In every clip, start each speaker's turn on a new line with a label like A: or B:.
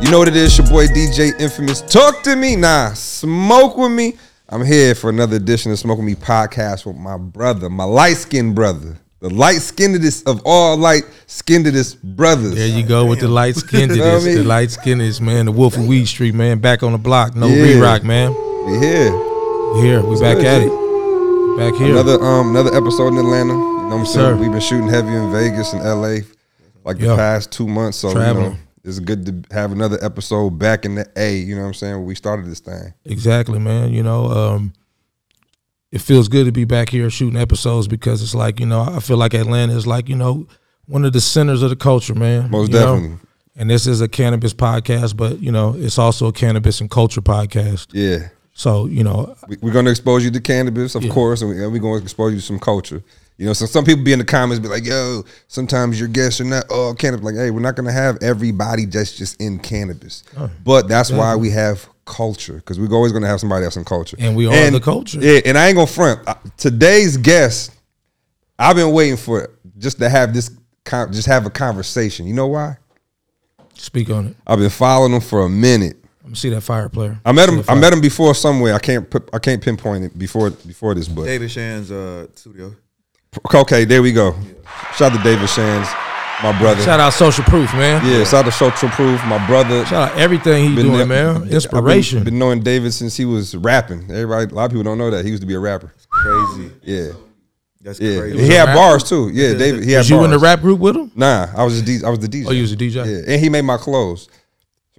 A: You know what it is, your boy DJ Infamous. Talk to me, nah, smoke with me. I'm here for another edition of Smoke with Me podcast with my brother, my light skinned brother, the light skinnedest of all light skinnedest brothers.
B: There you go with the light skinned,
A: You know what I
B: the
A: mean?
B: light skinnedest man, the Wolf of Weed Street man, back on the block, no
A: Yeah.
B: re-rock man.
A: We here.
B: Here we back
A: good,
B: at
A: G?
B: it, back here.
A: Another um another episode in Atlanta. You know what I'm
B: sir.
A: saying? We've been shooting heavy in Vegas and LA like the
B: Yeah.
A: past two months. So you
B: Traveling.
A: know, it's good to have another episode back in the A, you know what I'm saying? Where we started this thing.
B: Exactly, man. You know, um, it feels good to be back here shooting episodes because it's like you know I feel like Atlanta is like you know one of the centers of the culture, man.
A: Most
B: you know?
A: definitely.
B: And this is a cannabis podcast, but you know it's also a cannabis and culture podcast.
A: Yeah.
B: So you know,
A: We, we're gonna expose you to cannabis, of course, and, we, and we're gonna expose you to some culture. You know, so some people be in the comments be like, "Yo, sometimes your guests are not all cannabis." Like, hey, we're not gonna have everybody that's just in cannabis,
B: Oh,
A: but that's why we have culture because we're always gonna have somebody else in culture,
B: And we are the culture.
A: Yeah, and I ain't gonna front I, today's guest. I've been waiting for it just to have this, con- just have a conversation. You know why?
B: speak on it.
A: I've been following him for a minute.
B: Let me see that fire player.
A: I met him. I met him before somewhere. I can't. Put, I can't pinpoint it before before this, but
C: David Shan's uh, studio.
A: Okay, there we go. Shout out to David Shands, my brother.
B: Shout out social proof, man.
A: yeah, shout out to Social Proof, my brother.
B: Shout out everything he doing, man.
A: I've
B: Inspiration.
A: Been, been knowing David since he was rapping. Everybody, a lot of people don't know that he used to be a rapper.
C: Crazy.
A: Yeah,
C: That's
A: yeah.
C: crazy.
A: He had
B: rapper?
A: bars too. Yeah, David. He had
B: was you
A: bars.
B: in the rap group with him?
A: Nah, I was the I was the DJ.
B: Oh, you was a DJ.
A: Yeah, and he made my clothes.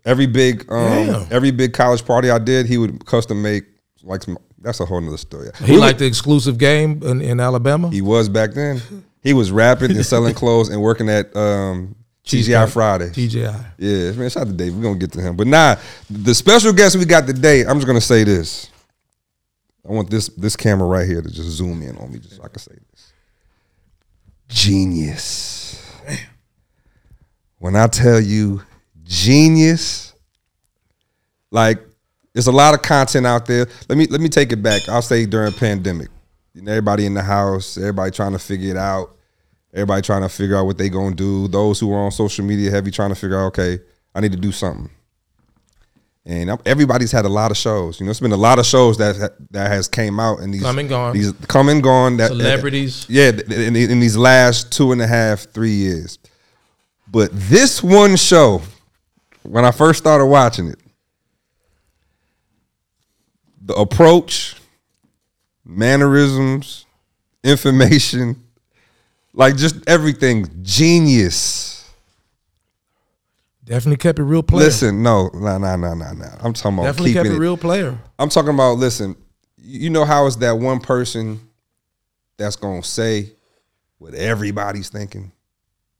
A: Every big, um,
B: Damn.
A: every big college party I did, he would custom make like some. That's a whole nother story.
B: He liked the exclusive game in, in Alabama.
A: He was back then. He was rapping and selling clothes and working at um, TGI
B: Cheesecake.
A: Friday.
B: TGI.
A: Yeah, man, shout out to Dave. We're gonna get to him. But nah, the special guest we got today, I'm just gonna say this. I want this this camera right here to just zoom in on me just so I can say this. Genius. When I tell you genius, like there's a lot of content out there. Let me let me take it back. I'll say during pandemic. You know, everybody in the house, everybody trying to figure it out. Everybody trying to figure out what they gonna do. Those who are on social media heavy trying to figure out, okay, I need to do something. And I'm- everybody's had a lot of shows. You know, it's been a lot of shows that that has came out in these
B: Come and gone.
A: These come and gone. That
B: Celebrities.
A: yeah, th- th- in, the- in these last two and a half, three years. But this one show, when I first started watching it, the approach, mannerisms, information, like just everything, genius.
B: Definitely kept it real player.
A: Listen, no, no, no, no, no, no. I'm talking about
B: Definitely kept
A: keeping
B: it
A: it
B: real player.
A: I'm talking about. Listen, you know how it's that one person that's gonna say what everybody's thinking.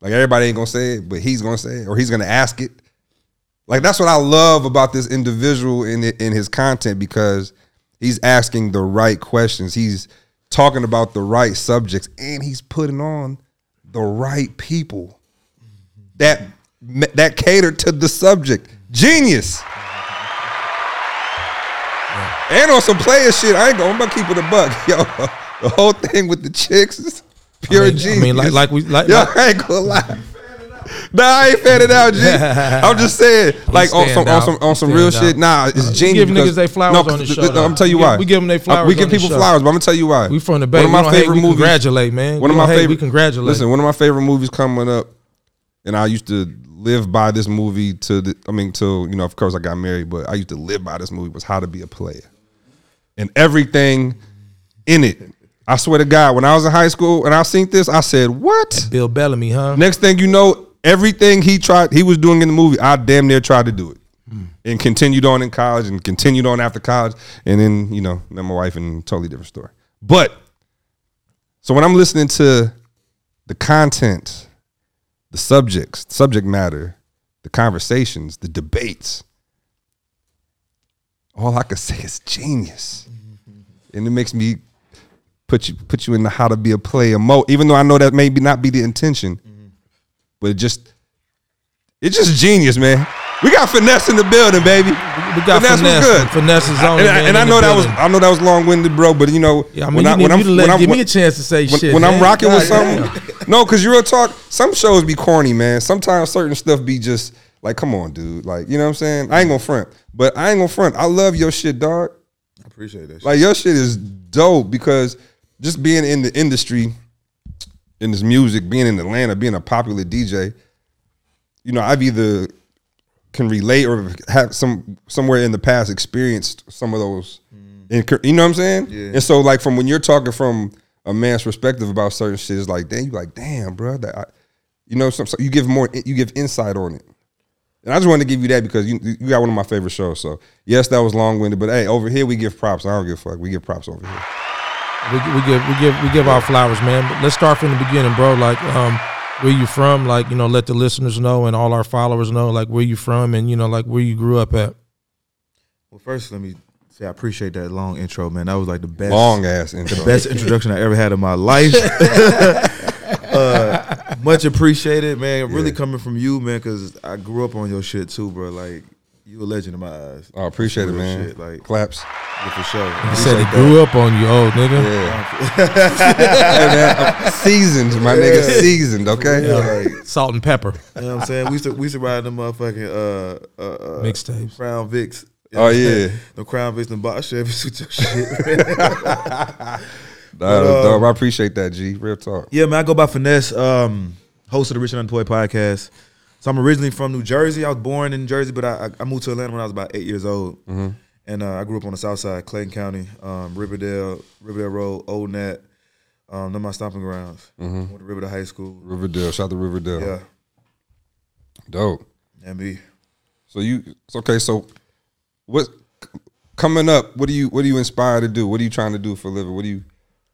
A: Like everybody ain't gonna say it, but he's gonna say it, or he's gonna ask it. Like that's what I love about this individual in in his content because he's asking the right questions. He's talking about the right subjects, and he's putting on the right people that that cater to the subject. Genius. And on some player shit, I ain't gonna I'm gonna keep it a buck, yo. The whole thing with the chicks is pure
B: I mean,
A: genius.
B: I mean, like like we like.
A: Yo,
B: like-
A: I ain't gonna lie. Nah, I ain't fanning out, G. I'm just saying, like on some,
B: stand
A: on
B: out.
A: some on
B: He
A: some
B: stand
A: real
B: out.
A: shit. Nah, it's genius.
B: give
A: because-
B: niggas they flowers
A: no,
B: on the
A: th- th-
B: show,
A: th-
B: though.
A: I'm tell you
B: We give-
A: why.
B: we give 'em they
A: Uh, We
B: flowers
A: give
B: on the
A: people
B: show.
A: flowers, but I'm gonna tell you why.
B: we from the Bay.
A: One of my
B: we don't hate,
A: favorite
B: we
A: movies.
B: Congratulate, man.
A: One of
B: We
A: my
B: don't hate,
A: favorite.
B: We congratulate.
A: Listen, one of my favorite movies coming up, and I used to live by this movie. To the, I mean, till you know, of course, I got married, but I used to live by this movie. Was How to Be a Player, and everything in it. I swear to God, when I was in high school and I seen this, I said, "What?"
B: Bill Bellamy, huh?
A: Next thing you know, everything he tried, he was doing in the movie, I damn near tried to do it, and continued on in college, and continued on after college, and then you know, met my wife, and totally different story. But so when I'm listening to the content, the subjects, subject matter, the conversations, the debates, all I could say is genius, and it makes me put you put you in the how to be a player mode. Even though I know that may be not be the intention, but it just it's just genius, man. We got finesse in the building, baby.
B: We got
A: finesse,
B: finesse.
A: was good.
B: Finesse is on.
A: and
B: man,
A: I, and
B: in
A: I
B: the
A: know that was
B: building.
A: I know that was long winded, bro. But you know,
B: Yeah, I mean, you need you to let- give me a chance to say
A: when,
B: shit.
A: when I'm
B: man.
A: rocking with
B: God damn.
A: something, no, because you real talk. Some shows be corny, man. Sometimes certain stuff be just Like, come on, dude. Like, you know what I'm saying? I ain't gonna front, but I ain't gonna front. I love your shit, dog.
C: I appreciate that. Shit.
A: Like your shit is dope because just being in the industry, in this music, being in Atlanta, being a popular DJ, you know, I've either can relate or have some somewhere in the past experienced some of those. incur- you know what I'm saying?
C: Yeah.
A: And so, like from when you're talking from a man's perspective about certain shit, it's like, damn, you like, damn, bro, that I, you know, some, so you give more, you give insight on it. And I just wanted to give you that because you you got one of my favorite shows. So yes, that was long winded, but hey, over here we give props. I don't give a fuck. We give props over here.
B: we, we give we give we give our flowers, man. But let's start from the beginning, bro. Like, um, where you from? Like, you know, let the listeners know and all our followers know, like, where you from and you know, like, where you grew up at.
C: Well, first, let me say I appreciate that long intro, man. That was like the best,
A: Long ass intro.
C: best introduction I ever had in my life. uh, much appreciated, man. Really
A: Yeah.
C: coming from you, man, because I grew up on your shit too, bro. Like you a legend in my eyes.
A: I Oh, appreciate it,
C: Real
A: man.
C: shit, like
A: Claps.
C: yeah, for sure.
B: He said he grew up on you, old nigga.
A: Yeah. Hey, man, I'm seasoned, my nigga. Seasoned. Okay.
C: Yeah, like,
B: Salt and pepper
C: you know what I'm saying? We used to, we used to ride them motherfucking uh, uh, uh,
B: mixtapes.
C: Crown Vicks.
A: Oh,
C: You know what I'm saying?
A: yeah.
C: The Crown Vicks and box Chevys with your shit.
A: Nah, that was
C: But, uh,
A: dope. I appreciate that, G. Real talk.
C: Yeah, man, I go by Finesse, um, host of the Rich and Unemployed podcast. So I'm originally from New Jersey. I was born in Jersey, but I, I moved to Atlanta when I was about eight years old. And uh, I grew up on the south side, Clayton County, um, Riverdale, Riverdale Road, Old Nat. Um, they're my stomping grounds. Went to Riverdale High School.
A: Riverdale. Shout out to Riverdale.
C: Yeah,
A: Dope.
C: and me.
A: So you it's okay, so what coming up, what do you what are you inspired to do? What are you trying to do for a living? What do you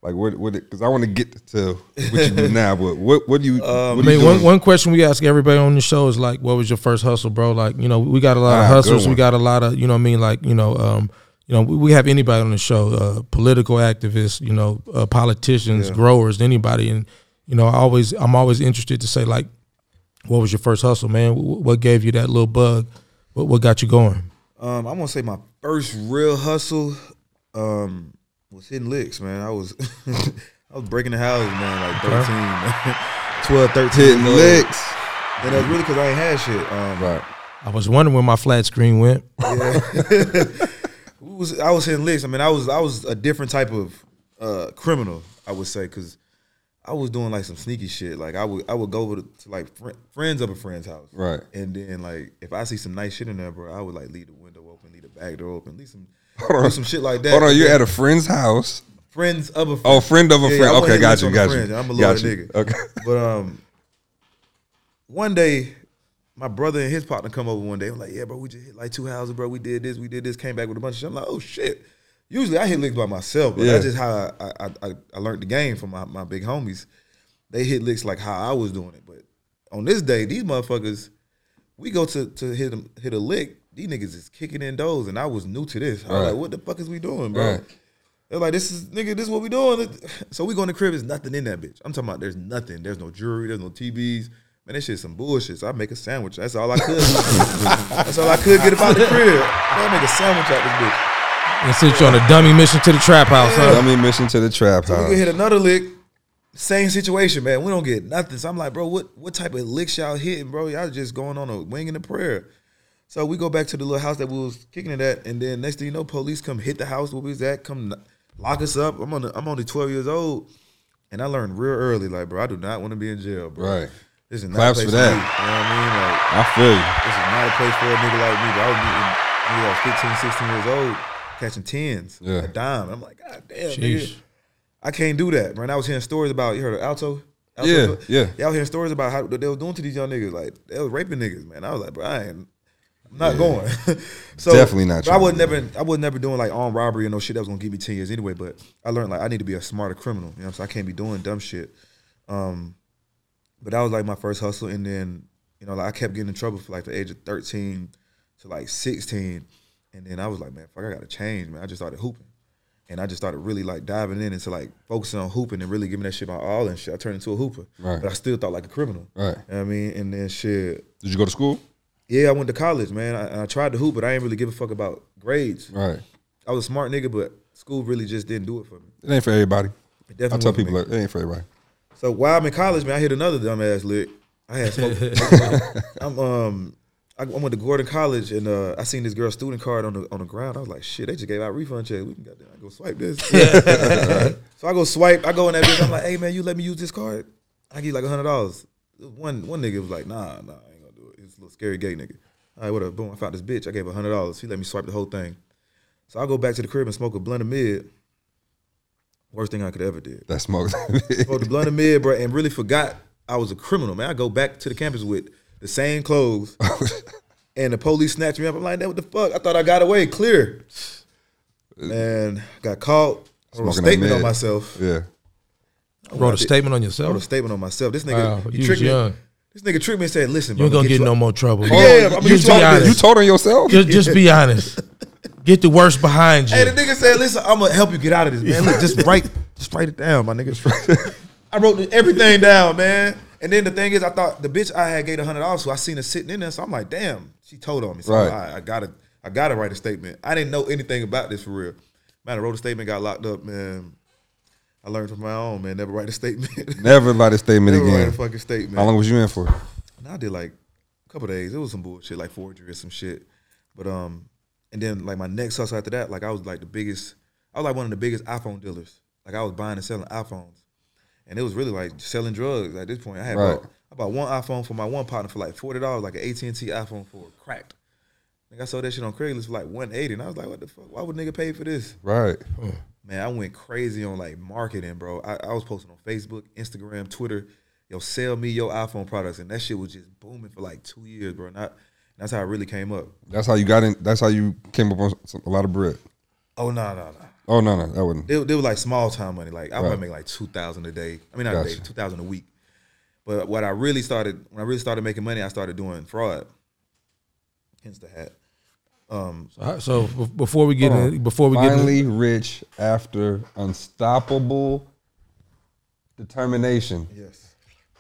A: like what what because I want to get to what you do now, but what what do you what
B: I
C: Um,
A: are you
B: mean, one,
A: doing?
B: one question we ask everybody on the show is like, what was your first hustle, bro? Like, you know, we got a lot
A: Ah,
B: of
A: good
B: hustlers. We
A: one.
B: got a lot of, you know, what I mean, like, you know, um, you know, we, we have anybody on the show, uh, political activists, you know, uh, politicians, growers, anybody, and you know, I always, I'm always interested to say like, what was your first hustle, man? Wh- What gave you that little bug? What, what got you going?
C: Um, I'm gonna say my first real hustle um, was hitting licks, man. I was I was breaking the houses, man, like 13, man. 12, 13.
A: hitting
C: years old.
A: licks.
C: And that's really because I ain't had shit. Um,
A: Right.
B: I was wondering where my flat screen went.
C: we was- I was hitting licks. I mean, I was I was a different type of uh, criminal, I would say, because I was doing like some sneaky shit. Like I would I would go over to, to, like fri friends of a friend's house,
A: Right.
C: And then like if I see some nice shit in there, bro, I would like leave the window open, leave the back door open, leave some
A: Hold
C: do
A: on.
C: some shit like that.
A: Hold on, you're at a friend's house.
C: friends of a friend.
A: Oh, friend of a
C: Yeah,
A: friend.
C: I wasn't
A: okay,
C: hitting
A: got
C: licks
A: you,
C: on
A: got
C: the
A: you.
C: friends. I'm a
A: got
C: little
A: you.
C: nigga.
A: Okay.
C: But um, one day, my brother and his partner come over one day. I'm like, yeah, bro, we just hit like two houses, bro. We did this, we did this. Came back with a bunch of shit. I'm like, oh shit. Usually I hit licks by myself, but
A: Yeah.
C: that's just how I, I I I learned the game from my, my big homies. They hit licks like how I was doing it. But on this day, these motherfuckers, we go to to hit 'em- hit a lick. These niggas is kicking in doors, and I was new to this. I was
A: Right.
C: like, what the fuck is we doing, bro?
A: Right.
C: They're like, this is nigga, this is what we doing. So we go in the crib, there's nothing in that bitch. I'm talking about there's nothing. There's no jewelry, there's no TVs. Man, that shit's some bullshit. So I make a sandwich. That's all I could. That's all I could get about the crib. Man, I make a sandwich out this bitch.
B: And sent you on a dummy mission to the trap house, huh?
A: Dummy mission to the trap
C: So we could
A: house.
C: hit another lick. Same situation, man. We don't get nothing. So I'm like, bro, what what type of licks y'all hitting, bro? Y'all just going on a wing and a prayer. So we go back to the little house that we was kicking it at, and then next thing you know, police come hit the house where we was at, come kn- lock us up. I'm on the, I'm only 12 years old, and I learned real early, like, bro, I do not want to be in jail, bro.
A: Right.
C: This is not
A: Claps
C: a place
A: for
C: for
A: that.
C: me. You know what I mean? Like,
A: I feel you.
C: this is not a place for a nigga like me. But I was meeting niggas that was 15, 16 years old, catching tens,
A: Yeah.
C: a dime. I'm like, God damn,
B: Sheesh.
C: nigga. I can't do that, man. I was hearing stories about you heard of Alto. Alto
A: Yeah,
C: Bro?
A: yeah.
C: Y'all hearing stories about how what they was doing to these young niggas, like they was raping niggas, man. I was like, bro, I ain't. I'm not going. so
A: Definitely not
C: but I
A: trying
C: was
A: to do
C: never. I was never doing like armed robbery and no shit that was gonna give me ten years anyway. But I learned like I need to be a smarter criminal. You know, what I'm saying I can't be doing dumb shit. Um, but that was like my first hustle, and then you know, like I kept getting in trouble for like the age of thirteen to like sixteen, and then I was like, man, fuck, I gotta change, man. I just started hooping, and I just started really like diving in into like focusing on hooping and really giving that shit my all and shit. I turned into a hooper,
A: Right.
C: but I still thought like a criminal.
A: Right.
C: You know what I mean, and then shit.
A: Did you go to school?
C: Yeah, I went to college, man. I, and I tried to hoop, but I didn't really give a fuck about grades.
A: Right.
C: I was a smart nigga, but school really just didn't do it for me.
A: It ain't for everybody. I
C: It definitely
A: tell
C: wasn't me.
A: people that it ain't for everybody.
C: So while I'm in college, man, I hit another dumbass lick. I had smoke. I'm um, I I went to Gordon College and uh, I seen this girl's student card on the on the ground. I was like, shit, they just gave out refund check. We can goddamn- I go swipe this. so I go swipe. I go in that bitch. I'm like, hey man, you let me use this card? I give you like hundred dollars. One one nigga was like, nah, nah, I ain't gonna do it. It's a little scary gay nigga. All right, whatever. Boom, I found this bitch. I gave her hundred dollars. She let me swipe the whole thing. So I go back to the crib and smoke a blunt of mid. Worst thing I could ever did.
A: That smoke.
C: Smoked a blunt of mid, bro, and really forgot I was a criminal, man. I go back to the campus with the same clothes, and the police snatched me up. I'm like, "That what the fuck? I thought I got away clear.
B: Uh,
C: Man, got caught. Wrote a
A: Smoking that
C: statement on
A: mid.
C: myself.
A: yeah.
B: Wrote a statement on
C: Wrote a
B: yourself.
C: statement on myself. This
B: Wow,
C: nigga,
B: you was
C: tricked me.
B: young.
C: This nigga tricked me and said, "Listen,
B: You
C: bro,
B: ain't gonna
C: get
B: get
C: you
B: in
C: out-
B: no more trouble.
C: Yeah, I'm gonna
B: just
C: get
B: be
C: you out of
B: honest.
C: this.
A: You told on yourself.
B: just, just be honest. Get the worst behind you.
C: Hey, the nigga said, "Listen, I'm gonna help you get out of this, man. Look, just write, just write it down, my nigga. I wrote everything down, man. And then the thing is, I thought the bitch I had gave a hundred dollars, so I seen her sitting in there. So I'm like, damn, she told on me. So
A: Right.
C: I, I gotta, I gotta write a statement. I didn't know anything about this for real. Man, I wrote a statement, got locked up, man. I learned from my own, man. Never write a statement.
A: Never lie to statement
C: Never write a
A: again.
C: fucking statement.
A: How long was you in for?
C: And I did like a couple days. It was some bullshit, like forgery or some shit. But um, and then like my next hustle after that, like I was like the biggest. I was like one of the biggest iPhone dealers. Like I was buying and selling iPhones, and it was really like selling drugs at this point. I had
A: Right.
C: bought, I bought one iPhone for my one partner for like forty dollars, like an AT and T iPhone for cracked. Like I sold that shit on Craigslist for like one eighty, and I was like, what the fuck? Why would nigga pay for this?
A: Right.
C: Man, I went crazy on like marketing, bro. I, I was posting on Facebook, Instagram, Twitter. Yo, sell me your iPhone products, and that shit was just booming for like two years, bro. And, I, and that's how I really came up.
A: That's how you got in. That's how you came up on some- a lot of bread.
C: Oh no, no, no.
A: Oh no, no, that wouldn't.
C: They, they were like small time money. Like I
A: Right.
C: might make like two thousand a day. I mean, not a day,
A: Gotcha.
C: two thousand a week. But what I really started when I really started making money, I started doing fraud. Hence the hat. Um,
B: All right, so be- before we get in, before we get in,
A: Finally rich after unstoppable determination.
C: yes.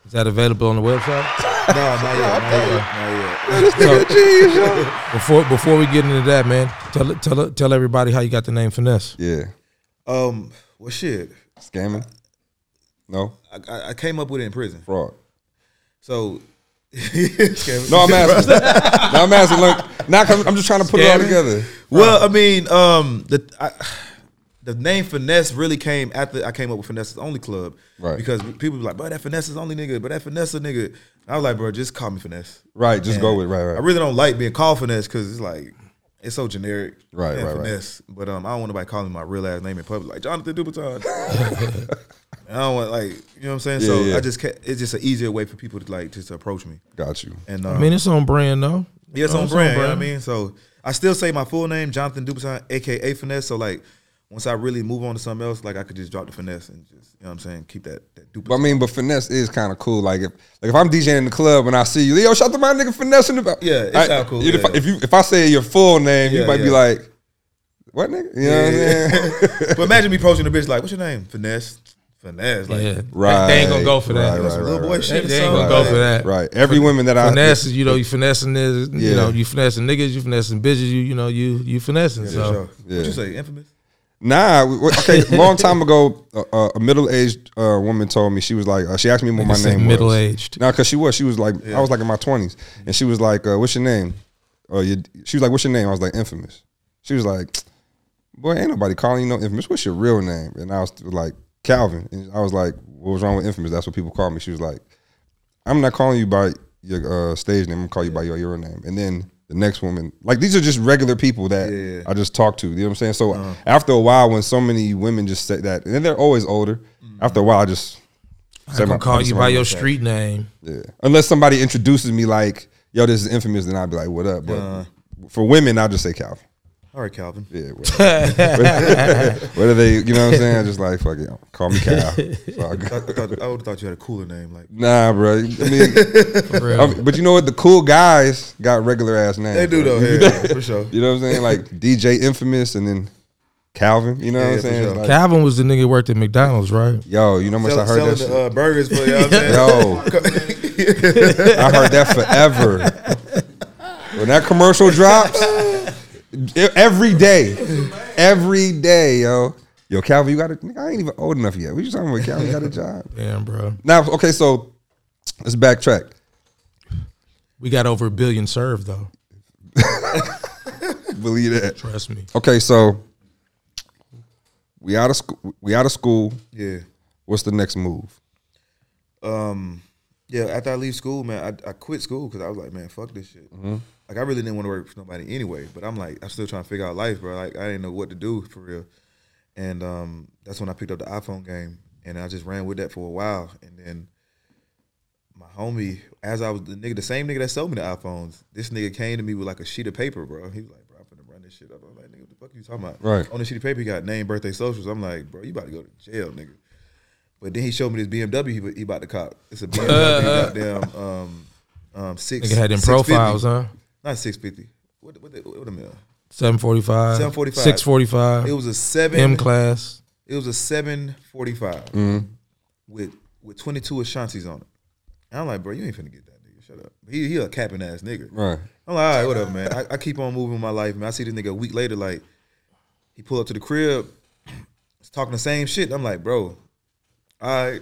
B: is that available on the website?
C: No, not yet, not yet, not yet.
B: So, before before we get into that, man, tell tell tell everybody how you got the name finesse.
A: Yeah.
C: Um, well, shit.
A: Scamming. No
C: I- I, I came up with it in prison.
A: fraud.
C: So, Kevin.
A: No, I'm asking. no, I'm asking. Look, now 'cause I'm just trying to put it all
B: Scamming?
A: together.
C: well, I mean, um, the I, the name finesse really came after I came up with finesse's only club,
A: Right.
C: Because people be like, "Bro, that finesse's only nigga," but that finesse a nigga. And I was like, "Bro, just call me finesse."
A: Right. Just go
C: And
A: with right, right.
C: I really don't like being called finesse because it's like it's so generic.
A: Right,
C: and
A: right, right.
C: finesse. But um, I don't want nobody calling me my real ass name in public, like Jonathan Dubuton. I don't want like you know what I'm saying. so
A: yeah.
C: I just ca- it's just an easier way for people to like just approach me.
A: Got you.
C: And um,
B: I mean, it's on brand though.
C: Yeah, it's
B: Oh,
C: on brand. You know what I mean? So I still say my full name, Jonathan Dubuisson, aka Finesse. So like once I really move on to something else, like I could just drop the finesse and just, you know what I'm saying, keep that that
A: But I
C: Dubuisson.
A: mean, but finesse is kind of cool. Like if like if I'm DJing in the club and I see you, yo, shout out to my nigga finesse in the back.
C: Yeah, it
A: I-
C: sound cool,
A: If, I-
C: yeah.
A: if you if I say your full name,
C: Yeah,
A: you might be
C: yeah.
A: like, what nigga? You know what I'm saying?
C: but imagine me approaching a bitch like, what's your name? Finesse. Finesse. Like
B: Yeah,
A: Right.
B: They ain't gonna go for that.
A: Right, right,
C: little
A: right,
C: boy
A: right.
C: shit. or
B: They ain't
C: something.
B: gonna go
C: Like,
B: for that.
A: Right. Every woman that I
B: Finesse, is, you know, you finessing this,
A: Yeah.
B: you know, you finessing niggas, you finessing bitches, you you know, you you finessing.
C: for
B: So
C: sure.
A: Yeah.
C: What you say, infamous?
A: Nah, we- we- okay. Long time ago, a- a, a middle-aged uh, woman told me she was like, uh, she asked me what my
B: Nigga said
A: name was.
B: middle-aged.
A: No, cause she was, she was like, I was like in my twenties, and she was like, uh, "What's your name?" Uh, your, she was like, "What's your name?" I was like, "Infamous." She was like, "Boy, ain't nobody calling you no infamous. What's your real name?" And I was like, "Calvin." And I was like, "What was wrong with infamous? That's what people call me." She was like, "I'm not calling you by your uh, stage name. I'm gonna call you by your your real name." And then the next woman, like these are just regular people that
C: Yeah. Uh-huh.
A: I just talked to. You know what I'm saying? So after a while, when so many women just say that, and they're always older.
C: Mm-hmm.
A: After a while, I just
B: I can call you by your street name.
A: yeah. Unless somebody introduces me like, yo, this is infamous, then I'll be like, what up? But
C: Uh-huh.
A: for women, I'll just say Calvin.
C: All right, Calvin.
A: Yeah. Whatever, whether they, you know what I'm saying? I just like, fuck it, call me Cal. So I
C: I,
A: go-
C: thought, I would have thought you had a cooler name. Like
A: nah, bro. I mean,
B: For real.
A: I'm- but you know what? The cool guys got regular ass names.
C: They do
A: bro.
C: though, yeah, for sure.
A: You know what I'm saying? Like DJ Infamous and then Calvin. You know what
C: Yeah,
A: I'm
C: for
A: saying?
C: sure.
A: Like,
B: Calvin was the nigga who worked at McDonald's, right?
A: yo, you know how much I
C: Sell,
A: heard
C: selling uh,
A: that
C: the
A: shit?
C: uh, burgers for you, know what I'm
A: Yo,
C: saying?
A: I heard that forever. when that commercial drops, e- every day, every day, yo, yo, Calvin, you got it. I ain't even old enough yet. What you talking about? Calvin You got a job
B: Damn, bro.
A: now. Okay, so let's backtrack.
B: We got over a billion served though.
A: Believe that.
B: Trust me.
A: Okay, so we out of school. We out of school.
C: Yeah.
A: What's the next move?
C: um, yeah, after I leave school, man, I, I quit school because I was like, man, fuck this shit. Like, I really didn't want to work for nobody anyway. But I'm like, I'm still trying to figure out life, bro. Like, I didn't know what to do for real. And um, that's when I picked up the iPhone game, and I just ran with that for a while. And then my homie, as I was the nigga, the same nigga that sold me the iPhones, this nigga came to me with like a sheet of paper, bro. He was like, bro, I'm finna run this shit up. I'm like, nigga, what the fuck you talking about?
A: Right.
C: On the sheet of paper, he got name, birthday, socials. I'm like, bro, you about to go to jail, nigga. But then he showed me this BMW he, bu- he bought the cop. It's a BMW goddamn um, um, six.
B: Nigga had them
C: 650.
B: profiles, huh?
C: Not six fifty. What what the- what a mill.
B: Seven forty five.
C: 745.
B: Six forty five.
C: It was a seven.
B: M class.
C: It was a seven forty five with with twenty two Ashantis on it. And I'm like, bro, you ain't finna get that nigga. Shut up. He he a capping ass nigga.
A: Right.
C: I'm like, all right, whatever, man. I, I keep on moving my life, man. I see this nigga a week later, like, he pull up to the crib, he's talking the same shit. I'm like, bro, all right.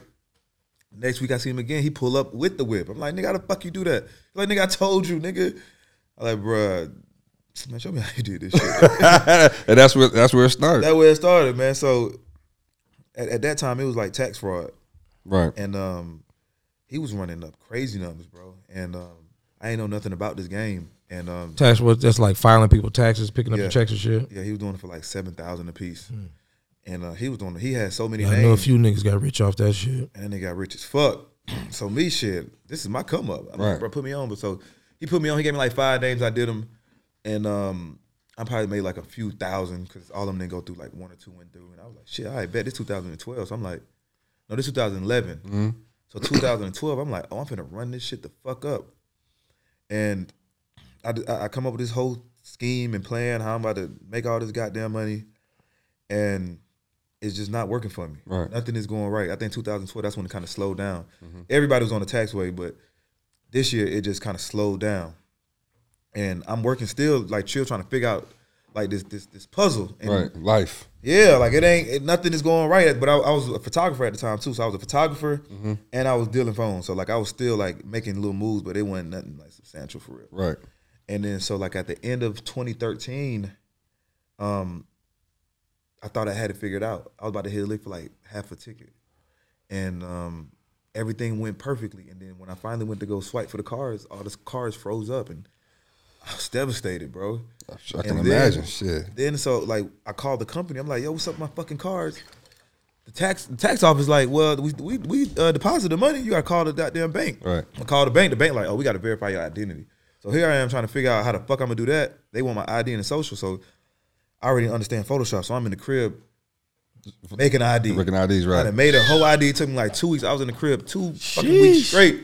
C: Next week I see him again. He pull up with the whip. I'm like, nigga, how the fuck you do that? He's like, nigga, I told you, nigga. I'm like, bruh, man, show me how you did this shit.
A: and that's where that's where it started.
C: that where it started, man. So at, at that time it was like tax fraud.
A: right.
C: And um, he was running up crazy numbers, bro. And um, I ain't know nothing about this game. And um,
B: Tax was that's like filing people taxes, picking up
C: Yeah.
B: the checks and shit.
C: Yeah, he was doing it for like seven thousand a piece, and uh, he was doing. He had so many
B: Hmm. I
C: names,
B: know a few niggas got rich off that shit.
C: and then they got rich as fuck. so me, shit, this is my come up. I'm
A: Right.
C: like, bro, put me on. But so he put me on. He gave me like five names. I did them, and um, I probably made like a few thousand because all of them didn't go through. Like one or two went through, and I was like, shit, I bet this 2012. So I'm like, no, this 2011.
A: Mm-hmm.
C: So 2012, I'm like, oh, I'm finna run this shit the fuck up, and I, d- I- I come up with this whole scheme and plan how I'm about to make all this goddamn money, and it's just not working for me.
A: Right. Mm-hmm.
C: Nothing is going right. I think 2012 that's when it kind of slowed down. Everybody was on the taxway, but this year it just kind of slowed down, and I'm working still like chill trying to figure out like this this this puzzle. And
A: Right. Life.
C: yeah, like it ain't it, nothing is going right. But I, I was a photographer at the time too, so I was a photographer and I was dealing phones. So like I was still like making little moves, but it wasn't nothing like substantial for real.
A: Right.
C: And then so like at the end of 2013, um, I thought I had it figured out. I was about to hit a lick for like half a ticket, and um, everything went perfectly. And then when I finally went to go swipe for the cars, all the cars froze up, and I was devastated, bro.
A: I can
C: And then-
A: imagine. Shit.
C: Then so like I called the company. I'm like, yo, what's up with my fucking cards? The tax the tax office like, well, we we, we uh, deposited the money. You gotta call the goddamn bank.
A: Right.
C: I called the bank. The bank like, oh, we gotta verify your identity. So here I am trying to figure out how the fuck I'm gonna do that. They want my ID and the social. So I already understand Photoshop. So I'm in the crib making ID.
A: Looking at these
C: I
A: right.
C: done made a whole ID. It took me like two weeks. I was in the crib two fucking weeks
B: Sheesh.
C: straight.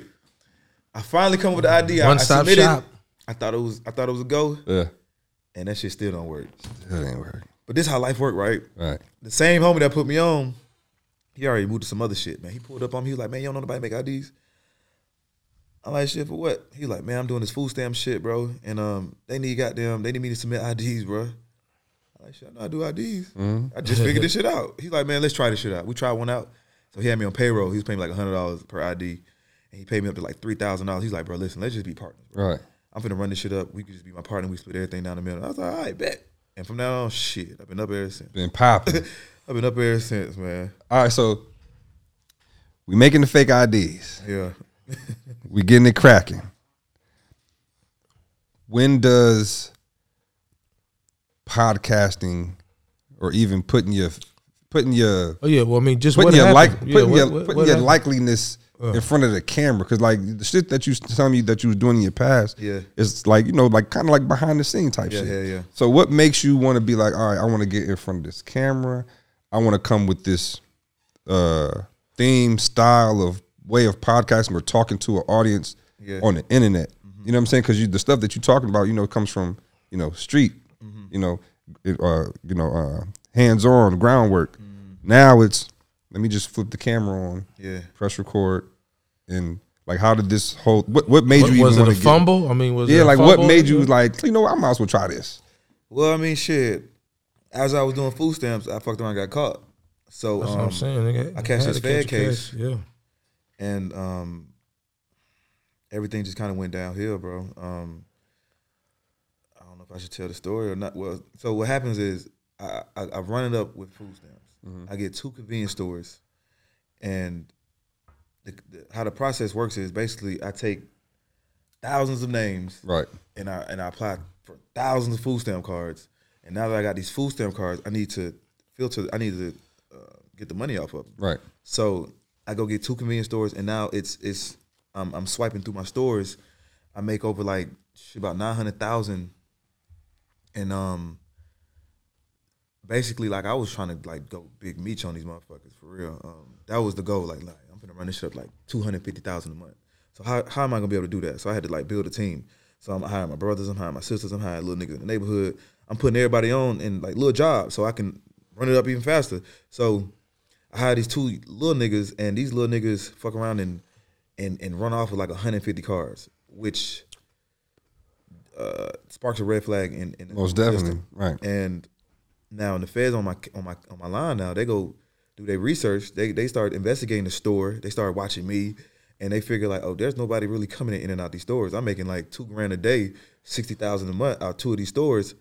C: I finally come up with the ID. I, I
B: One-stop
C: submitted.
B: shop.
C: I thought it was I thought it was a go,
A: Yeah.
C: and that shit still don't work.
A: That ain't working.
C: But this is how life work, right?
A: Right.
C: The same homie that put me on, he already moved to some other shit, man. He pulled up on me, he was like, man, you don't know nobody make IDs. I'm like, shit, for what? He like, man, I'm doing this food stamp shit, bro. And um, they need goddamn, they need me to submit IDs, bro. I'm like, shit, I know how to do IDs. I just figured this shit out. He's like, man, let's try this shit out. We tried one out. So he had me on payroll. He was paying me like $100 per ID. And he paid me up to like $3,000. He's like, bro, listen, let's just be partners, bro.
A: Right.
C: I'm finna run this shit up. We could just be my partner. We split everything down the middle. I was like, all right, bet. And from now on, shit, I've been up ever since.
A: Been popping.
C: I've been up ever since, man.
A: All right. So we making the fake IDs.
C: Yeah.
A: We getting it cracking. When does podcasting or even putting your putting your
B: Oh yeah, well I mean just
A: putting
B: what
A: your like
B: happened? yeah,
A: putting
B: what-
A: your
B: what-
A: putting
B: what
A: your
B: happened?
A: likeliness in front of the camera because like the shit that you s- telling me that you was doing in your past
C: Yeah.
A: it's like you know like kind of like behind the scene type
C: Yeah,
A: shit
C: yeah, yeah.
A: so what makes you want to be like all right I want to get in front of this camera I want to come with this uh theme style of way of podcasting or talking to an audience
C: Yeah. Mm-hmm.
A: on the internet you know what I'm saying because you the stuff that you're talking about you know comes from you know street
C: Mm-hmm.
A: you know it, uh you know uh hands on groundwork
C: Mm-hmm.
A: now it's let me just flip the camera on
C: Yeah.
A: press record and like how did this whole what what made you
B: was
A: even
B: it a
A: want to get
B: fumble? I mean, was it
A: yeah
B: a
A: like what
B: fumble?
A: made you like you know what, I might as well try this
C: Well, I mean, shit. As I was doing food stamps, I fucked around and got caught. So,
B: That's
C: um,
B: what I'm saying. Nigga,
C: I cashed
B: had to
C: this
B: catch
C: Fed
B: a
C: case.
B: Yeah,
C: and um, everything just kind of went downhill, bro. Um, I don't know if I should tell the story or not. Well, so what happens is I I, I run it up with food stamps. I get two convenience stores, and the, the, how the process works is basically I take thousands of names,
A: Right.
C: and I and I applied for thousands of food stamp cards. And now that I got these food stamp cards, I need to filter. I need to uh, get the money off of. Them.
A: Right.
C: So I go get two convenience stores, and now it's it's um, I'm swiping through my stores. I make over like shit, about nine hundred thousand, and um, basically like I was trying to like go big meat on these motherfuckers for real. Um, that was the goal. Like, like I'm gonna run this shit up like two hundred fifty thousand a month. So how how am I gonna be able to do that? So I had to like build a team. So I'm hiring my brothers, I'm hiring my sisters, I'm hiring little niggas in the neighborhood. I'm putting everybody on and like little jobs so I can run it up even faster. So I hired these two little niggas and these little niggas fuck around and and and run off with like 150 cars, which uh, sparks a red flag in, in the
A: Most
C: system.
A: definitely. Right.
C: And now, when the feds on my on my on my line now, they go do their research. They they start investigating the store. They start watching me, and they figure like, oh, there's nobody really coming in and out these stores. I'm making like two grand a day, sixty thousand a month out two of these stores.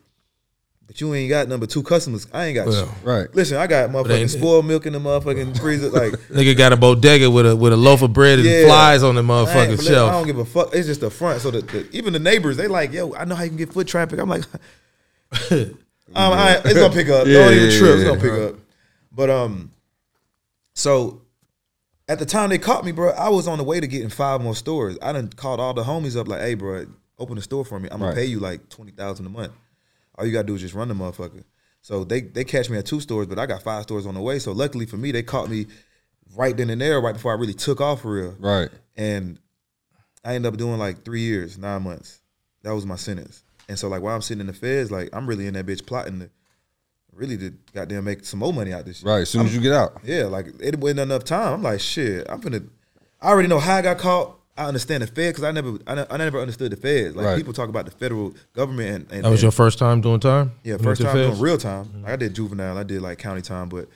C: But you ain't got number two customers. I ain't got.
B: Well,
C: shit.
A: right.
C: Listen, I got motherfucking
B: ain't-
C: spoiled milk in the motherfucking freezer. Like
B: Nigga got a bodega with a with a loaf of bread and
C: Yeah.
B: flies on the
C: I ain't-
B: motherfucking
C: listen, I
B: shelf.
C: don't give a fuck. It's just the front. So the, the even the neighbors, they like, yo, I know how you can get foot traffic. I'm like, um, I, it's gonna pick up.
A: Yeah,
C: don't even
A: yeah,
C: trip. It's
A: yeah.
C: gonna pick up. But um, so at the time they caught me, bro, I was on the way to getting five more stores. I done called all the homies up, like, hey, bro, open the store for me. I'm gonna
A: Right.
C: pay you like twenty thousand a month. All you gotta do is just run the motherfucker. So they they catch me at two stores, but I got five stores on the way. So luckily for me, they caught me right then and there, right before I really took off for real
A: Right.
C: and I ended up doing like three years, nine months. That was my sentence. And so like while I'm sitting in the feds, like I'm really in that bitch plotting to really to goddamn make some more money out this shit.
A: Right. As soon as you get out.
C: Yeah, like it wasn't enough time. I'm like, shit, I'm gonna. I already know how I got caught. I understand the Fed because I never, I, ne- I never understood the Feds. Like
A: Right.
C: people talk about the federal government and, and
B: That was
C: and-
B: your first time doing time.
C: yeah,
B: With
C: first
B: the
C: time
B: feds?
C: doing real time. Like I did juvenile, I did like county time, but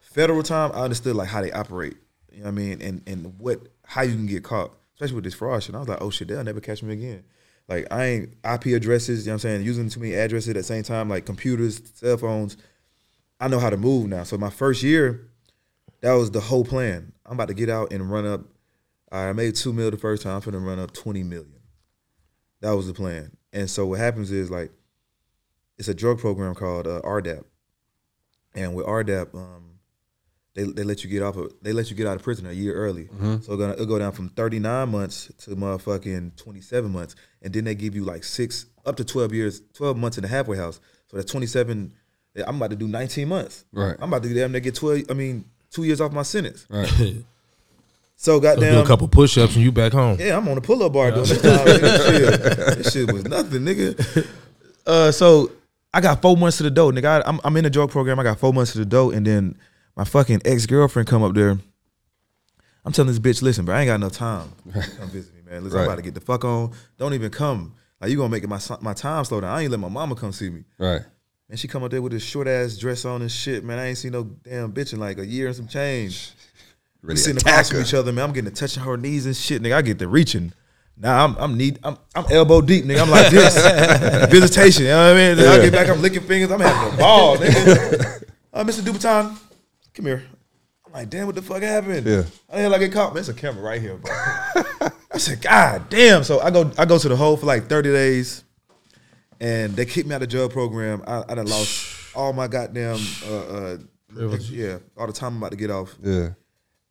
C: federal time, I understood like how they operate. You know what I mean? And and what how you can get caught, especially with this fraud shit. I was like, oh shit, they'll never catch me again. Like I ain't IP addresses, you know what I'm saying? Using too many addresses at the same time, like computers, cell phones. I know how to move now. So my first year, that was the whole plan. I'm about to get out and run up. All right, I made two mil the first time. I'm finna run up twenty million. That was the plan. And so what happens is like it's a drug program called uh, RDAP, and with RDAP, um, they they let you get off of they let you get out of prison a year early.
B: Mm-hmm.
C: So it'll, gonna, it'll go down from thirty nine months to motherfucking twenty seven months, and then they give you like six up to twelve years, twelve months in the halfway house. So that's twenty seven. I'm about to do nineteen months.
A: Right.
C: I'm about to damn near get twelve. I mean, two years off my sentence.
A: Right.
C: So
B: Go
C: goddamn.
B: do a couple push ups and you back home.
C: Yeah, I'm on a pull-up bar doing this time. nigga. Shit. This shit was nothing, nigga. Uh, so I got four months to the dough, nigga. I, am I'm in the drug program. I got four months to the dough, and then my fucking ex girlfriend come up there. I'm telling this bitch, listen, bro, I ain't got no time. to Come visit me, man. Listen, I'm
A: Right.
C: about to get the fuck on. Don't even come. Like you gonna make it my si- my time slow down. I ain't let my mama come see me.
A: Right.
C: And she come up there with this short ass dress on and shit, man. I ain't seen no damn bitch in like a year and some change. We
A: Really
C: sitting
A: attack
C: across from
A: her.
C: each other, man. I'm getting to touching her knees and shit, nigga. I get to reaching. Now I'm I'm need I'm I'm elbow deep, nigga. I'm like this visitation. You know what I mean? Then I get back, I'm licking fingers. I'm having a ball, nigga. Uh, Mr. Dubaton, come here. I'm like, damn, what the fuck happened?
A: Yeah.
C: How the hell I get caught? Man, it's a camera right here, bro. I said, God damn. So I go I go to the hole for like 30 days and they kicked me out of jail program. I, I done lost all my goddamn uh, uh yeah, all the time I'm about to get off.
A: Yeah.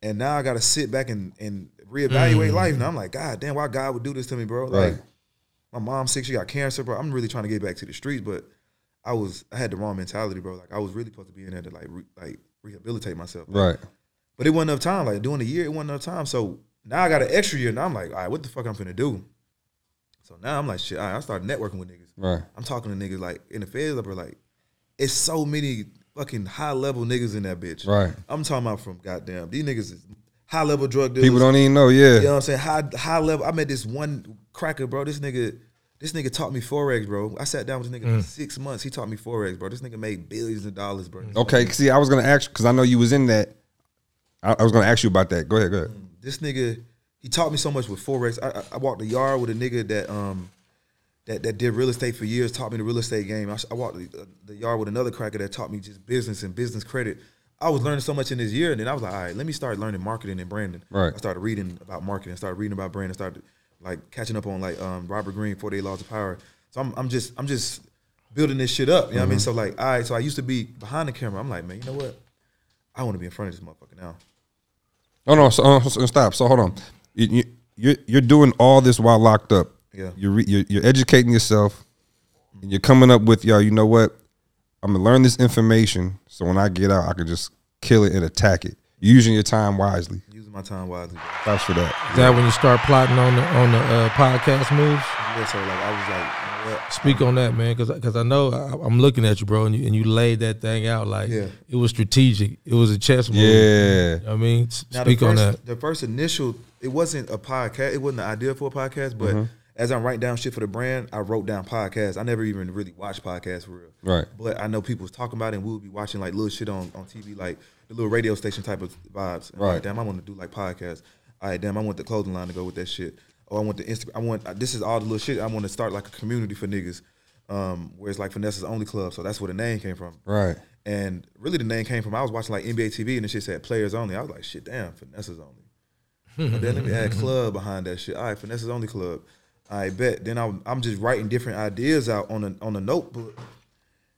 C: And now I gotta sit back and, and reevaluate life. And I'm like, God damn, why God would do this to me, bro? Like
A: Right.
C: my mom's sick, she got cancer, bro. I'm really trying to get back to the streets, but I was I had the wrong mentality, bro. Like I was really supposed to be in there to like re, like rehabilitate myself.
A: Right.
C: But it wasn't enough time. Like during the year, it wasn't enough time. So now I got an extra year, and I'm like, all right, what the fuck I'm finna do? So now I'm like, shit. all right, I started networking with niggas.
A: Right.
C: I'm talking to niggas like in the feds, bro. Like, it's so many fucking high level niggas in that bitch.
A: Right.
C: I'm talking about from goddamn these niggas is high level drug dealers.
A: People don't even know. Yeah.
C: You know what I'm saying? High high level. I met this one cracker, bro. This nigga, this nigga taught me forex, bro. I sat down with this nigga for
A: Mm.
C: six months. He taught me forex, bro. This nigga made billions of dollars, bro.
A: Okay. See, I was gonna ask because I know you was in that. I, I was gonna ask you about that. Go ahead. Go ahead.
C: This nigga, he taught me so much with forex. I, I, I walked the yard with a nigga that um that, that did real estate for years, taught me the real estate game. I, s- I walked the, uh, the yard with another cracker that taught me just business and business credit. I was learning so much in this year, and then I was like, all right, let me start learning marketing and branding.
A: Right.
C: I started reading about marketing, started reading about branding, started like catching up on like um, Robert Greene, Four Day Laws of Power. So I'm, I'm just I'm just building this shit up. You know what I mean? So like, all right, so I used to be behind the camera. I'm like, man, you know what? I want to be in front of this motherfucker now.
A: Oh no! So, uh, so- stop. So hold on. You, you, you're you're doing all this while locked up.
C: Yeah.
A: You're re, you're, you're educating yourself, and you're coming up with y'all. You know what? I'm gonna learn this information so when I get out, I can just kill it and attack it. You're using your time wisely.
C: Using my time wisely.
A: That's for that.
B: Is that when you start plotting on the on the uh, podcast moves?
C: Yeah, so like I was like, you know what?
B: Speak on that, man, because I know I, I'm looking at you, bro, and you, and you laid that thing out like
C: Yeah.
B: it was strategic. It was a chess move.
A: Yeah.
B: I mean, s-
C: Now,
B: speak
C: the
B: on
C: first,
B: that.
C: The first initial, it wasn't a podcast. It wasn't the idea for a podcast, but
A: Mm-hmm.
C: as I'm writing down shit for the brand, I wrote down podcasts. I never even really watched podcasts for real.
A: Right.
C: But I know people was talking about it, and we would be watching like little shit on, on TV, like the little radio station type of vibes. And I'm
A: Right.
C: Like, damn, I want to do like podcasts. All right, damn, I want the clothing line to go with that shit. Oh, I want the Instagram. I want uh, this is all the little shit. I want to start like a community for niggas, um, where it's like Vanessa's only club. So that's where the name came from.
A: Right.
C: And really, the name came from I was watching like NBA TV and the shit said players only. I was like, shit, damn, finesse's only. but then let me add club behind that shit. All right, finesse's only club. I bet. Then I'm, I'm just writing different ideas out on a on a notebook,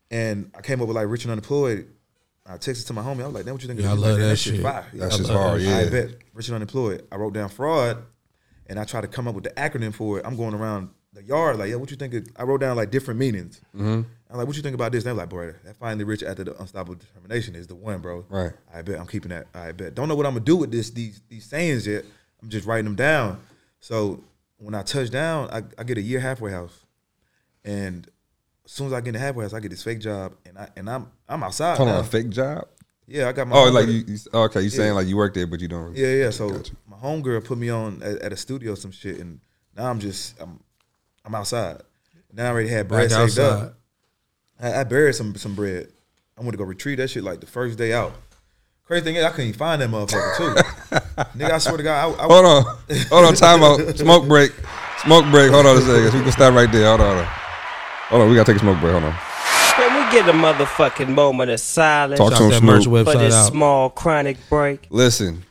C: and I came up with like rich and unemployed. I texted to my homie. I was like, damn, what you think? of
B: Yeah, I
C: this?"
B: love
C: Like,
B: that
C: shit's
B: shit.
C: fire.
A: That
C: I
A: shit's
C: love
A: hard,
C: that
A: yeah.
C: shit. I bet. Rich and unemployed. I wrote down fraud, and I tried to come up with the acronym for it. I'm going around the yard like, yeah, what you think? Of, I wrote down like different meanings.
A: Mm-hmm.
C: I'm like, what you think about this? And they're like, bro, that finally rich after the unstoppable determination is the one, bro.
A: Right.
C: I bet I'm keeping that. I bet. Don't know what I'm gonna do with this these these sayings yet. I'm just writing them down. So when I touch down, I, I get a year halfway house, and as soon as I get in the halfway house, I get this fake job, and I and I'm I'm outside.
A: Hold
C: now.
A: on. A fake job.
C: Yeah, I got my.
A: Oh,
C: homegirl-
A: like you. you oh, okay, you saying like you work there, but you don't. Really,
C: Yeah, yeah. So
A: Gotcha.
C: my homegirl put me on at, at a studio some shit, and now I'm just I'm I'm outside. Now I already had bread
B: Back
C: saved
B: outside.
C: up. I, I buried some some bread. I went to go retrieve that shit like the first day out. Crazy thing is, I couldn't even find that motherfucker too. Nigga, I swear to God, I, I,
A: Hold on. Hold on. Time out. Smoke break. Smoke break. Hold on a second. We can stop right there. Hold on. Hold on. Hold on. We gotta take a smoke break. Hold on.
D: Can we get a motherfucking moment of silence
A: Talk
B: Shout
A: Some
B: that merch
A: smoke.
D: for
B: website
D: this
B: out.
D: small chronic break?
A: Listen,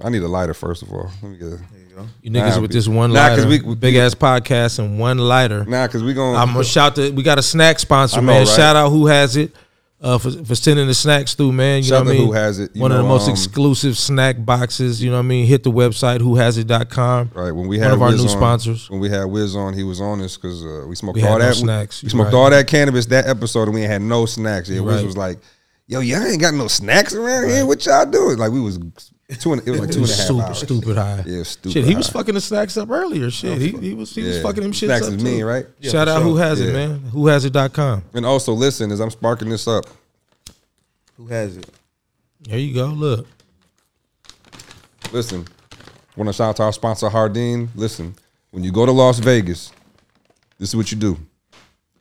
A: I need a lighter first of all. Let me get a,
C: you know,
B: You niggas
A: Nah,
B: with
A: be-
B: this one
A: Nah, 'cause
B: lighter,
A: we- we-
B: big ass podcast and one lighter.
A: nah, cause we gonna
B: I'm gonna shout the. We got a snack sponsor,
A: I know,
B: man.
A: right?
B: Shout out who has it uh, for for sending the snacks through, man. You
A: Shout
B: know what I
A: out
B: mean?
A: who has it. You
B: One of
A: know,
B: the most
A: um,
B: exclusive snack boxes. You know what I mean? Hit the website whohasit.com.
A: right when we
B: one
A: had
B: of our
A: Wiz
B: new
A: on-
B: sponsors.
A: When we had Wiz on, he was on this because uh, we smoked
B: We had
A: all
B: no
A: that
B: snacks.
A: We
B: You
A: smoked
B: right.
A: all that cannabis that episode, and we ain't had no snacks. Yeah,
B: You
A: Wiz
B: right.
A: was like, "Yo, y'all ain't got no snacks around here. What y'all doing?" Like we was two. And, it was like two and a half
B: super
A: hours.
B: stupid high.
A: Yeah, it was stupid
B: Shit, he was
A: high.
B: fucking the snacks up earlier. Shit, he, he was he was
A: Yeah.
B: fucking them shits
A: Snacks
B: up
A: is
B: too.
A: mean, right?
C: Yeah,
B: Shout
C: for
B: out
C: sure.
B: who has
A: Yeah.
B: it, man. Who has it.com.
A: And also, listen, as I'm sparking this up,
C: who has it?
B: There you go. Look,
A: Listen, want to shout out to our sponsor Hardin. Listen, when you go to Las Vegas, this is what you do: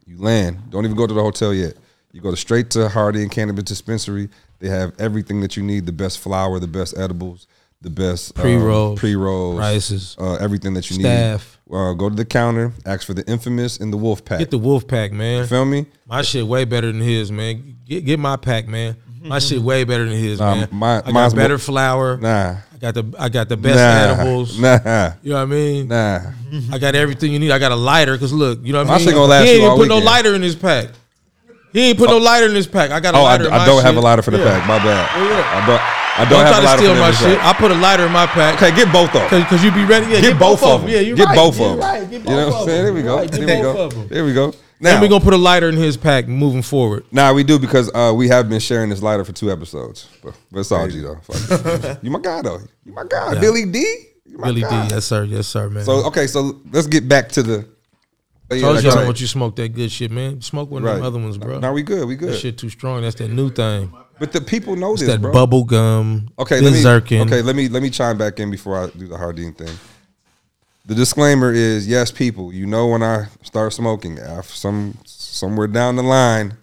A: you land. Don't even go to the hotel yet. You go to straight to Hardin Cannabis Dispensary. They have everything that you need: the best flower, the best edibles, the best um,
B: Pre-rolls,
A: pre-rolls,
B: rices,
A: uh, everything that you
B: staff.
A: need. Uh, go to the counter, ask for the infamous and the wolf pack.
B: get the wolf pack, man.
A: Feel me?
B: My shit way better than his, man. Get get my pack, man. My shit way better than his,
A: Mm-hmm. Nah,
B: man.
A: my-
B: I
A: mine's
B: got
A: more-
B: better flour.
A: Nah,
B: I got the I got the best
A: nah,
B: edibles.
A: nah,
B: You know what I mean?
A: nah.
B: I got everything you need. I got a lighter because look, you know what I
A: My
B: mean.
A: shit gonna last
B: he ain't
A: you
B: even
A: all
B: put no
A: weekend.
B: lighter in his pack. He ain't put no lighter in his pack. I got a
A: Oh, I,
B: lighter. in
A: I
B: my
A: don't have
B: shit.
A: a lighter for the
B: Yeah. Oh,
A: pack. My bad.
B: Yeah.
A: I don't, I don't,
B: Don't
A: have
B: try
A: a
B: to
A: lighter
B: steal
A: for the
B: my
A: pack.
B: shit. I put a lighter in my pack.
A: Okay, get both of them.
B: Cause, 'cause you be ready. Yeah,
A: Get, both, of them.
B: Yeah, you
A: get
B: right.
A: both
B: You're
A: of them.
B: Right. Get both
A: you know
B: of
A: what
B: them.
A: I'm saying? There we
B: You're
A: go.
B: right. Get
A: There we
B: both
A: go.
B: of them.
A: There we go.
B: Then
A: Now,
B: we gonna put a lighter in his pack moving forward.
A: now we do because uh, we have been sharing this lighter for two episodes. But, but it's all G though. Fuck it. you my guy though. You my guy, Billy D. You my
B: Billy D.
A: guy.
B: Yes sir. Yes sir, man.
A: So okay, so let's get back to the. Oh, yeah,
B: Told
A: that's
B: y'all
A: right.
B: what you smoke that good shit, man. Smoke one of
A: Right.
B: them other ones, bro.
A: Now we good. We
B: that
A: good.
B: shit too strong. That's that new thing.
A: But the people know
B: It's
A: this,
B: that
A: bro.
B: bubble gum.
A: Okay,
B: this
A: let me.
B: Zirkin.
A: Okay, let me let me chime back in before I do the Hardin thing. The disclaimer is: yes, people, you know when I start smoking, af- some somewhere down the line,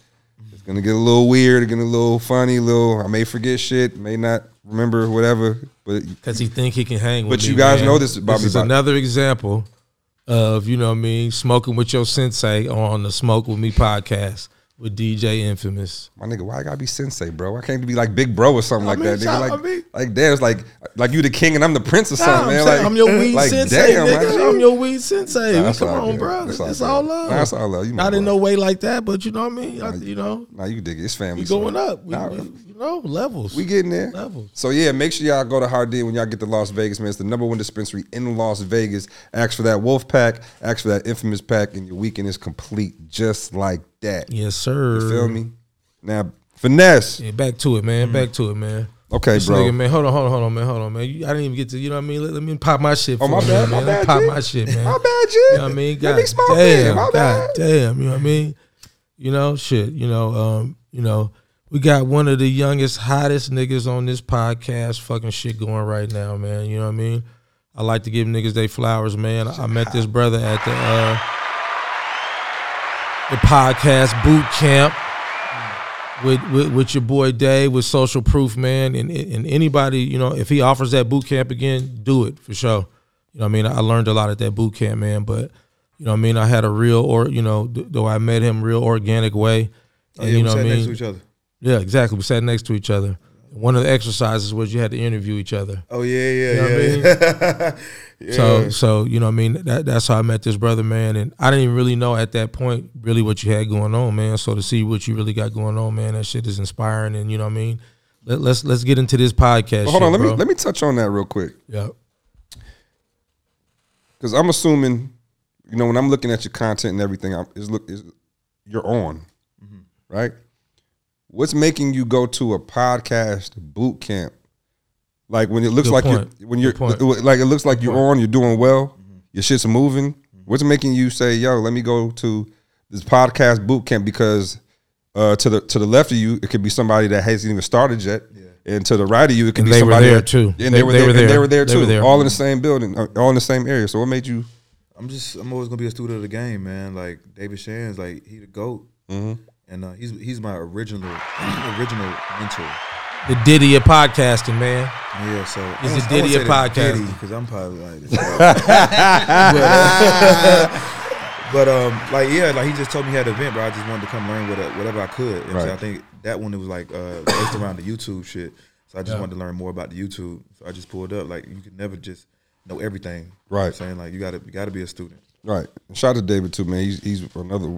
A: it's gonna get a little weird, gonna get a little funny, little. I may forget shit, may not remember whatever. But
B: because he think he can hang. with
A: But
B: me,
A: you guys
B: man.
A: know this about
B: this
A: me,
B: is
A: Bobby.
B: another example of you know what I mean smoking with your sensei on the Smoke with Me podcast with DJ Infamous.
A: my nigga, why I gotta be sensei, bro? Why can't you be like big bro or something like
B: mean,
A: that? Nigga?
B: child,
A: Like,
B: I mean-
A: like damn, it's like like you the king and I'm the prince or something, man. like
B: I'm your weed
A: like,
B: sensei,
A: damn,
B: nigga.
A: I-
B: I'm your weed sensei.
A: Nah, that's
B: Come
A: all
B: on,
A: good.
B: bro.
A: That's
B: It's
A: all
B: all,
A: good.
B: love.
A: Nah, that's all love. You my
B: Not in
A: bro.
B: no way like that, but you know what I mean. I, you know,
A: Nah, you can dig it. It's family.
B: we
A: son.
B: going up. We,
A: Nah,
B: we- you know, levels.
A: We getting there.
B: Levels.
A: So yeah, make sure y'all go to Hardin when y'all get to Las Vegas, man. It's the number one dispensary in Las Vegas. Ask for that Wolf Pack. Ask for that Infamous Pack, and your weekend is complete, just like that.
B: yes, sir.
A: You feel me? Now, finesse.
B: Yeah, back to it, man. Back to it, man.
A: Okay,
B: This
A: bro.
B: nigga, man, hold on, hold on, hold on, man, hold on, man. You, I didn't even get to, you know what I mean? Let, let me pop my shit.
A: Oh,
B: for
A: my
B: a
A: bad,
B: minute,
A: my
B: man. Let me
A: bad,
B: pop
A: G.
B: my shit, man.
A: My bad,
B: You
A: you.
B: know what I mean?
A: Let
B: God,
A: me smoke
B: damn,
A: damn, My
B: God
A: bad.
B: damn. You know what I mean? You know, shit. You know, um, you know, we got one of the youngest, hottest niggas on this podcast. Fucking shit going right now, man. You know what I mean? I like to give niggas they flowers, man. I, I met this brother at the uh, the podcast boot camp with, with with your boy Dave with Social Proof, man, and and anybody you know if he offers that boot camp again, do it for sure. You know, what I mean, I learned a lot at that boot camp, man. But you know, what I mean, I had a real or you know, th- though I met him real organic way, and
C: yeah,
B: Oh, you
C: we
B: know, what
C: sat
B: I mean,
C: next to each other.
B: yeah, exactly. We sat next to each other. One of the exercises was you had to interview each other.
C: Oh yeah, yeah,
B: know what I
C: yeah.
B: mean?
C: yeah.
B: So so you know what I mean that that's how I met this brother man and I didn't even really know at that point really what you had going on man so to see what you really got going on man that shit is inspiring and you know what I mean Let, let's let's get into this podcast
A: Hold on.
B: shit,
A: Let me
B: bro.
A: let me touch on that real quick.
B: yeah
A: Because I'm assuming, you know, when I'm looking at your content and everything, I'm, is look, is you're on,
B: Mm-hmm.
A: right? What's making you go to a podcast boot camp? Like when it looks
B: Good
A: like
B: point.
A: you're when you're
B: Good Mm-hmm.
A: like it looks like you're on, you're doing well, your shit's moving. What's making you say, "Yo, let me go to this podcast boot camp"? Because uh, to the to the left of you, it could be somebody that hasn't even started yet, and to the right of you, it could
B: And
A: be
B: they were
A: somebody
B: there,
A: that-
B: too.
A: And they, were there. and they were there
B: They
A: too.
B: were there.
A: All in the same building, uh, all in the same area. So what made you?
C: I'm just I'm always gonna be a student of the game, man. Like David Shan's, like he the goat, mm-hmm. and uh, he's he's my original original mentor.
B: the Diddy of podcasting man
C: Yeah, so
B: He's the Diddy of podcast.
C: because I'm probably like, but um, like yeah, like he just told me he had an event, but I just wanted to come learn what- uh, whatever I could. And so
A: Right.
C: I think that one it was like uh, based around the YouTube shit, so I just
B: Yeah.
C: wanted to learn more about the YouTube. So I just pulled up. Like you can never just know everything,
A: Right.
C: saying like you gotta you gotta be a student.
A: Right. Shout out to David too, man. He's, he's another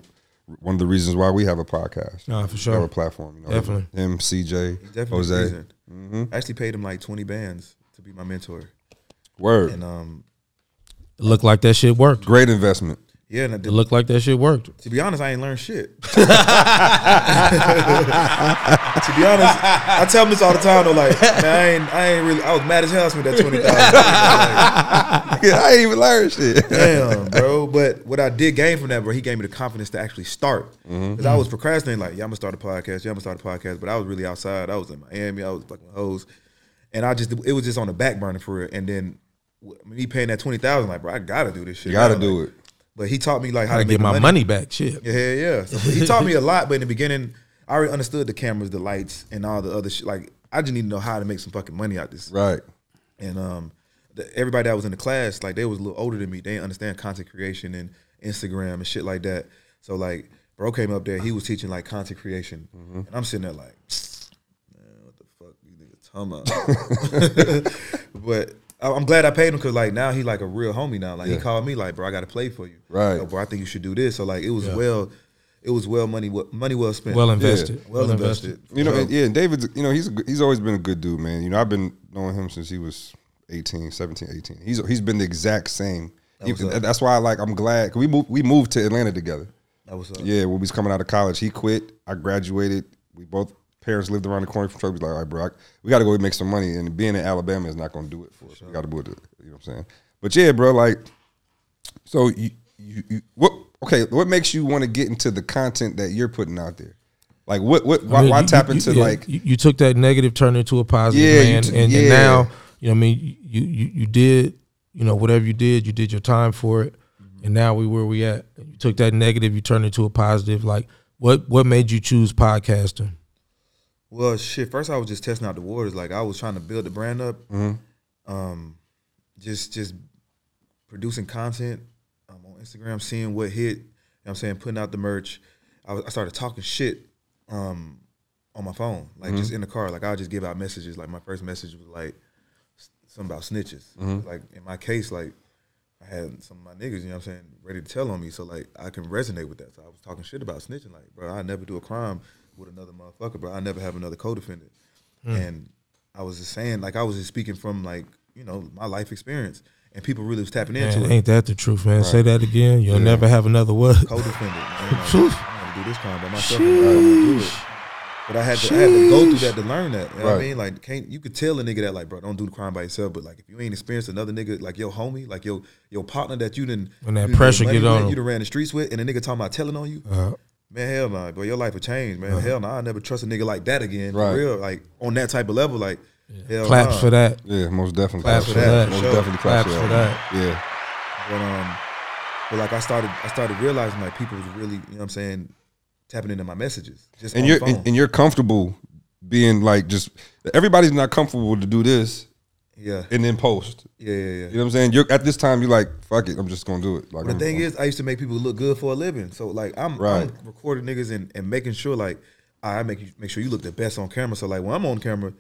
A: one of the reasons why we have a podcast.
B: Nah, for
A: Have a
B: sure
A: platform. You know,
B: Definitely.
A: Him, CJ,
C: Definitely
A: Jose.
C: seasoned. I actually paid him like twenty bands to be my mentor,
A: Word.
C: and um,
B: it looked like that shit worked
A: Great investment.
C: yeah, and I did-
B: it looked like that shit worked
C: To be honest, I ain't learned shit. to be honest, I tell them this all the time. Though, like, man, I ain't, I ain't really. I was mad as hell with that twenty thousand.
A: Yeah, I ain't even learned shit.
C: Damn, bro. But what I did gain from that, bro, he gave me the confidence to actually start. Because
A: Mm-hmm.
C: I was procrastinating, like, yeah, I'm gonna start a podcast, yeah, I'm gonna start a podcast. But I was really outside. I was in Miami. I was fucking with hoes, and I just it was just on the back burner for real. And then w- me paying that twenty thousand, like, bro, I gotta do this shit.
A: You gotta
C: now.
A: do
C: Like,
A: it.
C: But he taught me like how
B: I
C: to
B: get
C: make
B: my money.
C: money.
B: back shit
C: Yeah, yeah. yeah. So he taught me a lot, but in the beginning, I already understood the cameras, the lights, and all the other shit. Like, I just need to know how to make some fucking money out this.
A: Right.
C: And um, the, everybody that was in the class, like, they was a little older than me. They didn't understand content creation and Instagram and shit like that. So like, bro came up there. He was teaching like content creation,
A: Mm-hmm.
C: and I'm sitting there like, fuck you niggas talking about. but I- I'm glad I paid him because like now he like a real homie now. Like he called me like, bro, I got to play for you.
A: Right.
C: Yo, bro, I think you should do this. So like, it was well, it was well money, well- money well spent,
B: well invested
C: well, invested.
A: You know,
C: So,
A: and, yeah, and David's, you know, he's a good- he's always been a good dude, man. You know, I've been knowing him since he was 18, 17, 18. He's he's been the exact same. Even- that's why I like I'm glad 'cause we moved we moved to Atlanta together.
C: that was uh,
A: Yeah, when we was coming out of college, he quit. I graduated. We both parents lived around the corner from church. We was like, all right, bro, I, we got to go make some money. And being in Alabama is not going to do it for us. We got to do it. You know what I'm saying? But yeah, bro, like, so you, you, you what? Okay, what makes you want to get into the content that you're putting out there? Like, what, what, why,
B: I mean,
A: why
B: you-
A: tap
B: you-
A: into
B: you-
A: like?
B: you, you took that negative, turned it into a positive,
A: Yeah, you
B: man,
A: t-
B: and, and
A: yeah.
B: now you know, what I mean, you, you you did, you know, whatever you did, you did your time for it,
A: Mm-hmm.
B: and now we where we at. You took that negative, you turned it into a positive. Like, what what made you choose podcasting?
C: Well, shit. First, I was just testing out the waters. Like I was trying to build the brand up, um, just just producing content um, on Instagram, seeing what hit. You know what I'm saying putting out the merch. I, was, I started talking shit um, on my phone, like just in the car. Like I would just give out messages. Like my first message was like s- something about snitches. Like in my case, like I had some of my niggas, you know what I'm saying, ready to tell on me. So like I can resonate with that. So I was talking shit about snitching, like, bro, I never do a crime with another motherfucker, bro. I never have another co-defendant. And I was just saying, like I was just speaking from like, you know, my life experience. And people really was tapping into
B: Man,
C: it.
B: ain't that the truth, man? Say that again. You'll never have another what?
C: Co-defendant. man. Like,
B: Phew.
C: I'm gonna do this crime by myself. and I don't wanna do it. But I had to I had to go through that to learn that. You know what I
A: Right.
C: mean? Like can't you could tell a nigga that like, bro, don't do the crime by yourself. But like if you ain't experienced another nigga, like your homie, like your your partner that you didn't
B: When that
C: you done
B: pressure
C: money
B: get
C: with,
B: on 'em.
C: you done ran the streets with and a nigga talking about telling on you.
B: Uh,
C: Man, hell no, bro. Your life will change,
B: Uh-huh.
C: man. Hell no, I never trust a nigga like that again.
A: Right.
C: For real. Like on that type of level, like hell
B: claps
C: nah.
B: for that.
A: Yeah, most definitely.
B: Claps for that.
A: Most
C: Sure.
A: definitely claps,
B: Claps
A: for
B: for
A: that. Yeah.
C: But um, but like I started, I started realizing like people was really, you know, what I'm saying, tapping into my messages. Just
A: and
C: on
A: you're
C: the phone.
A: and, and you're comfortable being like just everybody's not comfortable to do this
C: yeah,
A: and then post.
C: yeah, yeah,
A: You
C: yeah.
A: know what I'm saying? You're at this time you're like, fuck it, I'm just gonna do it. Like
C: The
A: I'm-
C: thing
A: I'm-
C: is, I used to make people look good for a living. So like, I'm,
A: Right.
C: I'm recording niggas and, and making sure like I make you make sure you look the best on camera. So like when I'm on camera,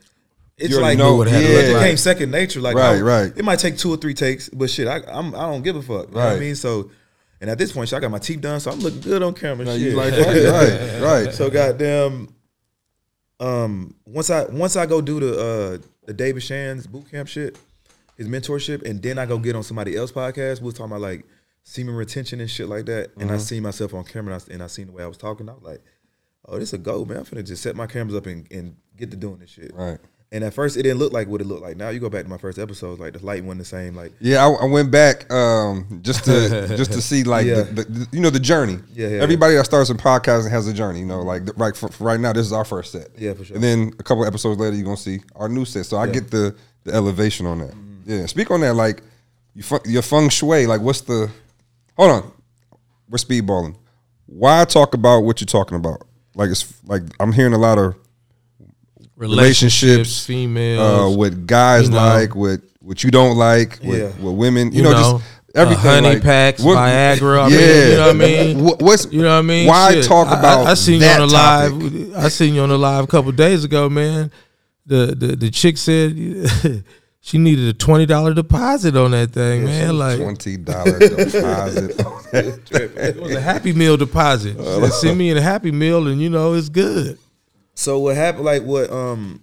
C: it's
A: You already
C: like
A: know
B: what it
C: yeah,
B: had to
A: look
C: it
A: like.
C: became second nature. Like
A: Right,
C: I-
A: right.
C: It might take two or three takes, but shit, I I'm, I don't give a fuck. You know what I
A: Right.
C: mean? So, and at this point, shit, I got my teeth done, so I'm looking good on camera.
A: Like,
C: shit.
A: you like, right, right, right.
C: So goddamn. Um, once I once I go do the uh the David Shan's boot camp shit, his mentorship, and then I go get on somebody else's podcast. We was talking about like semen retention and shit like that, and I seen myself on camera and I, and I seen the way I was talking. I was like, "Oh, this a go, man! I'm finna just set my cameras up and, and get to doing this shit."
A: Right.
C: And at first, it didn't look like what it looked like. Now you go back to my first episodes, like the light wasn't the same. Like
A: Yeah, I, I went back um, just to just to see like
C: Yeah.
A: the, the, you know the journey.
C: Yeah, yeah,
A: Everybody that starts in podcasting has a journey. You know, like the- like for, for right now, this is our first set.
C: Yeah, for sure.
A: And then a couple episodes later, you're gonna see our new set. So I get the the elevation on that.
C: Mm-hmm.
A: Yeah, speak on that. Like you fu- your feng shui. Like what's the? Hold on, we're speedballing. Why talk about what you're talking about? Like it's like I'm hearing a lot of relationships, uh,
B: females,
A: what guys
B: you know.
A: like, what what you don't like, what,
C: Yeah.
A: what women, you,
B: You
A: know,
B: know,
A: just everything.
B: uh, honey
A: like,
B: packs, Viagra, I mean, you know what I mean?
A: Wha- What's
B: You know what I mean?
A: Why
B: Shit,
A: talk
B: I- I-
A: about?
B: I, seen
A: that
B: you on the
A: topic?
B: live. I seen you on the live a couple days ago, man. The the the chick said she needed a twenty dollar deposit on that thing, man. Like
A: Twenty dollar deposit.
B: it was a Happy Meal deposit. She said, Send me a Happy Meal, and you know it's good.
C: So what happened? Like what? Um,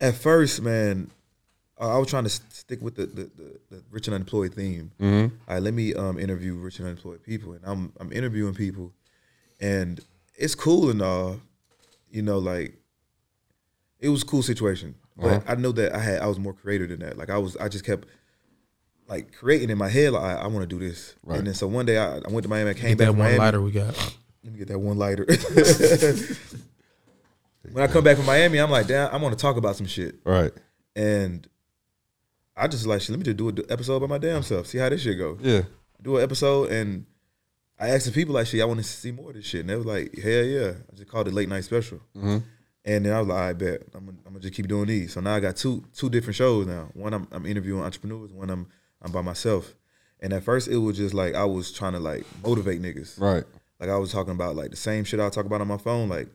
C: at first, man, I I was trying to s- stick with the the, the, the rich and unemployed theme. Mm-hmm. All right, let me um interview rich and unemployed people, and I'm I'm interviewing people, and it's cool and all, you know, like it was a cool situation, but I know that I had I was more creative than that. Like I was I just kept. Like creating in my head, like, I, I want to do this,
A: Right.
C: and then so one day I, I went to Miami, I came
B: Ain't
C: back
B: that
C: from
B: one
C: Miami.
B: lighter we got?
C: Let me get that one lighter. when I come back from Miami, I'm like, damn, I want to talk about some shit.
A: right.
C: And I just like, shit, let me just do an episode by my damn self. See how this shit go.
A: Yeah.
C: Do an episode and I asked the people like, shit, I want to see more of this shit. And they was like, hell yeah. I just called it late night special. And then I was like, I bet I'm gonna, I'm gonna just keep doing these. So now I got two two different shows now. One I'm, I'm interviewing entrepreneurs. One I'm I'm by myself. And at first it was just like I was trying to like motivate niggas.
A: Right.
C: Like I was talking about like the same shit I talk about on my phone, like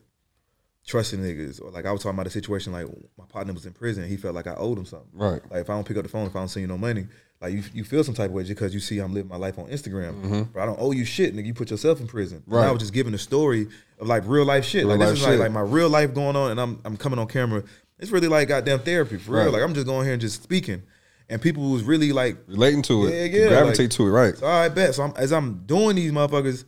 C: trusting niggas, or like I was talking about a situation like my partner was in prison, he felt like I owed him something.
A: Right.
C: Like if I don't pick up the phone, if I don't send you no money, like you you feel some type of way just because you see I'm living my life on Instagram, but I don't owe you shit, nigga. You put yourself in prison. And I
A: Mm-hmm. Right.
C: was just giving a story of like real life shit. like
A: Real
C: this
A: life
C: is like,
A: shit.
C: like my real life going on, and I'm I'm coming on camera. It's really like goddamn therapy for real.
A: Right.
C: Like I'm just going here and just speaking, and people was really like
A: Relating to it.
C: yeah, yeah.
A: Gravitate
C: like-
A: to it. Right.
C: So I bet. So I'm, as I'm doing these motherfuckers,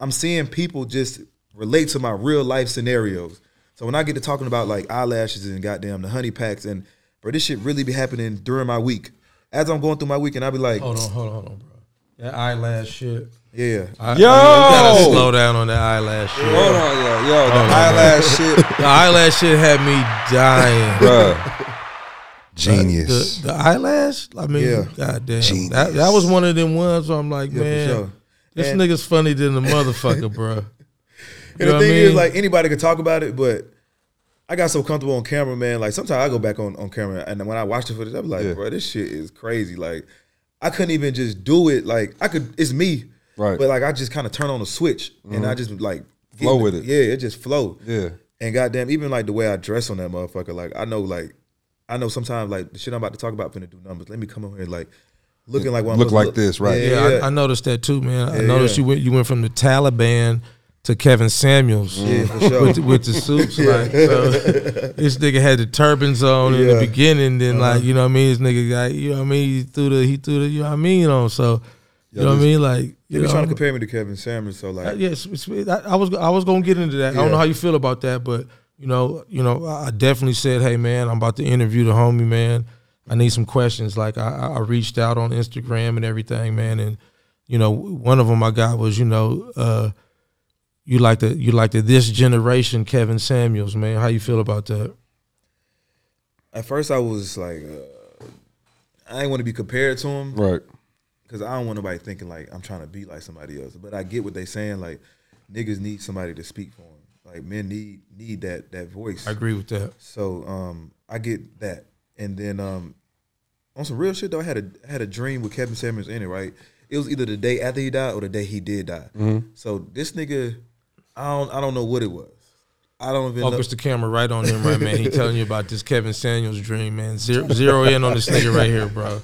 C: I'm seeing people just relate to my real life scenarios. So when I get to talking about like eyelashes and goddamn the honey packs and bro, this shit really be happening during my week. As I'm going through my week, and I be like,
B: Hold on, hold on, hold on, bro. That eyelash shit.
C: yeah,
B: I,
A: Yo!
B: you gotta slow down on that eyelash shit.
A: Hold on, yo, yo, the eyelash shit, Uh,
B: The eyelash shit had me dying.
A: bruh. Genius.
B: The, the eyelash, I mean,
C: Yeah.
B: goddamn,
A: Genius.
B: that, that was one of them ones where I'm like,
C: for
B: man,
C: sure.
B: this
C: And-
B: nigga's funny than the motherfucker, bro. You
C: And
B: know
C: the
B: what I
C: thing is,
B: mean?
C: like anybody could talk about it, but I got so comfortable on camera, man. Like sometimes I go back on, on camera, and when I watch the footage, I'm like,
A: Yeah.
C: bro, this shit is crazy. Like I couldn't even just do it. Like I could, it's me,
A: Right. Mm-hmm.
C: But like I just kind of turn on a switch, and I just like
A: Flow
C: get-
A: with it.
C: Yeah, it just flow.
A: Yeah.
C: And goddamn, even like the way I dress on that motherfucker, like I know, like I know sometimes like the shit I'm about to talk about finna do numbers. Let me come over here like looking like one
A: Look like this, right.
B: Yeah, I, I noticed that too, man. I
C: Yeah,
B: noticed
C: yeah.
B: you went you went from the Taliban to Kevin Samuels
C: Yeah, for sure.
B: with, the- with the suits. Like, so this nigga had the turbans on in
C: Yeah. Uh-huh.
B: the beginning, then like you know what I mean. This nigga got you know what I mean. He threw the he threw the you know what I mean on. So you know what I mean. Like
C: They
B: you
C: be
B: know,
C: trying to compare me to Kevin Samuels, so like,
B: Uh, Yes, it's- it- I I was I was gonna get into that. I don't
C: Yeah.
B: know how you feel about that, but you know, you know, I I definitely said, "Hey, man, I'm about to interview the homie, man. I need some questions." Like I, I- I reached out on Instagram and everything, man, and you know, one of them I got was, you know, uh, you like the you like the this generation Kevin Samuels, man. How you feel about that?
C: at first I was like, uh, I ain't want to be compared to him
A: Right.
C: because I don't want nobody thinking like I'm trying to be like somebody else. But I get what they saying. Like niggas need somebody to speak for them. Like men need need that that voice.
B: I agree with that.
C: So um, I get that. And then um, on some real shit though, I had a I had a dream with Kevin Samuels in it. Right, it was either the day after he died or the day he did die. So this nigga, I don't I don't know what it was. I don't even know.
B: Focus the camera right on him, right, man. He telling you about this Kevin Samuels dream, man. Zero, zero in on this nigga right here, bro.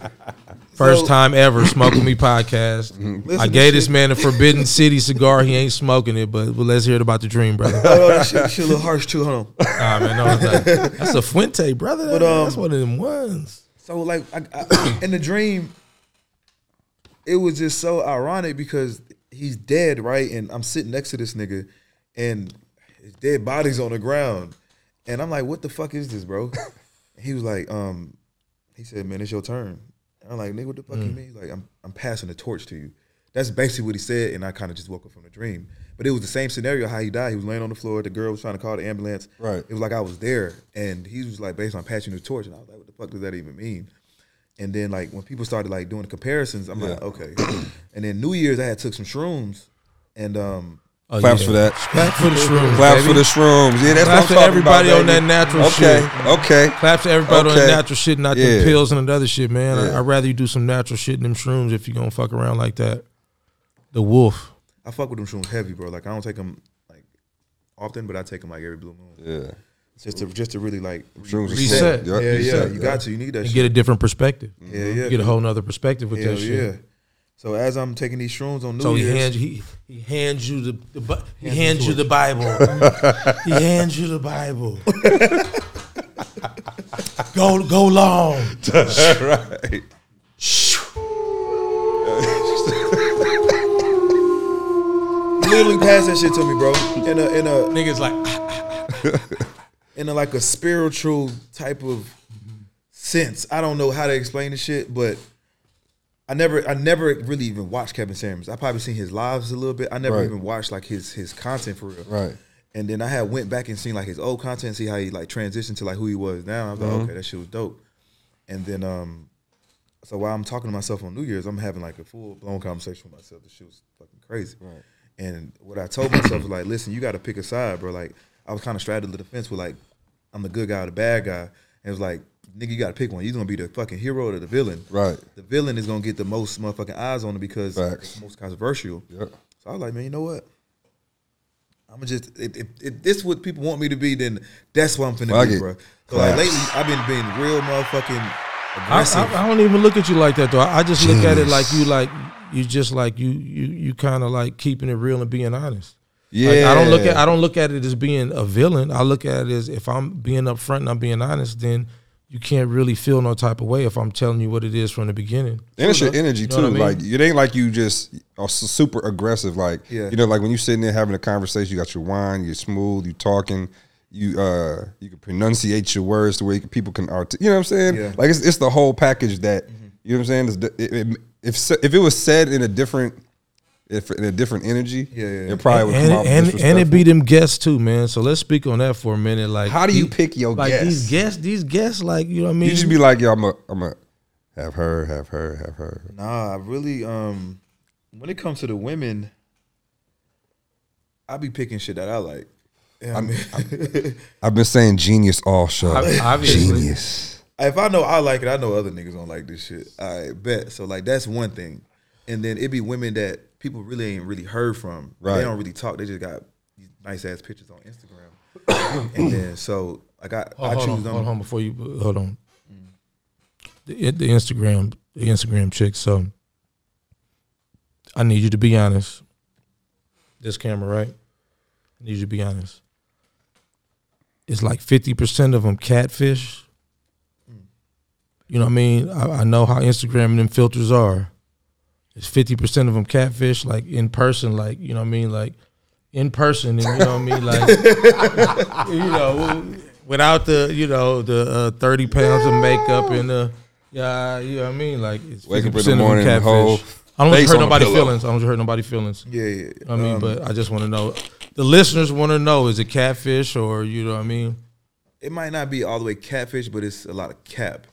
B: First
C: So-
B: time ever smoking me podcast. I
C: Listen to
B: gave this
C: shit.
B: man a Forbidden City cigar. He ain't smoking it, but, but let's hear it about the dream, brother.
C: Oh, that shit, shit a little harsh too. Hold on.
B: Nah, man, no, it's not. that's a Fuente, brother.
C: But, um,
B: that's one of them ones.
C: So like I, I, in the dream, it was just so ironic because he's dead, right? And I'm sitting next to this nigga, and his dead body's on the ground, and I'm like, "What the fuck is this, bro?" he was like, "Um," he said, "Man, it's your turn." And I'm like, "Nigga, what the fuck you
A: Mm.
C: mean?" He's Like, I'm I'm passing the torch to you. That's basically what he said, and I kind of just woke up from the dream. But it was the same scenario how he died. He was laying on the floor. The girl was trying to call the ambulance.
A: Right.
C: It was like I was there, and he was like, "Based on passing the torch," and I was like, "What the fuck does that even mean?" And then like when people started like doing the comparisons, I'm like,
A: Yeah.
C: okay. and then New Year's, I had took some shrooms, and um,
B: Oh,
A: Claps
B: yeah.
A: for that.
B: Claps for the shroom.
A: Claps
B: baby.
A: for the shrooms. Yeah, that's
B: Claps
A: what I'm
B: to
A: talking
B: everybody
A: about,
B: on
A: baby.
B: that natural shit.
A: Okay. Okay.
B: Claps to everybody on
A: Okay.
B: the natural shit, not
A: Yeah.
B: them pills and that other shit, man. I,
A: Yeah.
B: I'd rather you do some natural shit than them shrooms if you gonna fuck around like that. The wolf.
C: I fuck with them shrooms heavy, bro. Like I don't take them like often, but I take them like every blue moon,
A: Yeah.
C: just to just to really like re-
A: Shrooms is
B: Reset.
A: smooth.
C: Yeah,
A: Yup,
C: yeah,
A: reset.
C: you got to, you need that.
B: and
C: shit.
B: get a different perspective.
C: Yeah, yeah.
B: You get a whole nother perspective with
C: Hell
B: that shit.
C: yeah. So as I'm taking these shrooms on New
B: So he
C: Year's,
B: hands he he hands you the, the Bi- he hands you the Bible. he hands you the Bible. go go long.
A: right.
C: literally pass that shit to me, bro. In a in a
B: Niggas like "Ah,
C: in a, like a spiritual type of sense. I don't know how to explain the shit, but I never I never really even watched Kevin Samuels. I probably seen his lives a little bit. I never
A: Right.
C: even watched like his his content for real.
A: Right.
C: And then I had went back and seen like his old content, see how he like transitioned to like who he was now. I was
A: Mm-hmm.
C: like, okay, that shit was dope. And then um so while I'm talking to myself on New Year's, I'm having like a full blown conversation with myself. The shit was fucking crazy.
A: Right.
C: And what I told myself was like, listen, you got to pick a side, bro. Like I was kind of straddling the fence with like, I'm the good guy or the bad guy. And it was like, nigga, you got to pick one. You're gonna be the fucking hero or the villain.
A: Right.
C: The villain is gonna get the most motherfucking eyes on it because
A: Facts.
C: it's most controversial.
A: Yep.
C: So I was like, man, you know what? I'm just if, if, if this what people want me to be, then that's what I'm finna
A: Fuck
C: be,
A: it.
C: bro. So like
A: Facts.
C: lately, I've been being real motherfucking
B: I,
C: aggressive.
B: I, I don't even look at you like that though. I, I just look at it like you like you just like you you you kind of like keeping it real and being honest.
A: Yeah.
B: Like, I don't look at I don't look at it as being a villain. I look at it as if I'm being upfront and I'm being honest, then you can't really feel no type of way if I'm telling you what it is from the beginning.
A: And it's your energy
B: know
A: too.
B: what I mean?
A: Like it ain't like you just are su- super aggressive. Like
C: Yeah.
A: you know, like when you sitting there having a conversation, you got your wine, you're smooth, you talking, you uh you can pronunciate your words to where you can, people can art. You know what I'm saying?
C: Yeah. Mm-hmm.
A: Like it's it's the whole package that you know what I'm saying. It's the- It, it, if se- if it was said in a different if in a different energy,
C: Yeah, yeah, yeah.
A: it probably would come
B: and, and,
A: out
B: and it
A: disrespectful.
B: be them guests too, man. So let's speak on that for a minute. Like
A: How do you
B: the-
A: pick your
B: like
A: guests?
B: these guests? These guests, like you know what I mean?
A: You just be like, yo, I'm a, I'm a, have her, have her, have her.
C: Nah, I really um when it comes to the women, I be picking shit that I like.
A: I'm- I'm- I've been saying genius all show.
B: Ob- obviously.
A: Genius.
C: If I know I like it, I know other niggas don't like this shit. I bet. So like that's one thing. And then it be women that people really ain't really heard from.
A: Right.
C: They don't really talk. They just got these nice ass pictures on Instagram. and then so like I,
B: Oh,
C: I
B: hold
C: choose
B: on,
C: them.
B: hold on before you uh, hold on. The, the Instagram, the Instagram chick. So I need you to be honest. This camera, right? I need you to be honest. It's like fifty percent of them catfish. You know what I mean? I, I know how Instagram and them filters are. It's fifty percent of them catfish, like in person, like you know what I mean, like in person, and you know what I mean, like you know, without the you know the uh, thirty pounds of makeup and the yeah, you know what I mean. Like it's
A: Wake
B: fifty
A: up in the
B: percent of
A: morning,
B: them
A: and whole
B: catfish. I don't want
A: face
B: to hurt
A: on the
B: nobody's
A: pillow.
B: feelings. I don't want to hurt nobody's feelings.
C: Yeah, yeah. yeah.
B: I mean,
C: Um,
B: but I just want to know. The listeners want to know: Is it catfish or you know what I mean?
C: it might not be all the way catfish, but it's a lot of cap.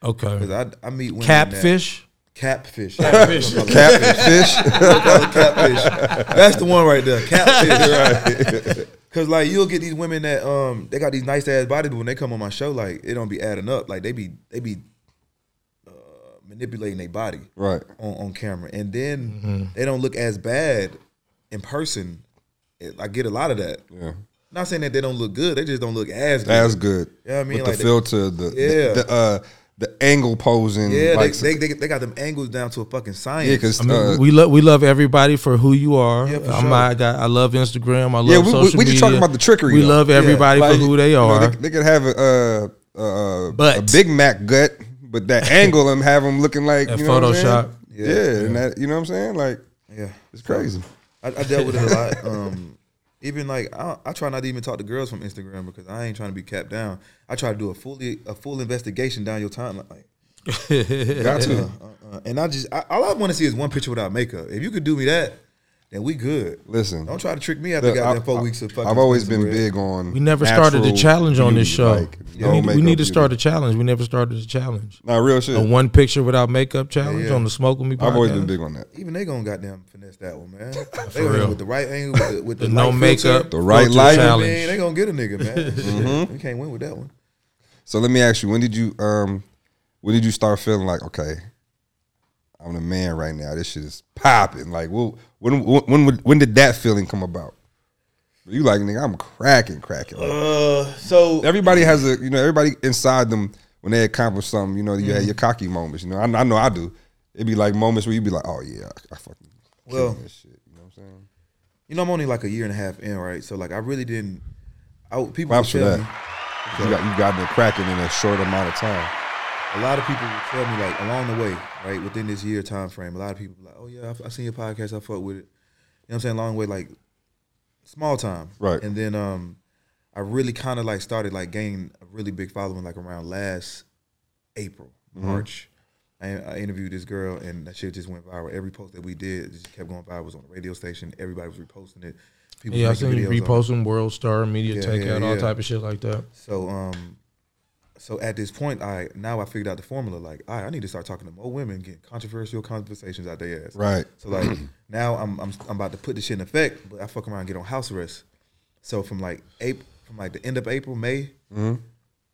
C: Cause
B: Okay,
C: I I meet women that-
B: catfish.
C: Catfish.
B: Catfish.
A: Catfish.
C: catfish. That's the one right there. Catfish. Cause like you'll get these women that um they got these nice ass bodies, but when they come on my show, like it don't be adding up. Like they be they be uh, manipulating their body
A: right. Mm-hmm.
C: on, on camera, and then they don't look as bad in person. It- I get a lot of that.
A: Yeah.
C: Not saying that they don't look good, they just don't look as good.
A: That's good.
C: You know what I mean?
A: With
C: Like
A: the
C: they-
A: filter, the
C: Yeah.
A: the, the, uh, the angle posing.
C: yeah,
A: like,
C: they, they, they they got them angles down to a fucking science.
A: yeah, uh, because
B: I mean, we love we love everybody for who you are.
C: Yeah, for
B: I'm
C: sure.
B: I got I love Instagram. I love
A: Yeah, we- we-
B: social
A: we just
B: media.
A: talking about the trickery,
B: We
A: though.
B: love everybody
A: Like,
B: for who they
A: you know,
B: are.
A: they, they could have a, uh, uh, a
B: But-
A: Big Mac gut, but that angle and have them looking like
B: And
A: you know what I'm saying?
B: Photoshop.
A: Yeah, and that you know what I'm saying? Like
C: yeah.
A: it's crazy.
C: I, I dealt with it a lot. Um, even like I, I try not to even talk to girls from Instagram because I ain't trying to be capped down. I try to do a fully a full investigation down your timeline. Like,
A: Got to.
C: uh, uh, uh, and I just I, all I want to see is one picture without makeup. If you could do me that, then we good.
A: Listen,
C: Don't try to trick me after
A: Look,
C: goddamn
A: I-
C: four
A: I-
C: weeks of fucking.
A: I've always
C: expensive
A: been
C: bread.
A: big on.
B: We never started
A: natural
B: a challenge on this
A: beauty,
B: show.
A: like, no
B: we, need, we
A: makeup
B: need to
A: beauty.
B: start a challenge. We never started a challenge.
A: Nah, real shit.
B: A one picture without makeup challenge
C: Yeah.
B: on the Smoke with Me podcast.
A: I've always been big on that.
C: Even they gonna goddamn finesse that one, man. they gonna
B: real.
C: with the right angle, with the, with
B: the
C: the
B: no
C: light
B: makeup,
A: The right
B: filter
A: lighting.
C: filter, man. They
B: challenge.
C: gonna get a nigga, man.
A: Mm-hmm.
C: We can't win with that one.
A: So let me ask you, when did you um, when did you start feeling like okay, I'm the man right now? This shit is popping. Like, well, when when when would- when did that feeling come about? You like nigga, I'm cracking, cracking. Like,
C: Uh, so
A: everybody has a you know everybody inside them when they accomplish something. You know, you had your cocky moments. You know, I, I know I do. It'd be like moments where you'd be like, oh yeah, I, I fucking
C: Well-
A: killing this shit. You know what I'm saying?
C: you know, I'm only like a year and a half in, right? So like, I really didn't. I people would
A: Props for
C: tell
A: that.
C: me,
A: 'Cause You got you got the cracking in a short amount of time.
C: a lot of people would tell me like along the way, right, within this year time frame, a lot of people like, oh yeah, I, I seen your podcast, I fuck with it. You know what I'm saying? Along the way, like small time,
A: Right.
C: And then um, I really kind of like started like gaining a really big following like around last April,
B: Mm-hmm.
C: March. I, I interviewed this girl and that shit just went viral. Every post that we did just kept going viral. It was on the radio station. Everybody was reposting it. People
B: Yeah, I
C: was
B: seen
C: making
B: you
C: videos on it.
B: reposting World Star Media
C: Yeah,
B: Takeout,
C: yeah,
B: all
C: yeah.
B: type of shit like that.
C: So um, so at this point, I now I figured out the formula. Like, all right, I need to start talking to more women, getting controversial conversations out their ass.
A: Right.
C: So like now I'm I'm I'm about to put this shit in effect, but I fuck around and get on house arrest. So from like April, from like the end of April, May, I'm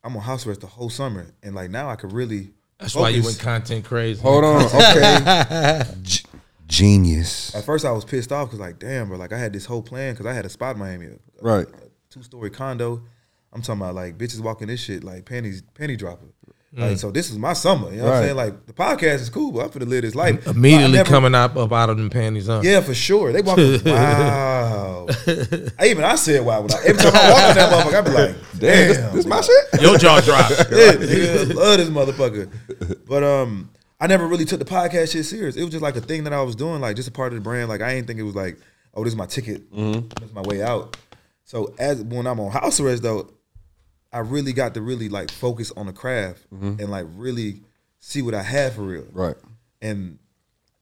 C: on house arrest the whole summer, and like now I could really.
B: That's why you
C: focus.
B: went content crazy.
A: Hold on, okay. G- genius.
C: At first, I was pissed off because like, damn, bro, like I had this whole plan because I had a spot in Miami, a-
A: Right.
C: a two story condo. I'm talking about like bitches walking this shit like panties penny dropper. Like, so this is my summer. You know what
A: Right.
C: I'm saying? Like the podcast is cool, but I'm finna live this life.
B: Immediately
C: But I never-
B: coming up, up out of them panties, huh?
C: Yeah, for sure. They walk. wow. I, even I said wow. When I, every time I walk in that motherfucker, I be like,
A: Damn,
C: damn,
A: this, this my shit.
B: Your jaw dropped.
C: yeah, nigga, love this motherfucker. But um, I never really took the podcast shit serious. It was just like a thing that I was doing, like just a part of the brand. Like I ain't think it was like, oh, this is my ticket, this is my way out. So as when I'm on house arrest though, I really got to really like focus on the craft and like really see what I had for real.
A: Mm-hmm. Right.
C: And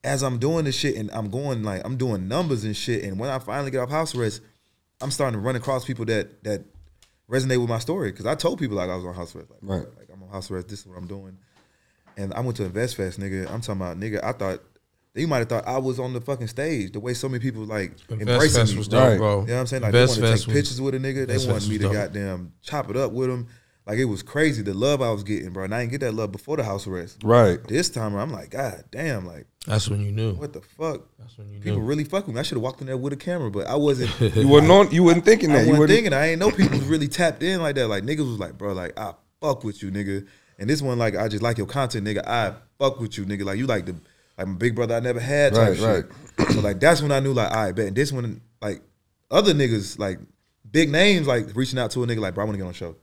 C: as I'm doing this shit and I'm going like I'm doing numbers and shit, and when I finally get off house arrest, I'm starting to run across people that that resonate with my story because I told people like I was on house arrest, like,
A: Right.
C: like I'm on house arrest, this is what I'm doing, and I went to Invest Fest, nigga. I'm talking about nigga. I thought. they You might have thought I was on the fucking stage the way so many people like
B: Vest
C: embracing
B: Fest
C: me.
B: was
A: Right.
B: dope, bro.
C: You know what I'm saying? Like
B: Vest
C: they wanted to
B: Fest
C: take
B: was-
C: pictures with a nigga. They
B: Vest
C: wanted
B: Fest
C: me
B: was dope.
C: to goddamn chop it up with him. Like it was crazy the love I was getting, bro. And I didn't get that love before the house arrest.
A: Right.
C: This time I'm like, God damn, like
B: That's when you knew.
C: what the fuck?
B: That's when you
C: People
B: knew.
C: really fuck with me. I should have walked in there with a camera, but I wasn't.
A: You wasn't on. You wasn't thinking
C: I
A: that. You e-
C: wasn't
A: wasn't
C: thinking. I ain't know people was really tapped in like that. Like niggas was like, bro, like I fuck with you, nigga. And this one, like, I just like your content, nigga. I fuck with you, nigga. Like you like the like my big brother I never had type
A: Right,
C: shit. So like that's when I knew like, all right, bet. And this one, like other niggas, like big names, like reaching out to a nigga, like, bro, I want to get on the show.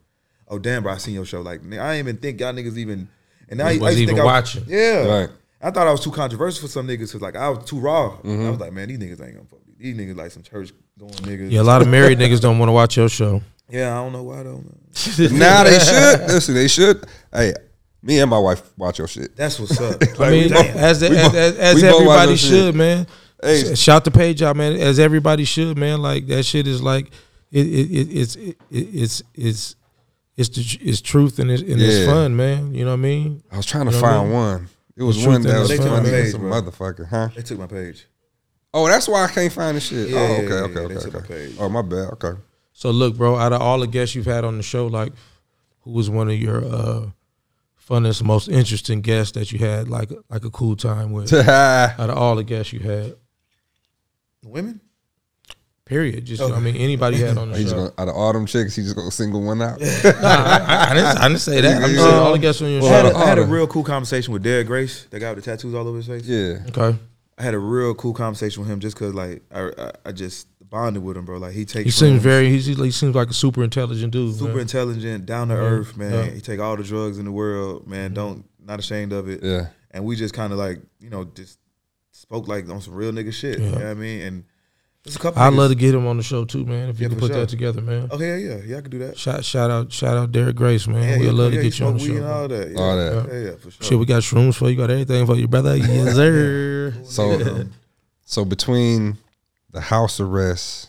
C: Oh damn, bro, I seen your show. Like nigga, I ain't even think y'all niggas even. And I, I
B: Was
C: used to think
B: even
C: I
B: watching.
C: Yeah,
A: Right.
C: I thought I was too controversial for some niggas because like I was too raw.
A: Mm-hmm.
C: I was like, man, these niggas ain't gonna fuck. with me. These niggas like some church going niggas.
B: Yeah, a lot of married niggas don't want to watch your show.
C: Yeah, I don't know why though. Man.
A: Now they should. Listen, they should. Hey, me and my wife watch your shit.
C: That's what's up.
B: I
A: Like,
B: mean,
A: we both-
B: as, as,
A: we
B: as,
A: both- we
B: as
A: both watch
B: everybody
A: your shit.
B: should, man.
A: Hey.
B: Sh- Shout the page out, man. As everybody should, man. Like that shit is like it, it, it it's it, it's it's it's the, tr- it's truth and it's, and
A: Yeah.
B: it's fun, man. You know what I mean?
A: I was trying to
B: You know what I
A: find
B: mean?
A: one. It was
B: The
A: one
B: truth
A: that
B: is
A: was
B: they took
A: funny
C: my
A: as
C: page,
A: a
C: bro.
A: motherfucker, huh?
C: they took my page.
A: Oh, that's why I can't find the shit.
C: Yeah,
A: oh,
C: yeah,
A: okay,
C: yeah,
A: okay,
C: yeah, they
A: okay,
C: took my
A: okay.
C: page.
A: Oh, my bad. Okay.
B: So look, bro. Out of all the guests you've had on the show, like who was one of your uh, funnest, most interesting guests that you had, like like a cool time with? out of all the guests you had,
C: Women?
B: period. Just I mean, anybody you had on the
A: He just
B: show.
A: gonna, out of all them chicks, he just gonna single one out.
B: Nah, I, I, didn't, I didn't say that. I'm just saying all the guests on your
C: I had,
B: show.
C: a, I had a
A: Autumn.
C: real cool conversation with Derrick Grace, that guy with the tattoos all over his face.
A: yeah.
B: Okay.
C: I had a real cool conversation with him just because like I, I I just bonded with him, bro. Like he takes
B: He seems
C: from-
B: very. He's, he seems like a super intelligent dude.
C: super
B: man.
C: intelligent, down to earth, man.
B: yeah. Mm-hmm.
C: He take all the drugs in the world, man. Don't not ashamed of it.
A: Yeah.
C: And we just kind of like you know just spoke like on some real nigga shit. You know what I mean? And there's a couple.
B: I'd
C: niggas-
B: love to get him on the show too, man. If you
C: Yeah,
B: can
C: for
B: put
C: sure.
B: that together, man.
C: Oh yeah, yeah, yeah. I could do that.
B: Shout, shout out, shout out, Derek Grace, man.
C: Yeah,
B: We'd
C: yeah,
B: love
C: yeah,
B: to
C: he
B: get you on the
C: smoke weed
B: show.
C: and
B: man.
C: all that. Yeah.
A: All that.
C: Yeah, yeah, for sure.
B: Shit, we got shrooms for you. Got everything for you, brother. Yes, sir.
A: So, so between the house arrest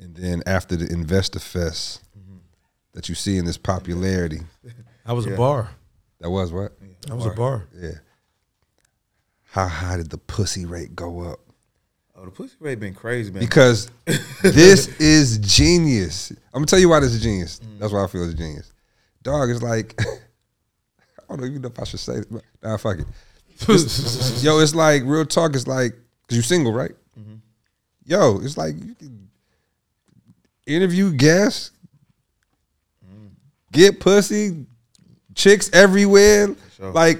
A: and then after the Investor Fest
C: Mm-hmm.
A: that you see in this popularity,
B: I was a bar.
A: that was what?
B: I was a bar.
A: Yeah. How high did the pussy rate go up?
C: Oh, the pussy rate been crazy, man.
A: Because this is genius. I'm gonna tell you why this is genius.
C: Mm.
A: That's why I feel it's genius. Dog is like, I don't even know if I should say it. But, nah, fuck it. Yo, it's like real talk. It's like because you single, right?
C: Mm-hmm.
A: Yo, it's like you can interview guests,
C: Mm.
A: get pussy, chicks everywhere.
C: sure.
A: Like,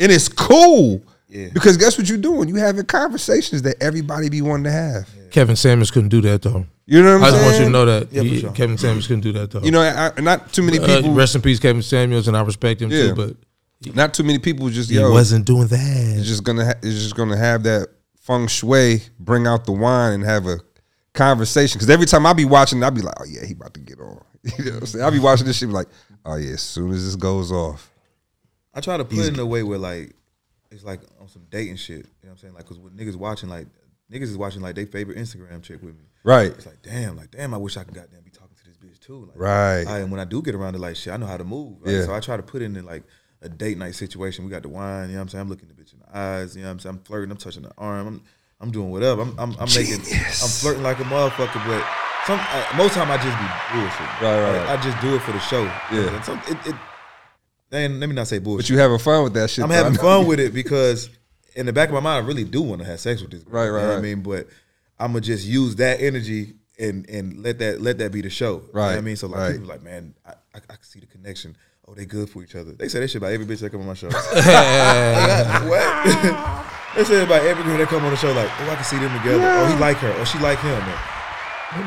A: and it's cool.
C: Yeah.
A: Because guess what you're doing? You having conversations that everybody be wanting to have.
B: Kevin Samuels couldn't do that though.
A: You know what I'm
B: I
A: saying?
B: just want you to know that
C: Yeah, for
B: He-
C: sure.
B: Kevin Samuels couldn't do that though.
A: You know, I, not too many
B: Uh,
A: people.
B: rest in peace, Kevin Samuels, and I respect him
A: Yeah.
B: too. But
A: not too many people just
B: he
A: yo.
B: wasn't doing that.
A: It's just gonna. Ha- it's just gonna have that feng shui. Bring out the wine and have a conversation. Because every time I be watching, I be like, oh yeah, he about to get on. You know what I'm saying? I be watching this shit be like, oh yeah, as soon as this goes off,
C: I try to put it in a way where like it's like on some dating shit. You know what I'm saying? Like, cause when niggas watching, like niggas is watching like they favorite Instagram chick with me.
A: right?
C: It's like damn, like damn, I wish I could goddamn be talking to this bitch too. Like,
A: Right.
C: I, and when I do get around to like shit, I know how to move. Like,
A: Yeah.
C: So I try to put in like a date night situation. We got the wine. You know what I'm saying? I'm looking the bitch in the eyes. You know what I'm saying? I'm flirting. I'm touching the arm. I'm I'm doing whatever. I'm I'm, I'm making. I'm flirting like a motherfucker, but. Some, I, most time I just be bullshit.
A: Right, right,
C: Like,
A: right.
C: I just do it for the show.
A: Yeah.
C: And some, it, it, and let me not say bullshit.
A: But you having fun with that shit.
C: I'm
A: though.
C: having
A: I know.
C: fun with it because in the back of my mind, I really do want to have sex with this girl.
A: Right, right,
C: You know what I
A: right.
C: mean, but I'm gonna just use that energy and and let that let that be the show. You know what I
A: Right,
C: mean, so like
A: right.
C: people like, man, I, I I can see the connection. Oh, they good for each other. They say that shit about every bitch that come on my show. Like, what? they say about every girl that come on the show. Like, oh, I can see them together. Oh, he like her. Oh, she like him.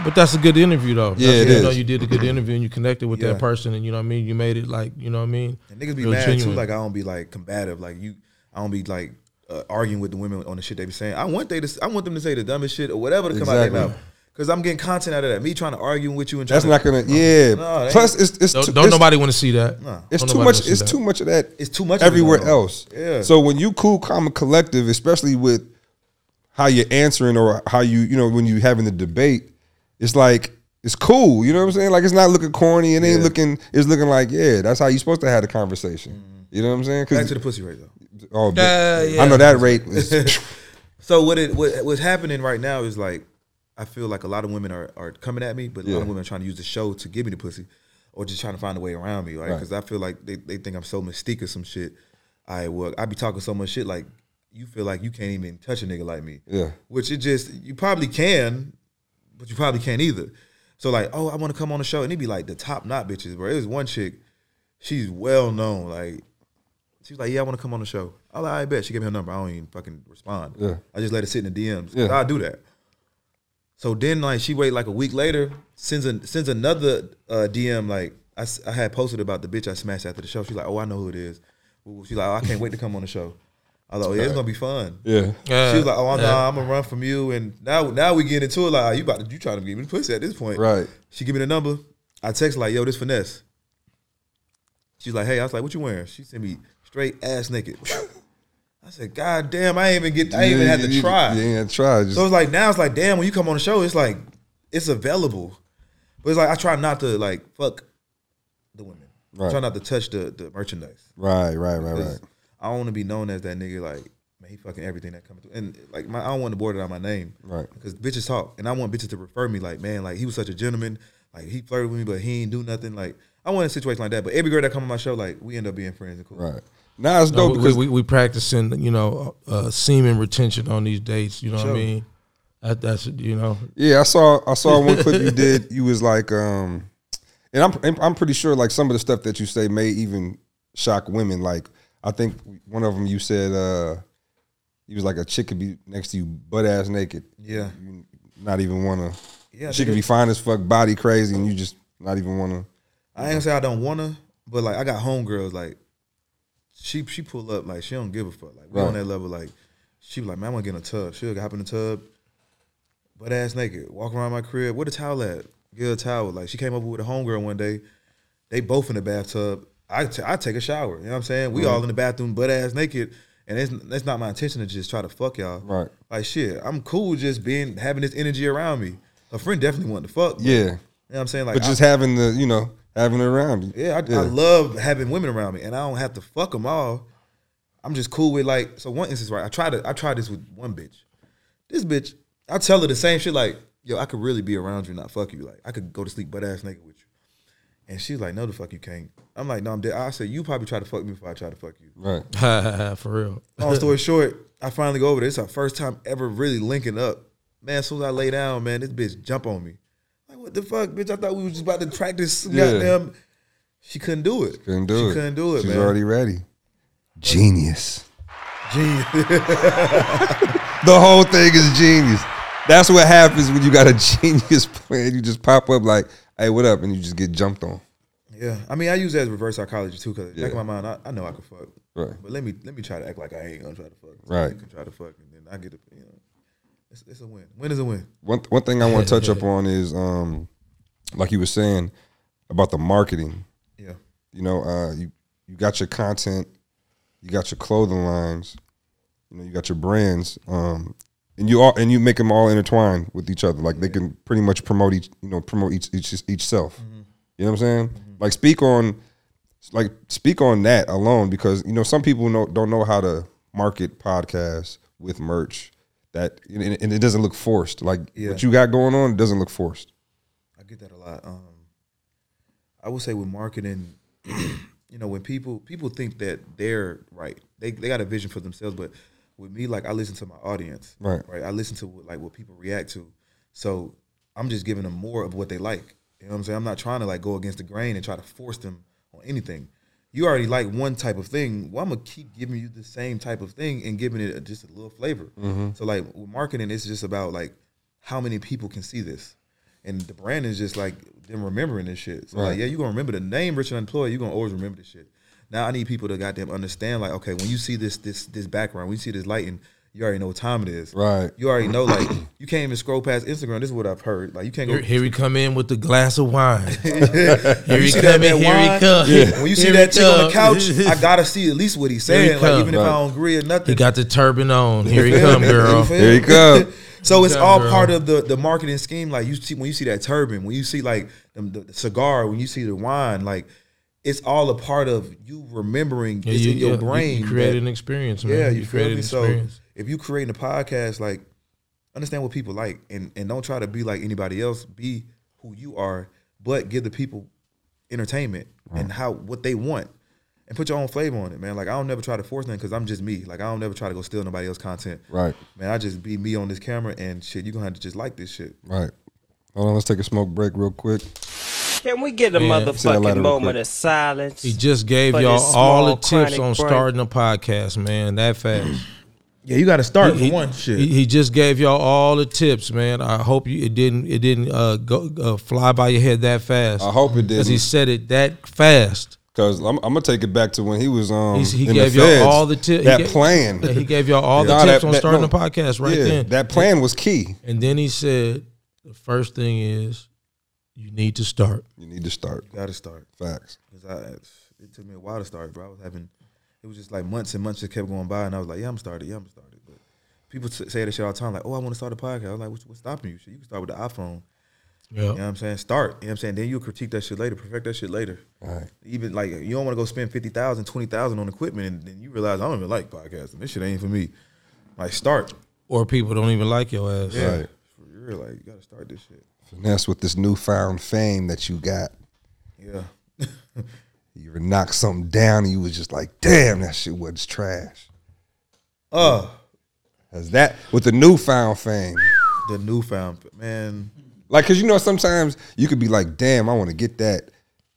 B: But that's a good interview though.
A: Yeah,
B: that's,
A: it
B: you
A: is.
B: know you did a good interview and you connected with
C: Yeah.
B: that person and you know what I mean. You made it like you know what I mean.
C: And niggas be
B: Real
C: mad
B: genuine.
C: too. Like I don't be like combative. Like you, I don't be like uh, arguing with the women on the shit they be saying. I want they to, I want them to say the dumbest shit or whatever to come out
A: Exactly.
C: of their mouth. Cause I'm getting content out of that. Me trying to argue with you and
A: That's
C: trying
A: not
C: to,
A: gonna. Yeah.
C: No, that
A: Plus, it's it's
B: Don't,
A: too-
B: don't
A: it's-
B: nobody want to see that.
A: It's
B: Don't nobody
A: too much.
B: wanna see
A: It's
B: that.
A: too much of that.
C: It's too much of it,
A: everywhere
C: though.
A: else.
C: Yeah.
A: So when you cool, calm, and collective, especially with how you're answering or how you, you know, when you having the debate, it's like it's cool. You know what I'm saying? Like it's not looking corny.
C: Mm-hmm.
A: It ain't looking. It's looking like yeah, that's how you supposed to have the conversation. You know what I'm saying?
C: back
A: Because
C: to the pussy rate though.
A: Oh, but
B: Yeah, yeah.
A: I know that rate. Is,
C: So what it what, what's happening right now is like I feel like a lot of women are, are coming at me, but a lot
A: Yeah.
C: of women are trying to use the show to give me the pussy, or just trying to find a way around me, right?
A: Right.
C: Because I feel like they, they think I'm so mystique or some shit. I well I be talking so much shit like you feel like you can't even touch a nigga like me,
A: yeah,
C: which it just you probably can, but you probably can't either. So like oh I want to come on the show and it'd be like the top knot bitches, bro. It was one chick, she's well known, like she was like, "Yeah, I want to come on the show." I like, "I bet." She gave me her number. I don't even fucking respond.
A: Yeah.
C: I just let it sit in the DMs.
A: Yeah.
C: I do that. So then, like, she wait like a week later, sends a, sends another uh, DM. Like, I, s- I had posted about the bitch I smashed after the show. She's like, "Oh, I know who it is." She's like, oh, "I can't wait to come on the show." I was like, oh, "Yeah, it's gonna be fun."
A: yeah.
B: Yeah.
C: She was like, "Oh, no,
A: uh.
C: I'm gonna run from you." And now, now we get into it. Like, "Oh, you about to, you trying to give me the pussy at this point,
A: Right.
C: She give me the number. I text like, "Yo, this finesse." She's like, "Hey," I was like, "What you wearing?" She sent me straight ass naked. I said, "God damn, I ain't even get, I ain't even
A: Yeah,
C: had
A: you-
C: to
A: you-
C: try."
A: You ain't had to try. Just,
C: So it's like now it's like, damn, when you come on the show, it's like it's available. But it's like I try not to like fuck the women. I
A: Right.
C: try not to touch the the merchandise.
A: right, right, right, right.
C: 'Cause I don't want to be known as that nigga like man, he fucking everything that coming through. And like my I don't want to board it on my name.
A: Right.
C: Because bitches talk. And I want bitches to refer me like, man, like he was such a gentleman. Like he flirted with me, but he ain't do nothing. Like I want a situation like that. But every girl that come on my show, like we end up being friends and cool.
A: Right. Nah, it's
B: No,
A: dope
B: we-
A: because
B: we, we practicing, you know, uh, semen retention on these dates. You know what
C: Sure.
B: I mean? That, that's you know,
A: Yeah, I saw I saw one clip you did. You was like, um, and I'm and I'm pretty sure like some of the stuff that you say may even shock women. Like I think one of them you said uh, you was like a chick could be next to you butt ass naked,
C: Yeah.
A: you not even wanna.
C: Yeah.
A: she
C: nigga.
A: could be fine as fuck, body crazy, and you just not even wanna.
C: I ain't gonna say I don't wanna, but like I got homegirls like she she pull up like she don't give a fuck. Like we
A: Right.
C: on that level like she be like, man, I'm gonna get in a tub. She'll hop in the tub, butt ass naked, walk around my crib. Where the towel at? Get her a towel. Like she came over with a homegirl one day. They both in the bathtub. I t- I take a shower. You know what I'm saying? We all in the bathroom, butt ass naked, and it's that's not my intention to just try to fuck y'all.
A: Right.
C: Like shit, I'm cool just being having this energy around me. A friend definitely wanted to fuck. but-
A: Yeah,
C: You know what I'm saying? Like
A: but
C: I-
A: just having the you know having it around. you.
C: yeah, I, I love having women around me, and I don't have to fuck them all. I'm just cool with like. So one instance, right? I tried to, I tried this with one bitch. This bitch, I tell her the same shit. Like, yo, I could really be around you, and not fuck you. Like, I could go to sleep butt ass naked with you. And she's like, no, the fuck you can't. I'm like, no, I'm dead. I said, you probably try to fuck me before I try to fuck you.
A: right.
B: for real.
C: Long story short, I finally go over there. It's our first time ever really linking up. Man, as soon as I lay down, man, this bitch jump on me. Like, what the fuck, bitch? I thought we was just about to practice.
A: Yeah.
C: Goddamn. She couldn't do it.
A: Couldn't do it.
C: She couldn't do it,
A: She's
C: man.
A: already ready. Genius.
C: Genius.
A: The whole thing is genius. That's what happens when you got a genius plan. You just pop up like, "Hey, what up?" and you just get jumped on.
C: yeah, I mean, I use that as reverse psychology too, because
A: Yeah.
C: back in my mind, I, I know I can fuck.
A: Right.
C: But let me let me try to act like I ain't gonna try to fuck.
A: Right.
C: You can try to fuck, and then I get the you know, it's, it's a win. Win is a win.
A: One one thing I want to touch up on is, um, like you were saying about the marketing.
C: Yeah.
A: You know, uh, you you got your content, you got your clothing lines, you know, you got your brands, um, and you all and you make them all intertwined with each other. Like they can pretty much promote each, you know, promote each each each self. You know what I'm saying? Like speak on, like speak on that alone because you know some people know, don't know how to market podcasts with merch. That and, and- and it doesn't look forced. Like
C: Yeah.
A: what you got going on, it doesn't look forced.
C: I get that a lot. Um, I would say with marketing, you know, when people people think that they're right, they they got a vision for themselves. But with me, like I listen to my audience,
A: Right.
C: Right. I listen to what, like what people react to. So I'm just giving them more of what they like. You know what I'm saying? I'm not trying to like go against the grain and try to force them on anything. You already like one type of thing. Well, I'm gonna keep giving you the same type of thing and giving it just a little flavor. So like with marketing, it's just about like how many people can see this. And the brand is just like them remembering this shit. So like, yeah, you're gonna remember the name Richard Unemployed, you're gonna always remember this shit. Now I need people to goddamn understand, like, okay, when you see this this this background, when you see this lighting, you already know what time it is.
A: Right.
C: You already know, like, you can't even scroll past Instagram. This is what I've heard. Like you can't go
B: Here, here he come in with the glass of wine. Here he
C: see
B: come in.
C: that- that
B: Here
C: wine?
B: he come.
C: when you see
B: Here
C: that
B: he
C: chick on the
B: come.
C: couch, I gotta see at least what he's
B: he
C: saying. Like
B: come.
C: even if I don't agree or nothing.
B: He got the turban on. Here he
C: You
B: come,
C: feel me?
B: girl.
C: You feel
A: Here he
C: me?
A: come.
C: so it's
B: come,
C: all
B: girl.
C: part of the the marketing scheme. Like you see when you see that turban, when you see like the, the cigar, when you see the wine, like. it's all a part of you remembering
B: Yeah,
C: it's
B: you-
C: in your
B: yeah, you-
C: brain.
B: You, created
C: that-
B: an experience, man.
C: yeah, you, feel
B: created
C: me?
B: an
C: So
B: experience.
C: if you creating a podcast, like understand what people like and, and don't try to be like anybody else. Be who you are, but give the people entertainment and how what they want. And put your own flavor on it, man. Like I don't never try to force nothing because I'm just me. Like I don't never try to go steal nobody else's content.
A: Right.
C: Man, I just be me on this camera and shit, you gonna have to just like this shit.
A: Right. Hold on, let's take a smoke break real quick.
D: Can we get a
B: Yeah.
A: Say that
D: motherfucking
A: louder real
D: moment
A: quick.
D: of silence?
B: He just gave
D: But
B: y'all
D: it's
B: all the
D: small,
B: tips on
D: chronic break.
B: starting a podcast, man. That fast.
E: Yeah, you got to start
B: He-
E: with one shit.
B: He, he just gave y'all all the tips, man. I hope you it didn't it didn't uh, go uh, fly by your head that fast.
A: I hope it
B: because he
A: didn't,
B: said it that fast.
A: because I'm, I'm gonna take it back to when he was um.
B: He's- he
A: in
B: gave
A: the
B: y'all
A: feds.
B: all the ti- he
A: That
B: gave-
A: plan.
B: He gave y'all all the
A: Nah,
B: tips
A: that-
B: on
A: that-
B: starting
A: no.
B: a podcast right
A: yeah,
B: then.
A: that plan was key.
B: and then he said, the first thing is you need to start.
A: You need to start.
C: Gotta start.
A: Facts.
C: Cause I, it took me a while to start, bro. I was having, it was just like months and months just kept going by, and I was like, yeah, I'm started, yeah, I'm started. But people t- say that shit all the time, like, oh, I want to start a podcast. I was like, what's, what's stopping you? Shit, you can start with the iPhone.
B: Yeah.
C: You know what I'm saying? Start. You know what I'm saying? Then you critique that shit later, perfect that shit later.
A: Right.
C: Even like you don't want to go spend 50,000, 20,000 on equipment, and then you realize I don't even like podcasting. This shit ain't for me. Like start.
B: Or people don't even like your ass.
C: Yeah.
A: Right.
C: For real, like you gotta start this shit.
A: Finesse with this newfound fame that you got.
C: Yeah.
A: You ever knocked something down and you was just like, damn, that shit was trash.
C: Uh
A: Cause that with the newfound fame.
C: the newfound man.
A: Like, cause you know, sometimes you could be like, "Damn, I want to get that."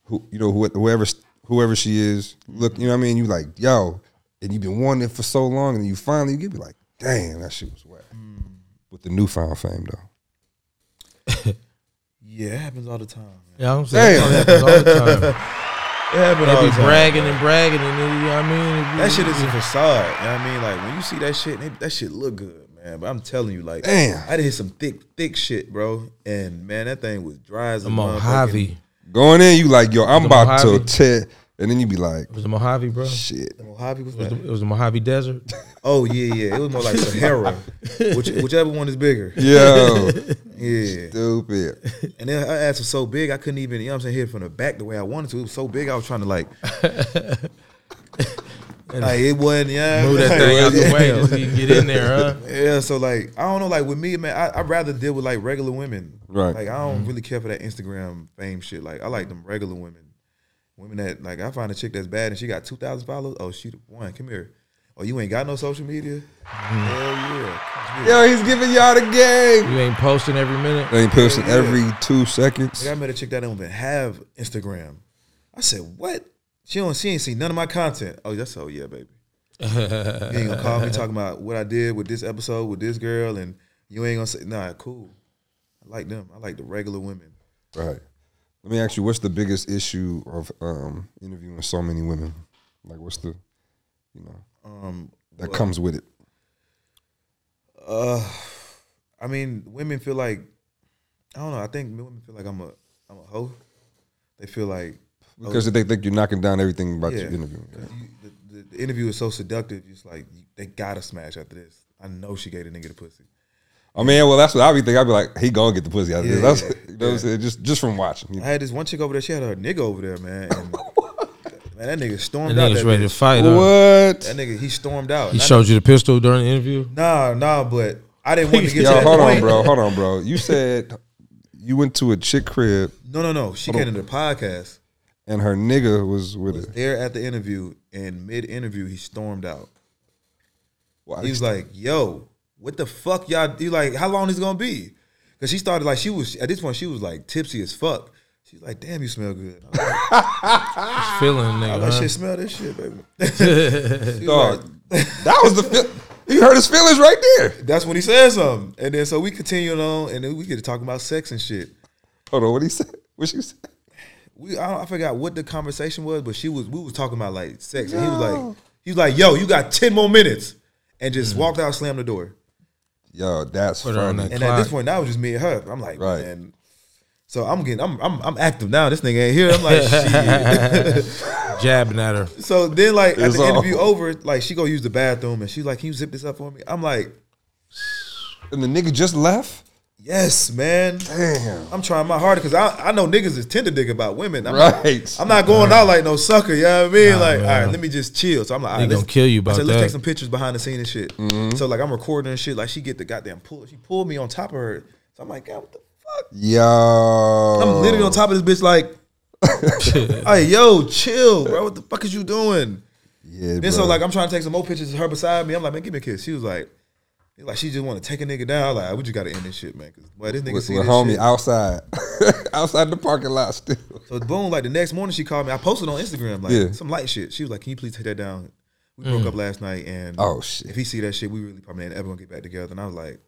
A: Who you know, who- whoever, whoever she is. Look, you know what I mean. You like, yo, and you've been wanting it for so long, and you finally get be like, "Damn, that shit was whack."
B: Mm.
A: With the newfound fame, though.
C: Yeah, it happens all the time. Man.
B: You know what I'm saying?
A: Damn.
B: That happens all the time.
C: It happens all
B: They
C: the
B: be
C: time.
B: bragging and bragging, and then, you know what I mean?
C: That shit is a facade. You know what I mean? Like when you see that shit, they, that shit look good, man. But I'm telling you, like,
A: Damn.
C: I did hit some thick, thick shit, bro. And man, that thing was dry as a
B: the
C: motherfucking-
B: Mojave.
A: Going in, you like, "Yo, I'm
B: The
A: about to
B: Mojave.
A: tear," and then you be like,
B: It was the Mojave, bro.
A: "Shit."
C: The Mojave was
B: It was
C: that?
B: the, it was the Mojave Desert.
C: Oh yeah, yeah. It was more like Sahara, which, whichever one is bigger.
A: Yo,
C: Yeah.
A: stupid.
C: And then her ass was so big, I couldn't even. You know what I'm saying? Hit it from the back the way I wanted to. It was so big, I was trying to like. like it wasn't. Yeah.
B: Move that thing out the way just so you can get in there, huh?
C: Yeah, so like I don't know, like with me, man, I I'd rather deal with like regular women.
A: Right.
C: Like I don't really care for that Instagram fame shit. Like I like them regular women. Women that like I find a chick that's bad and she got two thousand followers. Oh, she the one. Come here. Oh, you ain't got no social media? Hell yeah. Come here.
A: Yo, he's giving y'all the game.
B: You ain't posting every minute.
A: They ain't posting
C: Yeah.
A: every two seconds.
C: Like, I met a chick that don't even have Instagram. I said, What? She don't she ain't seen none of my content. Oh, that's oh yeah, baby. you ain't gonna call me talking about what I did with this episode with this girl and you ain't gonna say nah, cool. I like them. I like the regular women.
A: Right. Let me ask you, what's the biggest issue of um, interviewing so many women? Like, what's the, you know,
C: Um,
A: that comes with it?
C: uh, I mean, women feel like I don't know. I think women feel like I'm a I'm a hoe. They feel like
A: Because they think you're knocking down everything about
C: oh, yeah,
A: your interviewing.
C: 'Cause you, the, the, the interview is so seductive. It's like you, they gotta smash after this. I know she gave a nigga the pussy.
A: I mean, well, that's what I be thinking. I be like, he gonna get the pussy out of
C: Yeah,
A: this. That's, you know what I'm saying? Just, just from watching. You
C: I
A: know?
C: had this one chick over there. She had her nigga over there, man. And, man, that nigga stormed
B: That
C: out.
B: nigga's
C: That,
B: ready to
C: bitch.
B: fight. Huh?
A: What?
C: that nigga, he stormed out.
B: He
C: And I-
B: showed you the pistol during the interview.
C: Nah, nah, but I didn't want to get to
A: Yo,
C: that
A: hold
C: point.
A: on, bro. Hold on, bro. You said you went to a chick crib
C: No, no, no. She came to the podcast.
A: and her nigga was
C: was
A: with her.
C: there at the interview, and mid interview, he stormed out.
A: Why-
C: He was like, "Yo, what the fuck, y'all? You like, how long is it gonna be?" Because she started like she was at this point, she was like tipsy as fuck. She's like, "Damn, you smell good." I like,
B: He's feeling the
C: I
B: nigga.
C: like
B: Huh?
C: shit, smell this shit, baby. She was
A: Dog,
C: like-
A: that was the. Feel- he hurt his feelings right there.
C: that's when he said something, and then so we continued on, and then we get to talking about sex and shit.
A: Hold on, what he said? What she said?
C: we I, don't, I forgot what the conversation was, but she was we was talking about like sex, and he was like, he was like, "Yo, you got ten more minutes," and
A: Mm.
C: just walked out, slammed the door.
A: Yo, that's
B: Put her on
A: funny.
B: that
C: And at this
B: Clyde.
C: point, that was just me and her. I'm like,
A: Right.
C: man. So I'm getting, I'm, I'm, I'm active now. This nigga ain't here. I'm like, shit.
B: Jabbing at her.
C: so then, like at
A: It's
C: the interview
A: all-
C: over, like she go use the bathroom, and she's like, "Can you zip this up for me?" I'm like,
A: and the nigga just left.
C: Yes, man.
A: Damn.
C: I'm trying my hardest because I, I know niggas is tender dick about women. I'm not-
A: Right.
C: I'm not going out like no sucker, you know what I mean? like,
B: man.
C: all right, let me just chill. So I'm like, all right,
B: gonna
C: let's-
B: kill you
C: I
B: about
C: said, let's
B: that.
C: take some pictures behind the scene and shit. So like, I'm recording and shit. Like, she get the goddamn pull. She pulled me on top of her. So I'm like, God, what the fuck?
A: Yo.
C: I'm literally on top of this bitch. Like, hey, yo, chill, bro. What the fuck is you doing?
A: Yeah,
C: Then so
A: bro.
C: like, I'm trying to take some more pictures of her beside me. I'm like, man, give me a kiss. She was like, like she just want to take a nigga down. I'm like, we just gotta end this shit, man. Cause boy, this nigga
A: with,
C: see
A: with
C: this
A: homie
C: shit.
A: outside, outside the parking lot still.
C: So boom, like the next morning she called me. I posted on Instagram like
A: Yeah. Mm.
C: some light shit. She was like, "Can you please take that down? We broke up last night, and
A: Oh, shit.
C: if he see that shit, we really probably ain't ever gonna get back together." And I was like,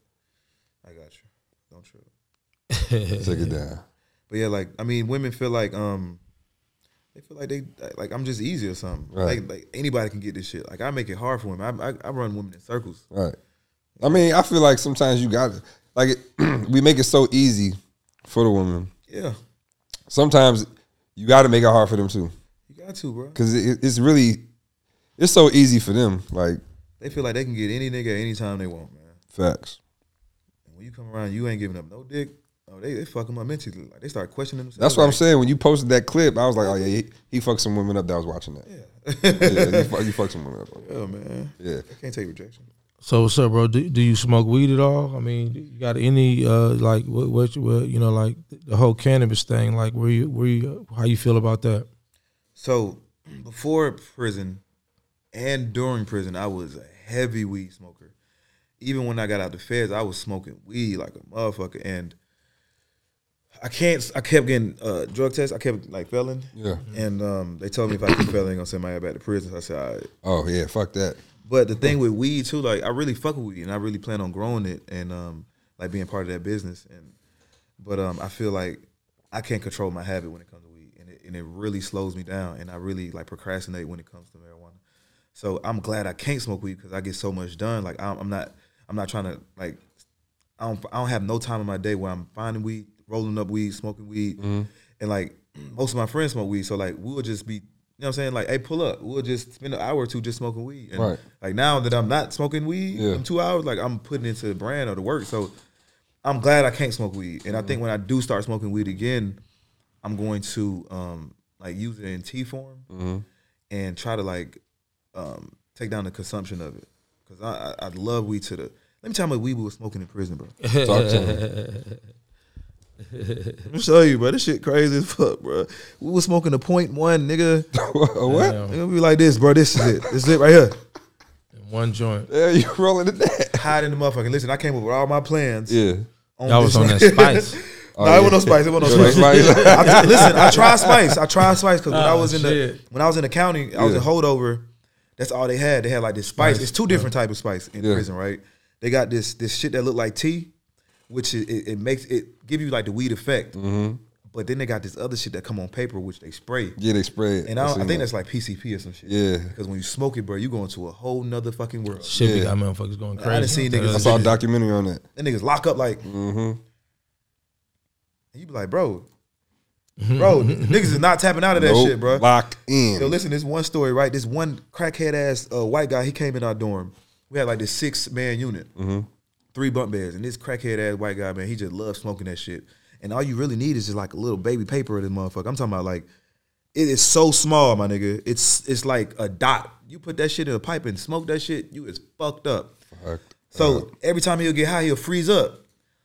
C: "I got you, don't trip."
A: Took it down.
C: But yeah, like I mean, women feel like um, they feel like they like I'm just easy or something.
A: Right.
C: Like, like anybody can get this shit. Like I make it hard for women. I I, I run women in circles.
A: Right. I mean, I feel like sometimes you got to like it, we make it so easy for the woman.
C: Yeah,
A: Sometimes you got to make it hard for them too,
C: you got to, bro.
A: because it, it's really it's so easy for them. Like
C: They feel like they can get any nigga anytime they want, man.
A: facts.
C: And when you come around, you ain't giving up no dick. Oh, they they fuck 'em up mentally. Like they start questioning themselves.
A: That's what
C: like,
A: I'm saying. When you posted that clip, I was like, oh yeah, he, he fucked some women up that was watching that. Yeah, yeah you, fuck, you fucked some women up.
C: Yeah, man.
A: Yeah.
C: I can't take rejection.
B: So what's up, bro? Do, do you smoke weed at all? I mean, you got any uh like what, what, what you know like the whole cannabis thing? Like where you where you how you feel about that?
C: So before prison and during prison, I was a heavy weed smoker. Even when I got out the feds, I was smoking weed like a motherfucker. And I can't. I kept getting uh, drug tests. I kept like failing.
A: Yeah.
C: And um, they told me if I keep failing, they gonna send my ass back to prison. So I said, all right.
A: Oh yeah, fuck that.
C: But the thing with weed too, like I really fuck with weed, and I really plan on growing it and um like being part of that business. And but um I feel like I can't control my habit when it comes to weed, and it, and it really slows me down, and I really like procrastinate when it comes to marijuana. So I'm glad I can't smoke weed because I get so much done. Like I'm, I'm not I'm not trying to like I don't I don't have no time in my day where I'm finding weed, rolling up weed, smoking weed, and like most of my friends smoke weed, so like we'll just be. You know what I'm saying? Like, hey, pull up. We'll just spend an hour or two just smoking weed. And
A: Right.
C: like now that I'm not smoking weed,
A: Yeah.
C: in two hours, like I'm putting into the brand or the work. So I'm glad I can't smoke weed. And I
A: Mm-hmm.
C: think when I do start smoking weed again, I'm going to um like use it in tea form
A: Mm-hmm.
C: and try to like um take down the consumption of it. Cause I I, I love weed to the let me tell you what weed we was smoking in prison, bro.
A: Talk to me.
C: Let me show you, bro. This shit crazy as fuck, bro. We was smoking a point one, nigga.
A: what?
B: Damn.
C: It'll be like this, bro. This is it. This is it right here.
B: One joint.
A: Yeah, you rolling it that?
C: Hide in the motherfucker. Listen, I came up with all my plans.
A: Yeah.
C: on
B: Y'all was
C: this
B: on
C: one.
B: that spice.
A: Oh,
C: no,
A: yeah.
C: it wasn't no spice. It wasn't no
A: Like,
C: spice.
A: like-
C: I tr- listen, I tried spice. I tried spice because when I
B: Oh,
C: was in the
B: shit.
C: when I was in the county, I was in
A: Yeah.
C: holdover. That's all they had. They had like this spice. It's two different type of spice in
A: Yeah.
C: prison, right? They got this this shit that looked like tea, which it, it, it makes it give you like the weed effect. But then they got this other shit that come on paper, which they spray.
A: Mm-hmm. yeah, they spread.
C: And I, don't- I
A: seen
C: think
A: that.
C: that's like PCP or some shit.
A: Yeah.
C: Because when you smoke it, bro, you going to a whole nother fucking world.
B: Shit, we
A: Yeah.
B: got motherfuckers going crazy.
C: done seen
B: That
C: niggas
A: I
B: other-
A: saw a documentary on that.
C: That niggas lock up like.
A: Mm-hmm.
C: And you be like, bro, bro, niggas is not tapping out of that
A: Nope,
C: shit, bro.
A: Locked in.
C: Yo, listen, this one story, right? This one crackhead ass uh, white guy, he came in our dorm. We had like this six man unit, three bunk beds, and this crackhead ass white guy, man, he just loves smoking that shit. And all you really need is just like a little baby paper of this motherfucker. I'm talking about like, it is so small, my nigga. It's it's like a dot. You put that shit in a pipe and smoke that shit, you is fucked up.
A: Fucked
C: So every time he'll get high, he'll freeze up.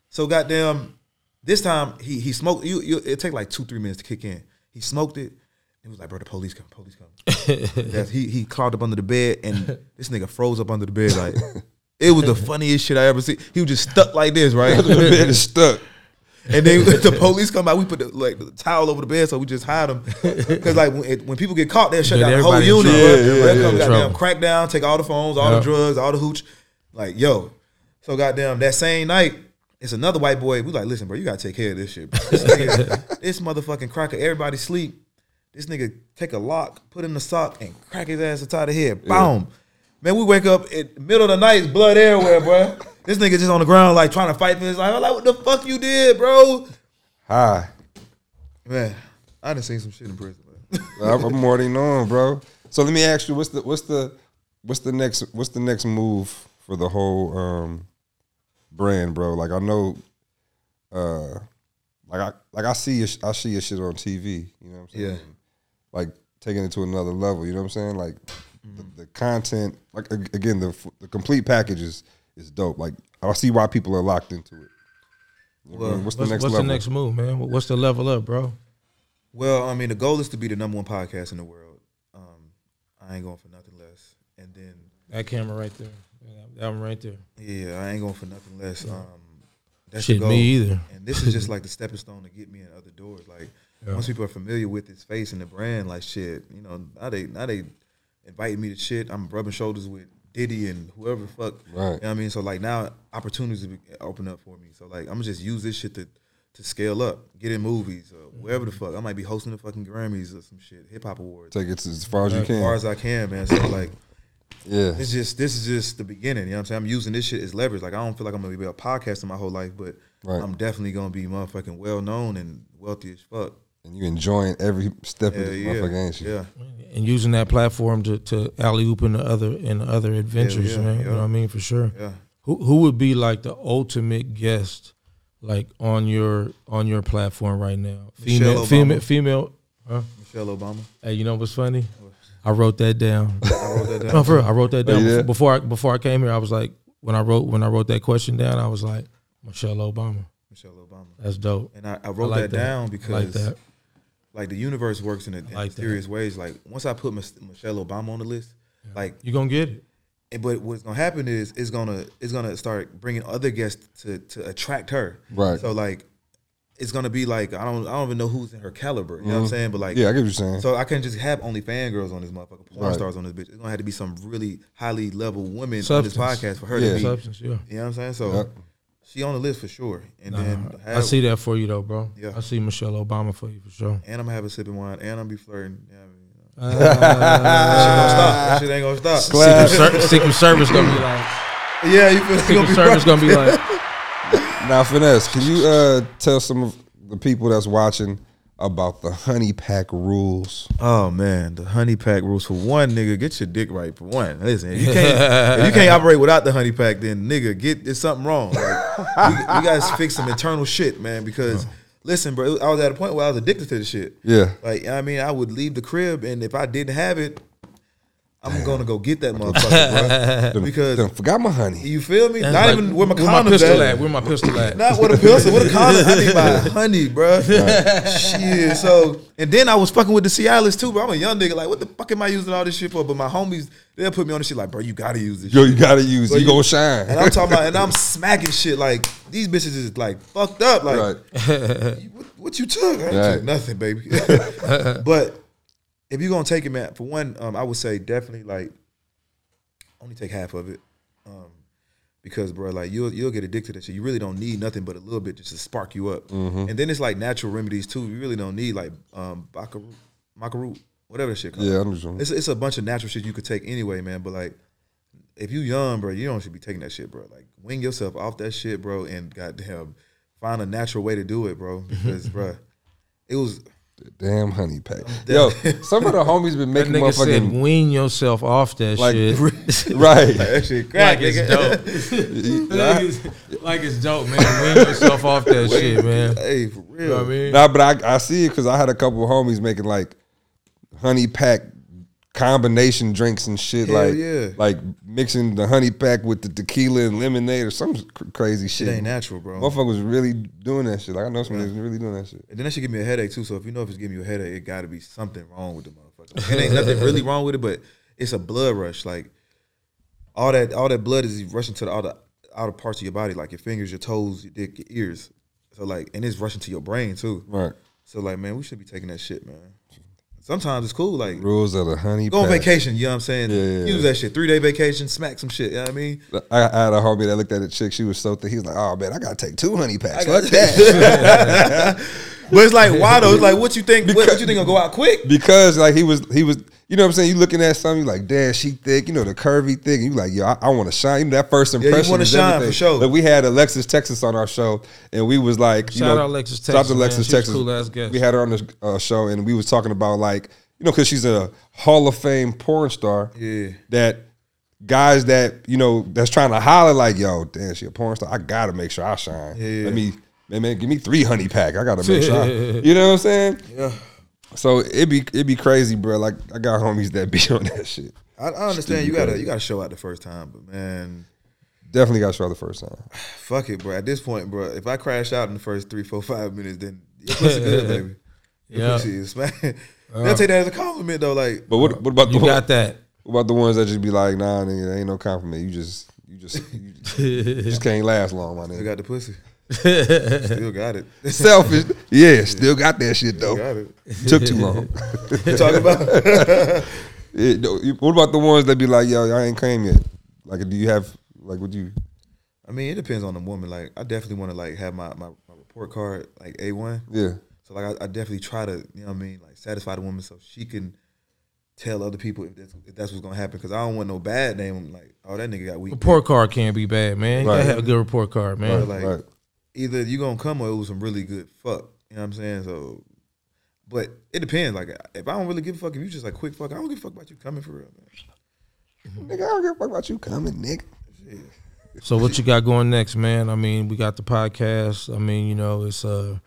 C: So goddamn, this time he he smoked. You, you it take like two three minutes to kick in. He smoked it. It was like, bro, the police come, police come. That's- he he crawled up under the bed, and this nigga froze up under the bed. Like it was the funniest shit I ever see. He was just stuck like this, right?
A: the bed is stuck.
C: And then the police come out, we put the, like the towel over the bed, so we just hide them. Because like when, it, when people get caught, they shut
B: Then
C: down the whole
B: everybody in
C: unit.
B: trouble.
C: bro.
A: Yeah, yeah, yeah.
C: They'll come
B: In
C: goddamn
B: trouble.
C: crack down, take all the phones, all
B: Yeah.
C: the drugs, all the hooch. Like yo, so goddamn that same night, it's another white boy. We like, listen, bro, you gotta take care of this shit. Bro. This, nigga, this motherfucking cracker, everybody sleep. This nigga take a lock, put in the sock, and crack his ass atop the head. Boom. Man, we wake up at middle of the night, it's blood everywhere, bro. This nigga just on the ground, like trying to fight for his life. I'm like, what the fuck you did, bro?
A: Hi.
C: Man, I done seen some shit in prison, man.
A: I'm I'm already knowing, bro. So let me ask you, what's the what's the what's the next what's the next move for the whole um brand, bro? Like I know uh, like I like I see your, sh- I see your shit on TV. You know what I'm saying?
C: Yeah.
A: Like taking it to another level. You know what I'm saying? Like the, the content, like ag- again, the f- the complete package is is dope. Like I see why people are locked into it. You know what I mean?
C: Well,
A: what's the
B: What's,
A: next
B: what's the
A: level?
B: next move, man? What- What's the level up, bro?
C: Well, I mean, the goal is to be the number one podcast in the world. Um, I ain't going for nothing less. And then,
B: That camera right there. Yeah, That one right there.
C: yeah, I ain't going for nothing less. Um, that's the
B: Shit,
C: goal.
B: me either.
C: And this is just like the stepping stone to get me in other doors. Like once people are familiar with his face and the brand, like shit, you know, now they now they inviting me to shit. I'm rubbing shoulders with Diddy and whoever the fuck.
A: Right.
C: You know what I mean? So like now opportunities will be- open up for me. So like I'm gonna just use this shit to to scale up, get in movies or wherever the fuck. I might be hosting the fucking Grammys or some shit, hip hop awards.
A: Take it as far as you
C: As far
A: can.
C: as I can, man. So like
A: Yeah.
C: it's just this is just the beginning. You know what I'm saying? I'm using this shit as leverage. Like I don't feel like I'm gonna be a podcaster my whole life, but
A: Right.
C: I'm definitely gonna be motherfucking well known and wealthy as fuck.
A: And you enjoying every step of
C: Yeah,
A: this
C: yeah,
A: motherfucker, ain't you?
C: yeah.
B: And using that platform to, to alley oop in the other in the other adventures,
C: yeah,
B: man. You
C: yeah.
B: know what I mean? For sure.
C: Yeah.
B: Who who would be like the ultimate guest like on your on your platform right now? Female
C: Michelle Obama.
B: female female huh?
C: Michelle Obama.
B: Hey, you know what's funny? I wrote that down.
C: I wrote that
B: No,
C: down.
B: for real, I wrote that
A: Oh,
B: down
A: you did?
B: before I before I came here. I was like, when I wrote when I wrote that question down, I was like, Michelle Obama.
C: Michelle Obama.
B: That's dope.
C: And I, I wrote
B: I like
C: that,
B: that.
C: down
B: I like
C: because
B: that.
C: like, the universe works in, a, in
B: like that.
C: mysterious ways. Like once I put Mis- Michelle Obama on the list, like
B: You gonna get it?
C: And- but what's gonna happen is it's gonna it's gonna start bringing other guests to to attract her.
A: Right.
C: So like, it's gonna be like I don't I don't even know who's in her caliber. You know what I'm saying? But like,
A: Mm-hmm. Yeah, I get what you're saying.
C: So I can just have only fangirls on this motherfucker, porn
A: Right.
C: stars on this bitch. It's gonna have to be some really highly level women on
B: Substance.
C: this podcast for her
A: Yeah.
C: to be.
B: Substance, yeah.
C: You know what I'm saying? So
A: Yep.
C: she on the list for sure. And then
B: I
C: have-
B: see that for you though, bro.
C: Yeah.
B: I see Michelle Obama for you for sure.
C: And I'm gonna have a sip of wine. And I'm be flirting. Yeah, I mean, you know.
A: Ah.
C: That shit ain't gonna stop. That shit ain't gonna stop.
A: Clap.
B: Secret, Ser- Secret Service gonna be like
C: Yeah, you feel it's
B: Secret
C: gonna be
B: Service
C: right.
B: gonna be like
A: Now, finesse, can you uh, tell some of the people that's watching about the honey pack rules?
C: Oh man, the honey pack rules for one nigga. Get your dick right for one. Listen, if you can't if you can't operate without the honey pack, then nigga, get there's something wrong. Like, we, we gotta fix some internal shit, man. Because listen, bro, I was at a point where I was addicted to the shit.
A: Yeah.
C: Like I mean, I would leave the crib, and if I didn't have it, I'm gonna go get that motherfucker, bro.
A: Done
C: Because
A: forgot my honey.
C: you feel me? Not
B: like,
C: even where my
B: where my
C: condoms
B: pistol
C: at.
B: at. Where my pistol at?
C: Not with a pistol, with a condom. I need my honey, bro. Shit. So, and then I was fucking with the Cialis too, bro. I'm a young nigga. Like, what the fuck am I using all this shit for? But my homies, they'll put me on this shit. Like, bro, you gotta use this.
A: Yo,
C: shit.
A: you gotta use.
C: Bro,
A: it. You
C: you-
A: gonna shine.
C: And I'm talking about, and I'm smacking shit. Like these bitches is like fucked up. Like,
A: right.
C: what, what you took? I ain't
A: Right.
C: took nothing, baby. but if you're gonna take it, man, for one, um, I would say definitely like only take half of it, um, because bro, like you'll you'll get addicted to that shit. You really don't need nothing but a little bit just to spark you up.
A: Mm-hmm.
C: And then it's like natural remedies too. You really don't need like um, baccaru, macaroon, whatever that shit. Called.
A: Yeah, I'm just.
C: It's, it's a bunch of natural shit you could take anyway, man. But like, if you young, bro, you don't should be taking that shit, bro. Like, wing yourself off that shit, bro, and goddamn, find a natural way to do it, bro. Because, bro, it was
A: Damn honey pack. Yo, some of the homies been
B: That
A: making
B: nigga said,
A: motherfucking
B: "Wean yourself off that
A: Like-
B: shit."
A: right.
C: that shit crack, nigga.
B: like, it's, like it's dope, man. Wean yourself off that shit, man.
C: Hey, for real.
B: You know what I mean?
A: Nah, but I, I see it because I had a couple of homies making like honey pack combination drinks and shit,
C: Hell
A: like
C: yeah.
A: like mixing the honey pack with the tequila and lemonade or some cr- crazy shit.
C: It ain't natural, bro.
A: Motherfucker was really doing that shit. Like I know somebody that's really doing that shit.
C: And then that should give me a headache too. So if you know if it's giving you a headache, it gotta be something wrong with the motherfucker. It ain't nothing really wrong with it, but it's a blood rush. Like all that all that blood is rushing to the, all the outer parts of your body, like your fingers, your toes, your dick, your ears. So like, and it's rushing to your brain too.
A: Right.
C: So like, man, we should be taking that shit, man. Sometimes it's cool, like
A: Rules of the honey.
C: go on
A: pack.
C: vacation. You know what I'm saying?
A: Yeah, yeah,
C: Use
A: yeah.
C: that shit. Three day vacation, smack some shit. You know what I mean?
A: I, I had a homie that looked at a chick. She was so thick. He was like, "Oh man, I gotta take two honey packs.
C: gotta
A: Fuck that."
C: But it's like why though? It's like what you think? What, what you think gonna go out quick?
A: because like he was, he was. You know what I'm saying? You looking at something, you like, damn, she thick. You know the curvy thick. And you like, yo, I, I want to shine. You know, that first impression.
C: wanna
A: is
C: shine,
A: everything.
C: for sure.
A: Like, we had Alexis Texas on our show, and we was like, you
B: Shout
A: know,
B: out Alexis
A: shout out
B: Texas,
A: to
B: man.
A: Alexis
B: She's a
A: Texas.
B: cool-ass guest.
A: We had her on the uh, show, and we was talking about like, you know, because she's a Hall of Fame porn star.
C: Yeah.
A: That guys that you know that's trying to holler like, yo, damn, she a porn star. I gotta make sure I shine.
C: Yeah.
A: Let me man, man, give me three honey pack. I gotta make sure. I-" you know what I'm saying?
C: Yeah.
A: So it be it be crazy, bro. Like I got homies that be on that shit.
C: I, I understand you gotta you gotta show out the first time, but man,
A: Definitely got shot the first time.
C: fuck it, bro. At this point, bro, if I crash out in the first three, four, five minutes, then your pussy good, baby. Your
B: Yeah. Uh.
C: pussy is smack. They'll take that as a compliment though. Like
A: But what what about the
B: You
A: one,
B: got that.
A: what about the ones that just be like, nah, nigga, there ain't no compliment. You just you just you just can't last long, my
C: still
A: nigga.
C: got the pussy. still got it. Still
A: Selfish, yeah, still got that shit though.
C: got it.
A: Took too long.
C: You talking about?
A: Yeah, no, you- what about the ones that be like, yo, I ain't came yet? Like, do you have like, would you?
C: I mean, it depends on the woman. Like I definitely want to like have my, my, my report card like A one.
A: Yeah,
C: So like I, I definitely try to, you know what I mean, like satisfy the woman so she can tell other people if that's, if that's what's gonna happen. Cause I don't want no bad name. Like, oh that nigga got weak.
B: Report card can't be bad, man. You gotta
A: Right.
B: have a good report card, man.
C: Or, like
A: right.
C: either you gonna come or it was some really good fuck. You know what I'm saying? So, but it depends. Like if I don't really give a fuck, if you just like quick fuck, I don't give a fuck about you coming for real, man.
A: Nigga, I don't give a fuck about you coming, nigga.
B: So what you got going next, man? I mean, we got the podcast. I mean, you know, it's uh,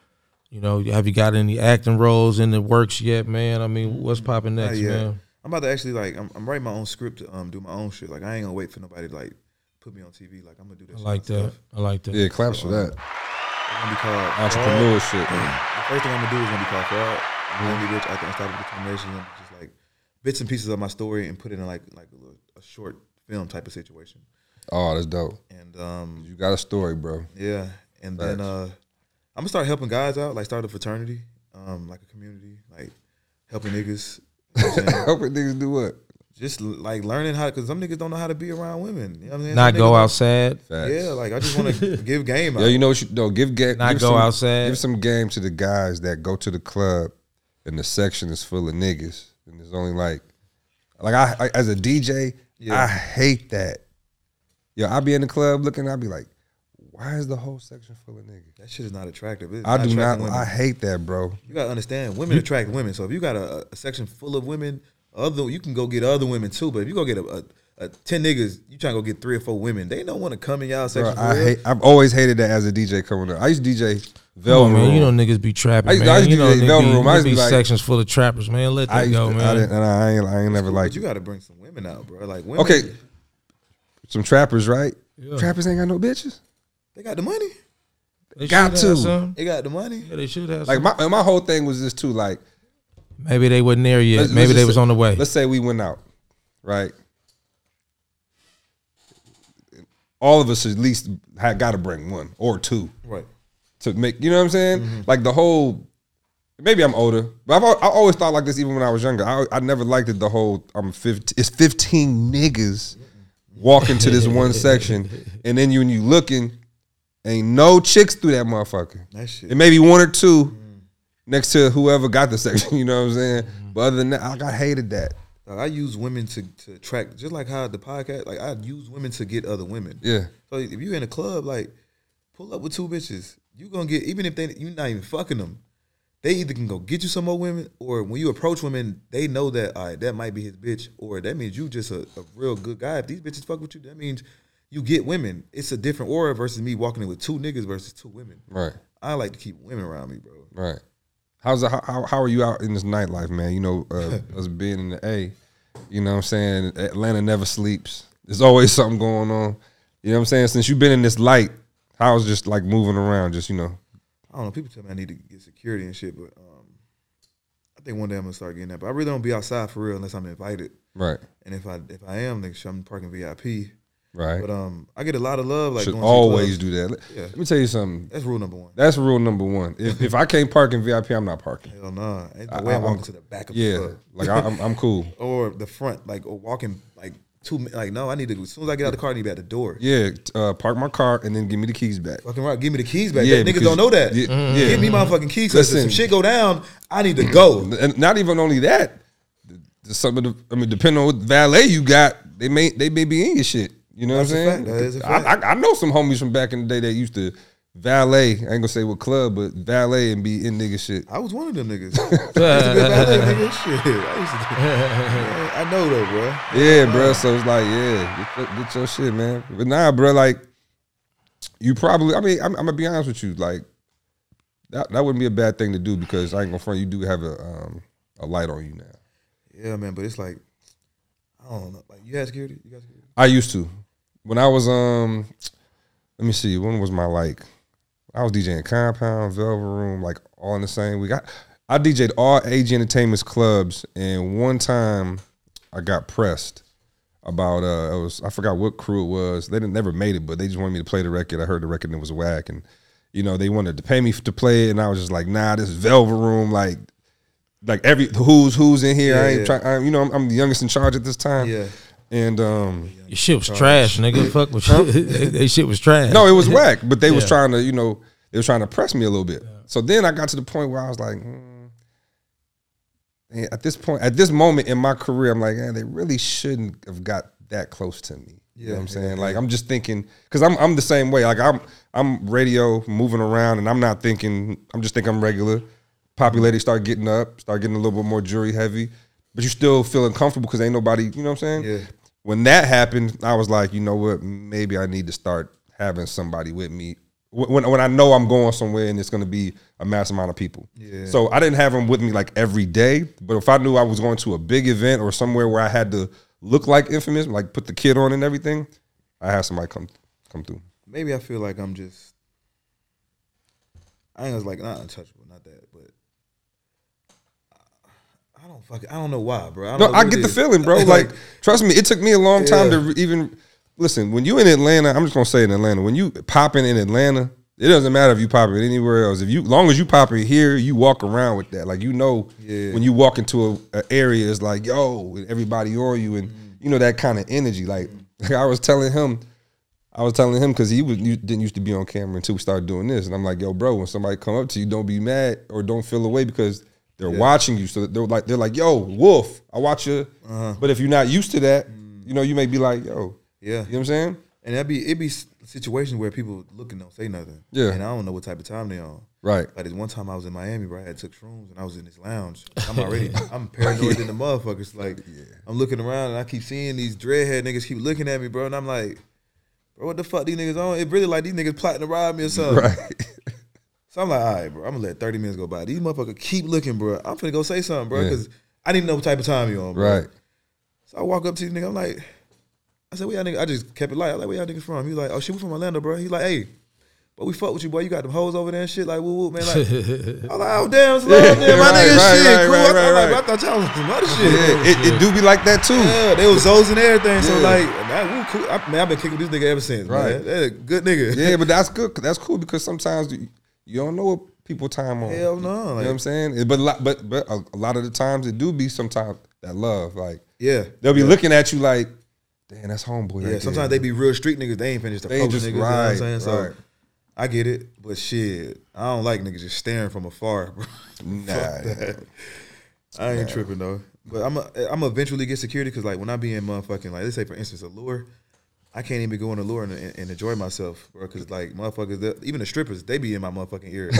B: you know, have you got any acting roles in the works yet, man? I mean, what's popping
C: Not
B: next,
C: yet.
B: man?
C: I'm about to actually like I'm, I'm writing my own script to um do my own shit. Like I ain't gonna wait for nobody to like put me on TV. Like I'm gonna do this.
B: I like
C: shit
B: that.
C: myself.
B: I like that.
A: Yeah, claps for that
C: It's gonna be called Fraud.
A: entrepreneurship.
C: The first thing I'm gonna do is gonna be called fraud. Mainly rich, I can start with determination and just like bits and pieces of my story and put it in like like a, little, a short film type of situation.
A: Oh, that's dope.
C: And um
A: You got a story, bro.
C: Yeah, and then
A: Facts.
C: uh, I'm gonna start helping guys out, like start a fraternity, um, like a community, like helping niggas. you know what I'm saying?
A: Helping niggas do what?
C: just l- like learning how, cause some niggas don't know how to be around women. You know what I'm saying?
B: Not
C: Some
B: go
C: niggas
B: outside.
C: don't-
A: Facts.
C: Yeah, like I just want to give game. Out.
A: Yeah, you know what you no give game.
B: Not
A: give
B: go
A: some,
B: outside.
A: Give some game to the guys that go to the club, and the section is full of niggas, and there's only like, like I, I as a DJ,
C: Yeah.
A: I hate that. Yo, I be in the club looking, I be like, why is the whole section full of niggas?
C: that shit is not attractive. It's
A: I do not.
C: attracting women.
A: I hate that, bro.
C: you gotta understand, women attract women. So if you got a, a section full of women, other you can go get other women too. But if you go get a, a, a ten niggas, you trying to go get three or four women. They don't want to come in
A: Bro,
C: y'all section.
A: I
C: for real.
A: hate. I've always hated that as a DJ coming up. I used to DJ
B: Come
A: Velvet
B: on, man.
A: Room.
B: You know niggas be trapping,
A: I used to- I
B: man.
A: used to
B: you know
A: do
B: niggas
A: the
B: be,
A: Velvet Room. I
B: there
A: used to
B: be
A: be like-
B: sections full of trappers, man. Let
A: I
B: that
A: used
B: go,
A: to, I
B: man.
A: didn't, and I ain't. I ain't never
C: But
A: like
C: you gotta bring some women out, bro. Like women,
A: okay. Some trappers, right?
B: Yeah.
A: Trappers ain't got no bitches.
C: they got the money.
B: They
A: got
B: should have
A: to.
B: some.
C: They got the money.
B: Yeah, they should have.
A: Like
B: some.
A: my and my whole thing was this too. Like
B: maybe they wasn't there yet.
A: Let's- let's
B: maybe they
A: just
B: was
A: say-
B: on the way.
A: let's say we went out, right? All of us at least had got to bring one or two
C: Right.
A: to make. You know what I'm saying?
C: Mm-hmm.
A: Like the whole. Maybe I'm older, but I've al- I always thought like this even when I was younger. I, I never liked it. The whole I'm 15. It's 15 niggas walking to this one section, and then you when you looking, ain't no chicks through that motherfucker.
C: That shit. Mm.
A: It may be one or two next to whoever got the section. You know what I'm saying?
C: Mm-hmm.
A: But other than that, like, I hated that.
C: Like, I use women to, to attract, just like how the podcast, like I use women to get other women.
A: Yeah.
C: So if you in a club, like pull up with two bitches, you gonna get even if they you not even fucking them, they either can go get you some more women, or when you approach women, they know that all right, that might be his bitch, or that means you just a, a real good guy. If these bitches fuck with you, that means you get women. It's a different aura versus me walking in with two niggas versus two women.
A: Right.
C: I like to keep women around me, bro.
A: Right. How's the, how- how how are you out in this nightlife, man? You know, uh, us being in the A, you know what I'm saying? Atlanta never sleeps. There's always something going on. You know what I'm saying? Since you've been in this light, how's just like moving around, just you know.
C: I don't know. People tell me I need to get security and shit, but um, I think one day I'm gonna start getting that. But I really don't be outside for real unless I'm invited.
A: Right.
C: And if I if I am, like, shit, I'm parking VIP.
A: Right.
C: But um, I get a lot of love. Like
A: Should
C: going to the club.
A: always do that. Let,
C: Yeah.
A: let me tell you something.
C: That's rule number one.
A: That's rule number one. If if I can't park in VIP, I'm not parking.
C: Hell nah. Ain't no
A: I-
C: way I'm
A: I-
C: walking to the back of the
A: Yeah.
C: club
A: Like I, I'm I'm cool.
C: or the front, like or walking like two. mi- Like no, I need to. As soon as I get out of the car, I need to be at the door.
A: Yeah. Uh, park my car and then give me the keys back.
C: Fucking right. Give me the keys back.
A: Yeah,
C: that, niggas
A: because-
C: don't know that.
A: Yeah, Mhm. yeah.
C: Give me my fucking keys. Cause if some
A: Listen.
C: shit go down, I need to go.
A: and not even only that, th- some of the I mean, depending on what valet you got, they may they may be in your shit. You know
C: That's
A: what
C: a
A: I'm saying?
C: fact. That is a
A: I-
C: fact.
A: I, I know some homies from back in the day that used to valet. I ain't gonna say what club, but valet and be in nigga shit.
C: I was one of them niggas. I used to be a ballet nigga. Shit. I used to do. Man, I know though, bro.
A: Yeah, bro. So it's like, yeah, get, your- get your shit, man. But nah, bro, like you probably. I mean, I'm, I'm gonna be honest with you. Like That that wouldn't be a bad thing to do because I ain't gonna front you do have a um, a light on you now.
C: Yeah, man, but it's like I don't know. Like you had security, you got security.
A: I used to. When I was um let me see, when was my like I was DJing Compound, Velvet Room, like all in the same week. I, I DJ'd all AG Entertainment's clubs and one time I got pressed about uh it was I forgot what crew it was. They didn't never made it, but they just wanted me to play the record. I heard the record and it was whack and you know, they wanted to pay me to play it and I was just like, nah, this is Velvet Room, like like every who's who's in here. I ain't
C: Yeah.
A: try I, you know, I'm, I'm the youngest in charge at this time.
C: Yeah.
A: And um
B: Your shit was trash, nigga. Fuck with you. they, they shit was trash.
A: no, it was whack, but they was
B: Yeah.
A: trying to, you know, they was trying to press me a little bit. So then I got to the point where I was like, mm. And at this point, at this moment in my career, I'm like, eh, they really shouldn't have got that close to me. You know
C: Yeah,
A: what I'm
C: yeah,
A: saying? Like I'm just thinking because I'm I'm the same way. Like I'm I'm radio moving around and I'm not thinking. I'm just thinking I'm regular. Poppy ladies start getting up, start getting a little bit more jewelry heavy, but you still feeling comfortable because ain't nobody. You know what I'm saying?
C: Yeah.
A: When that happened, I was like, you know what? Maybe I need to start having somebody with me. Wh- When when I know I'm going somewhere and it's going to be a mass amount of people.
C: Yeah.
A: So I didn't have them with me like every day, but if I knew I was going to a big event or somewhere where I had to look like infamous, like put the kid on and everything, I had somebody come come through.
C: Maybe I feel like I'm just I ain't was like not untouchable, not that, but I, I don't fucking I don't know why, bro. I don't
A: No,
C: know
A: I
C: what
A: get
C: it
A: the
C: is.
A: feeling, bro. Like, trust me, it took me a long time to re- even listen. When you in Atlanta, I'm just gonna say in Atlanta, when you popping in Atlanta, it doesn't matter if you popping anywhere else. If you, long as you popping here, you walk around with that. Like you know,
C: Yeah.
A: when you walk into a, a area, it's like yo, and everybody on you, and you know that kind of energy. Like, I was telling him. I was telling him because he was you didn't used to be on camera until we started doing this, and I'm like, yo, bro, when somebody come up to you, don't be mad or don't feel away because they're watching you. So they're like, they're like, yo, Wolf, I watch you. But if you're not used to that, you know, you may be like, yo,
C: Uh-huh. Mm. Yeah.
A: you know what I'm saying?
C: And that be it be s- situations where people looking don't say nothing.
A: Yeah.
C: And I don't know what type of time they on.
A: Right.
C: Like this one time I was in Miami, bro. I had took shrooms and I was in this lounge. I'm already I'm paranoid in the motherfuckers. Like I'm looking around and I keep seeing these dreadhead niggas keep looking at me, bro. And I'm like, bro, what the fuck these niggas on? It really like these niggas plotting to rob me or something.
A: Right.
C: So I'm like, all right, bro. I'm gonna let 30 minutes go by. These motherfuckers keep looking, bro. I'm finna go say something, bro,
A: Yeah.
C: because I didn't know what type of time you on, bro.
A: right.
C: So I walk up to the nigga. I'm like, I said, where y'all nigga? I just kept it light. I like, where y'all niggas from? He like, oh shit, we from Orlando, bro. He like, hey, but we fuck with you, boy. You got them hoes over there and shit. Like, woo woo, man. Like, I was like, oh damn, slow down, my
A: Right,
C: nigga,
A: right, right,
C: shit, cool.
A: right,
C: I, thought-
A: right, right.
C: like, I thought y'all was some other shit.
A: Yeah,
C: Yeah.
A: it, it do be like that too.
C: they was zoes and everything. So
A: Yeah.
C: like, man, we cool. I, man, I've been kicking with this nigga ever since. Right,
A: Right.
C: That a good nigga.
A: Yeah, but that's good. 'cause That's cool because sometimes you, you don't know what people time on.
C: Hell no,
A: You know
C: like-
A: what I'm saying? It- But a lot, but but a, a lot of the times it do be sometimes that love like
C: yeah.
A: they'll be looking at you like, damn, that's homeboy.
C: Yeah, sometimes they be real street niggas. They ain't finished the
A: They ain't
C: post
A: just-
C: niggas. you know what I'm
A: right,
C: saying? So
A: right.
C: I get it, but shit, I don't like niggas just staring from afar. Bro.
A: nah.
C: I ain't tripping though. But I'm a, I'm eventually get security because like when I be in motherfucking like let's say for instance a lure, I can't even go in a lure and, and, and enjoy myself, bro. Because like motherfuckers, they- even the strippers, they be in my motherfucking ear.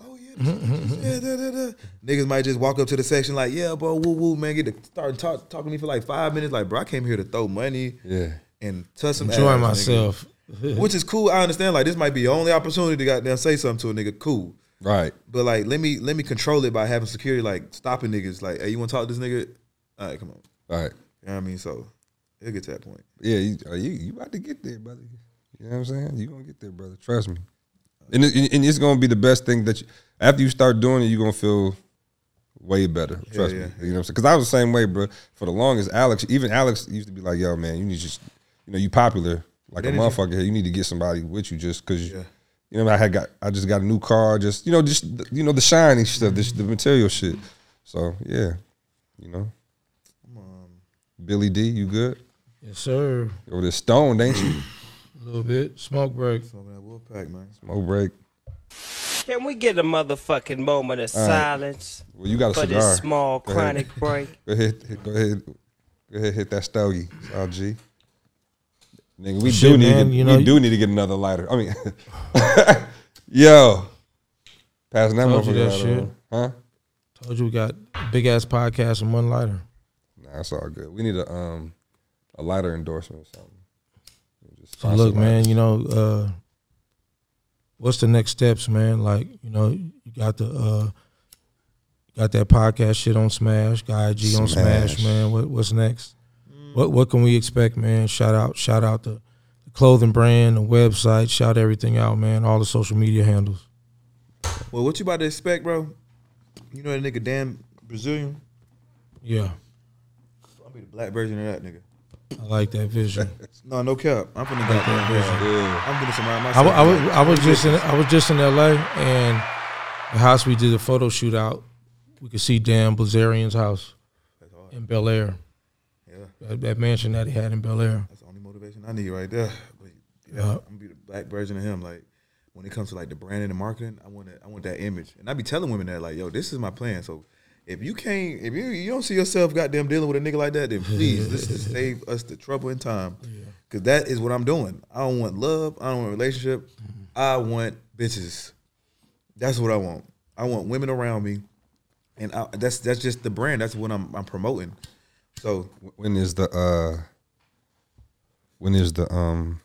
C: oh yeah, yeah da, da, da. niggas might just walk up to the section like yeah, bro, woo woo, man, get to start talk, talking to me for like five minutes. Like bro, I came here to throw money.
A: Yeah.
C: And touch some ass,
B: Enjoying
C: nigga.
B: myself.
C: Which is cool. I understand. Like this might be your only opportunity to goddamn say something to a nigga. Cool.
A: Right.
C: But like, let me let me control it by having security like stopping niggas. Like, hey, you want to talk to this nigga? All right, come on.
A: All right.
C: You know what I mean? So it'll get to that point.
A: Yeah, you, uh, you you about to get there, brother. You know what I'm saying? You gonna get there, brother. Trust me. And it, and it's gonna be the best thing that you after you start doing it, you're gonna feel way better. Trust
C: yeah,
A: me. You know what I'm saying? Because I was the same way, bro. For the longest, Alex, even Alex used to be like, "Yo, man, you need to just you know you popular like a
C: Energy.
A: motherfucker. here. You need to get somebody with you just because."
C: Yeah.
A: You know, I had got I just got a new car, just you know, just you know the shiny stuff, this the material shit. So yeah, you know, Billy D, you good?
B: Yes, sir.
A: Over there stoned, ain't you?
B: A little bit. Smoke break.
C: Smoking that wolf pack, man.
A: Smoke break.
D: Can we get a motherfucking moment of silence
A: Well, you got a
D: for
A: cigar.
D: this small
A: Go ahead.
D: chronic break?
A: Go ahead, hit- go ahead, go ahead, hit that stogie, Sal G. Nigga, we
B: Shit,
A: do need,
B: man,
A: to,
B: you
A: we
B: know-
A: do need to get another lighter. I mean, yo, passing that
B: Told you
A: motherfucker
B: that
A: out
B: shit.
A: on. huh?
B: Told you we got big ass podcast and one lighter.
A: Nah, that's all good. We need a um a lighter endorsement or something. Just
B: So
A: find
B: look,
A: somebody.
B: man, you know, uh, what's the next steps, man? Like, you know, you got the uh got that podcast shit on Smash, got IG on Smash,
A: Smash.
B: man. What what's next? What what can we expect, man? Shout out, shout out the, the clothing brand, the website, shout everything out, man. All the social media handles.
C: Well, what you about to expect, bro? You know that nigga damn Brazilian?
B: Yeah.
C: I'll be the black version of that nigga.
B: I like that vision.
C: No, no cap. I'm finna get
B: that
C: that
B: vision.
C: I'm finna surround
B: I,
C: myself.
B: wa- I, was, I
C: with
B: was just in I was just in LA and the house we did a photo shoot out, we could see Dan Blazarian's house
C: That's hard.
B: in Bel Air.
C: Yeah.
B: That, that mansion that he had in Bel Air.
C: That's the only motivation I need right there. But yeah,
B: Yeah.
C: I'm gonna be the black version of him. Like when it comes to like the branding and marketing, I want to, I want that image, and I be telling women that like, yo, this is my plan. So if you can't, if you you don't see yourself goddamn dealing with a nigga like that, then please, this is save us the trouble and time, because that is what I'm doing. I don't want love. I don't want a relationship. I want bitches. That's what I want. I want women around me, and I, that's that's just the brand. That's what I'm I'm promoting. So
A: When is the uh when is the um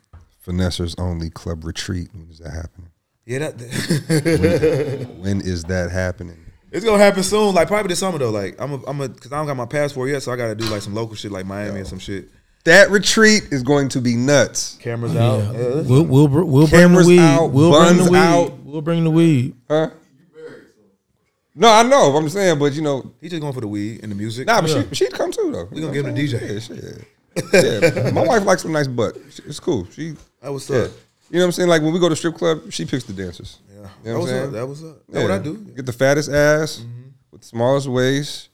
A: finessers only club retreat? When is that happening?
C: yeah, that
A: When is that happening?
C: It's gonna happen soon, like probably this summer though. Like I'm, a, I'm, a, cause I don't got my passport yet, so I gotta do like some local shit, like Miami and some shit.
A: That retreat is going to be nuts.
C: Cameras
B: Yeah.
C: out. Yeah.
B: We'll we'll br- we'll bring the
A: Oh, Cameras
B: weed.
A: out,
B: we'll bring the
A: buns
B: weed.
A: out.
B: We'll bring the weed.
A: Huh? No, I know. I'm saying, but you know,
C: He just going for the weed and the music.
A: nah, but she she'd come too though.
C: We gonna give him the
A: Yeah,
C: DJ.
A: shit. yeah, my wife likes some nice butt. She- It's cool. She,
C: That was
A: yeah.
C: up.
A: you know what I'm saying? Like when we go to strip club, she picks the dancers.
C: Yeah.
A: You
C: That
A: know what
C: was
A: I'm
C: up.
A: saying?
C: That was up. That's what I
A: Yeah.
C: do. Mm-hmm.
A: Get the fattest ass with the smallest waist.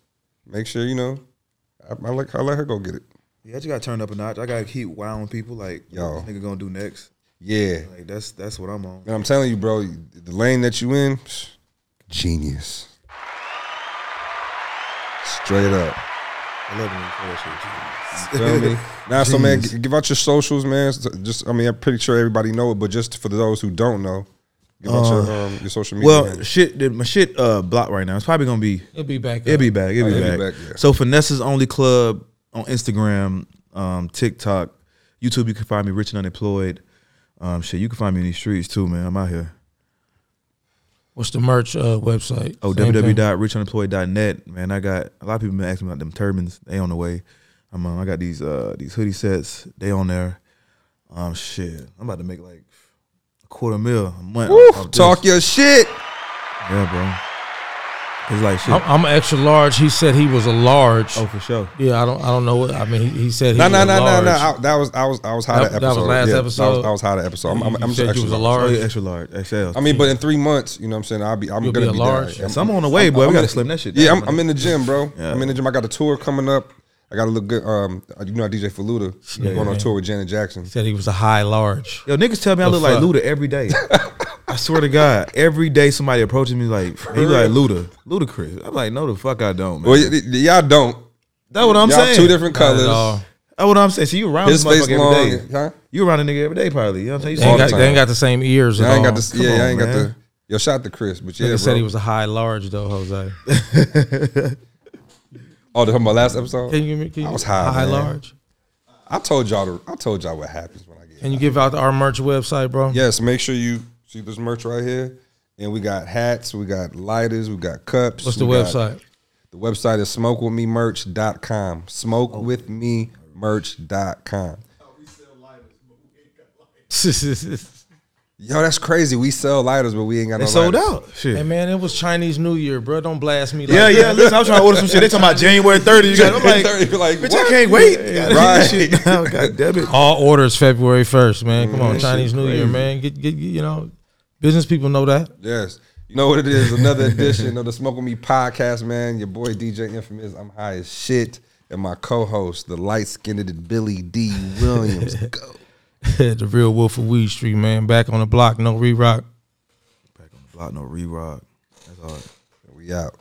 A: Make sure you know. I, I like. I let her go get it.
C: Yeah, I just gotta turn up a notch. I gotta keep wowing people. Like,
A: Yo.
C: what this nigga gonna do next?
A: Yeah,
C: Like that's that's what I'm on.
A: and I'm telling you, bro, the lane that you in, psh, genius. Straight up,
C: I love when you say that shit.
A: feel me? Now, so man,
B: Genius.
A: g- give out your socials, man. So Just, I mean, I'm pretty sure everybody know it, but just for those who don't know, give out your,
B: Uh,
A: um, your social media.
C: Well,
A: handle.
C: shit, the- my shit uh blocked right now. It's probably gonna be
B: It'll be back.
C: It'll
B: up.
C: be back. It'll be
A: It'll Oh, be
C: back.
A: back, yeah.
C: So Finesse's Only Club on Instagram, um, TikTok, YouTube. You can find me rich and unemployed. Um, shit, you can find me in these streets too, man. I'm out here.
B: What's the merch uh, website?
C: Oh,
B: Same thing.
C: www.richunemployed.net. Man, I got a lot of people been asking me about them turbans. They on the way. I'm, uh, I got these uh, these hoodie sets. They on there. Um, shit, I'm about to make like a quarter mil a month.
A: Woo,
C: off this.
A: talk your shit.
C: yeah, bro. It's like shit.
B: I'm, I'm extra large. He said he was a large.
C: oh, for sure.
B: Yeah, I don't I don't know what I mean. He, he said he
A: No,
B: was
A: no,
B: a
A: no, no,
B: large.
A: no. I- That was I was I was high
B: That-
A: that,
B: that was
A: episode.
B: last
A: Yeah, I
B: episode.
A: was, I was high that episode. I'm, I'm, I'm
B: You said
A: just
B: you was a
A: extra-
C: Oh,
B: large.
C: yeah, extra large. XL.
A: I mean, but in three months, you know what I'm saying? I'll be, I'm
B: You'll
A: gonna
B: be a
A: be,
B: large.
A: there.
C: Some on the way, boy. we gotta slim that shit.
A: Yeah,
C: down,
A: I'm,
C: my
A: I'm
C: nigga.
A: in the gym, bro.
C: Yeah.
A: I'm in the gym. I got a tour coming up. I got to look good. Um, you know, I DJ for Luda. I'm going on tour with Janet Jackson.
B: He said he was a high large.
C: Yo, niggas tell me I
B: The
C: look like
B: fuck?
C: Luda every day. I swear to God, every day somebody approaches me like, "Hey, you like Luda, Ludacris." I'm like, "No, the fuck I don't." Man.
A: Well, y- y- y'all don't.
C: That's what I'm
A: y'all
C: saying.
A: two different
B: Not at
A: colors.
B: all.
C: That's what I'm saying. So you around
A: His
C: this
A: face
C: motherfucker
A: long,
C: every day.
A: huh?
C: You around a nigga every day, probably. You know what I'm
B: They ain't,
A: All
C: saying?
A: the
B: got,
A: time.
B: they ain't got the same ears
A: I
B: at
A: ain't
B: all.
A: got the. Yeah,
C: Come
A: y'all
C: on,
A: ain't got the.
C: man.
A: Yo, shout to Chris, but
B: Nigga
A: yeah,
B: said he
A: bro.
B: was a high large though, Jose.
A: Oh, they're talking about last episode.
B: Can you, can you
A: I was high,
B: high
A: man.
B: large?
A: I told y'all. To, I told y'all what happens when I get.
B: Can you give out our merch website, bro?
A: Yes, make sure you see this merch right here. And we got hats, we got lighters, we got cups.
B: What's the
A: we got-
B: website?
A: The website is smokewithmemerch.com.
C: Oh.
A: Smokewithmemerch.com. Yo, that's crazy. We sell lighters, but we ain't got
C: They
A: no
C: sold
A: lighters.
C: out. Shit.
B: hey man, it was Chinese New Year, bro. Don't blast me. Like
C: yeah,
B: that.
C: yeah. Listen, I was trying to order some shit. They talking about January 30. You got, I'm like,
A: You're like,
C: bitch,
A: what?
C: I can't wait.
A: Right.
C: Shit now. God damn it.
B: All orders February first, man. Come on,
C: Mm, that
B: Chinese
C: shit
B: New Year,
C: crazy.
B: man. Get, get get- you know, business people know that.
A: Yes. You know what it is? Another edition of the Smoke With Me podcast, man. Your boy DJ Infamous. I'm high as shit. And my co host, the light skinned Billy D. Williams. Go.
B: the real Wolf of Weed Street, man. Back on the block, no re rock.
C: Back on the block, no re-rock. That's hard.
A: We out.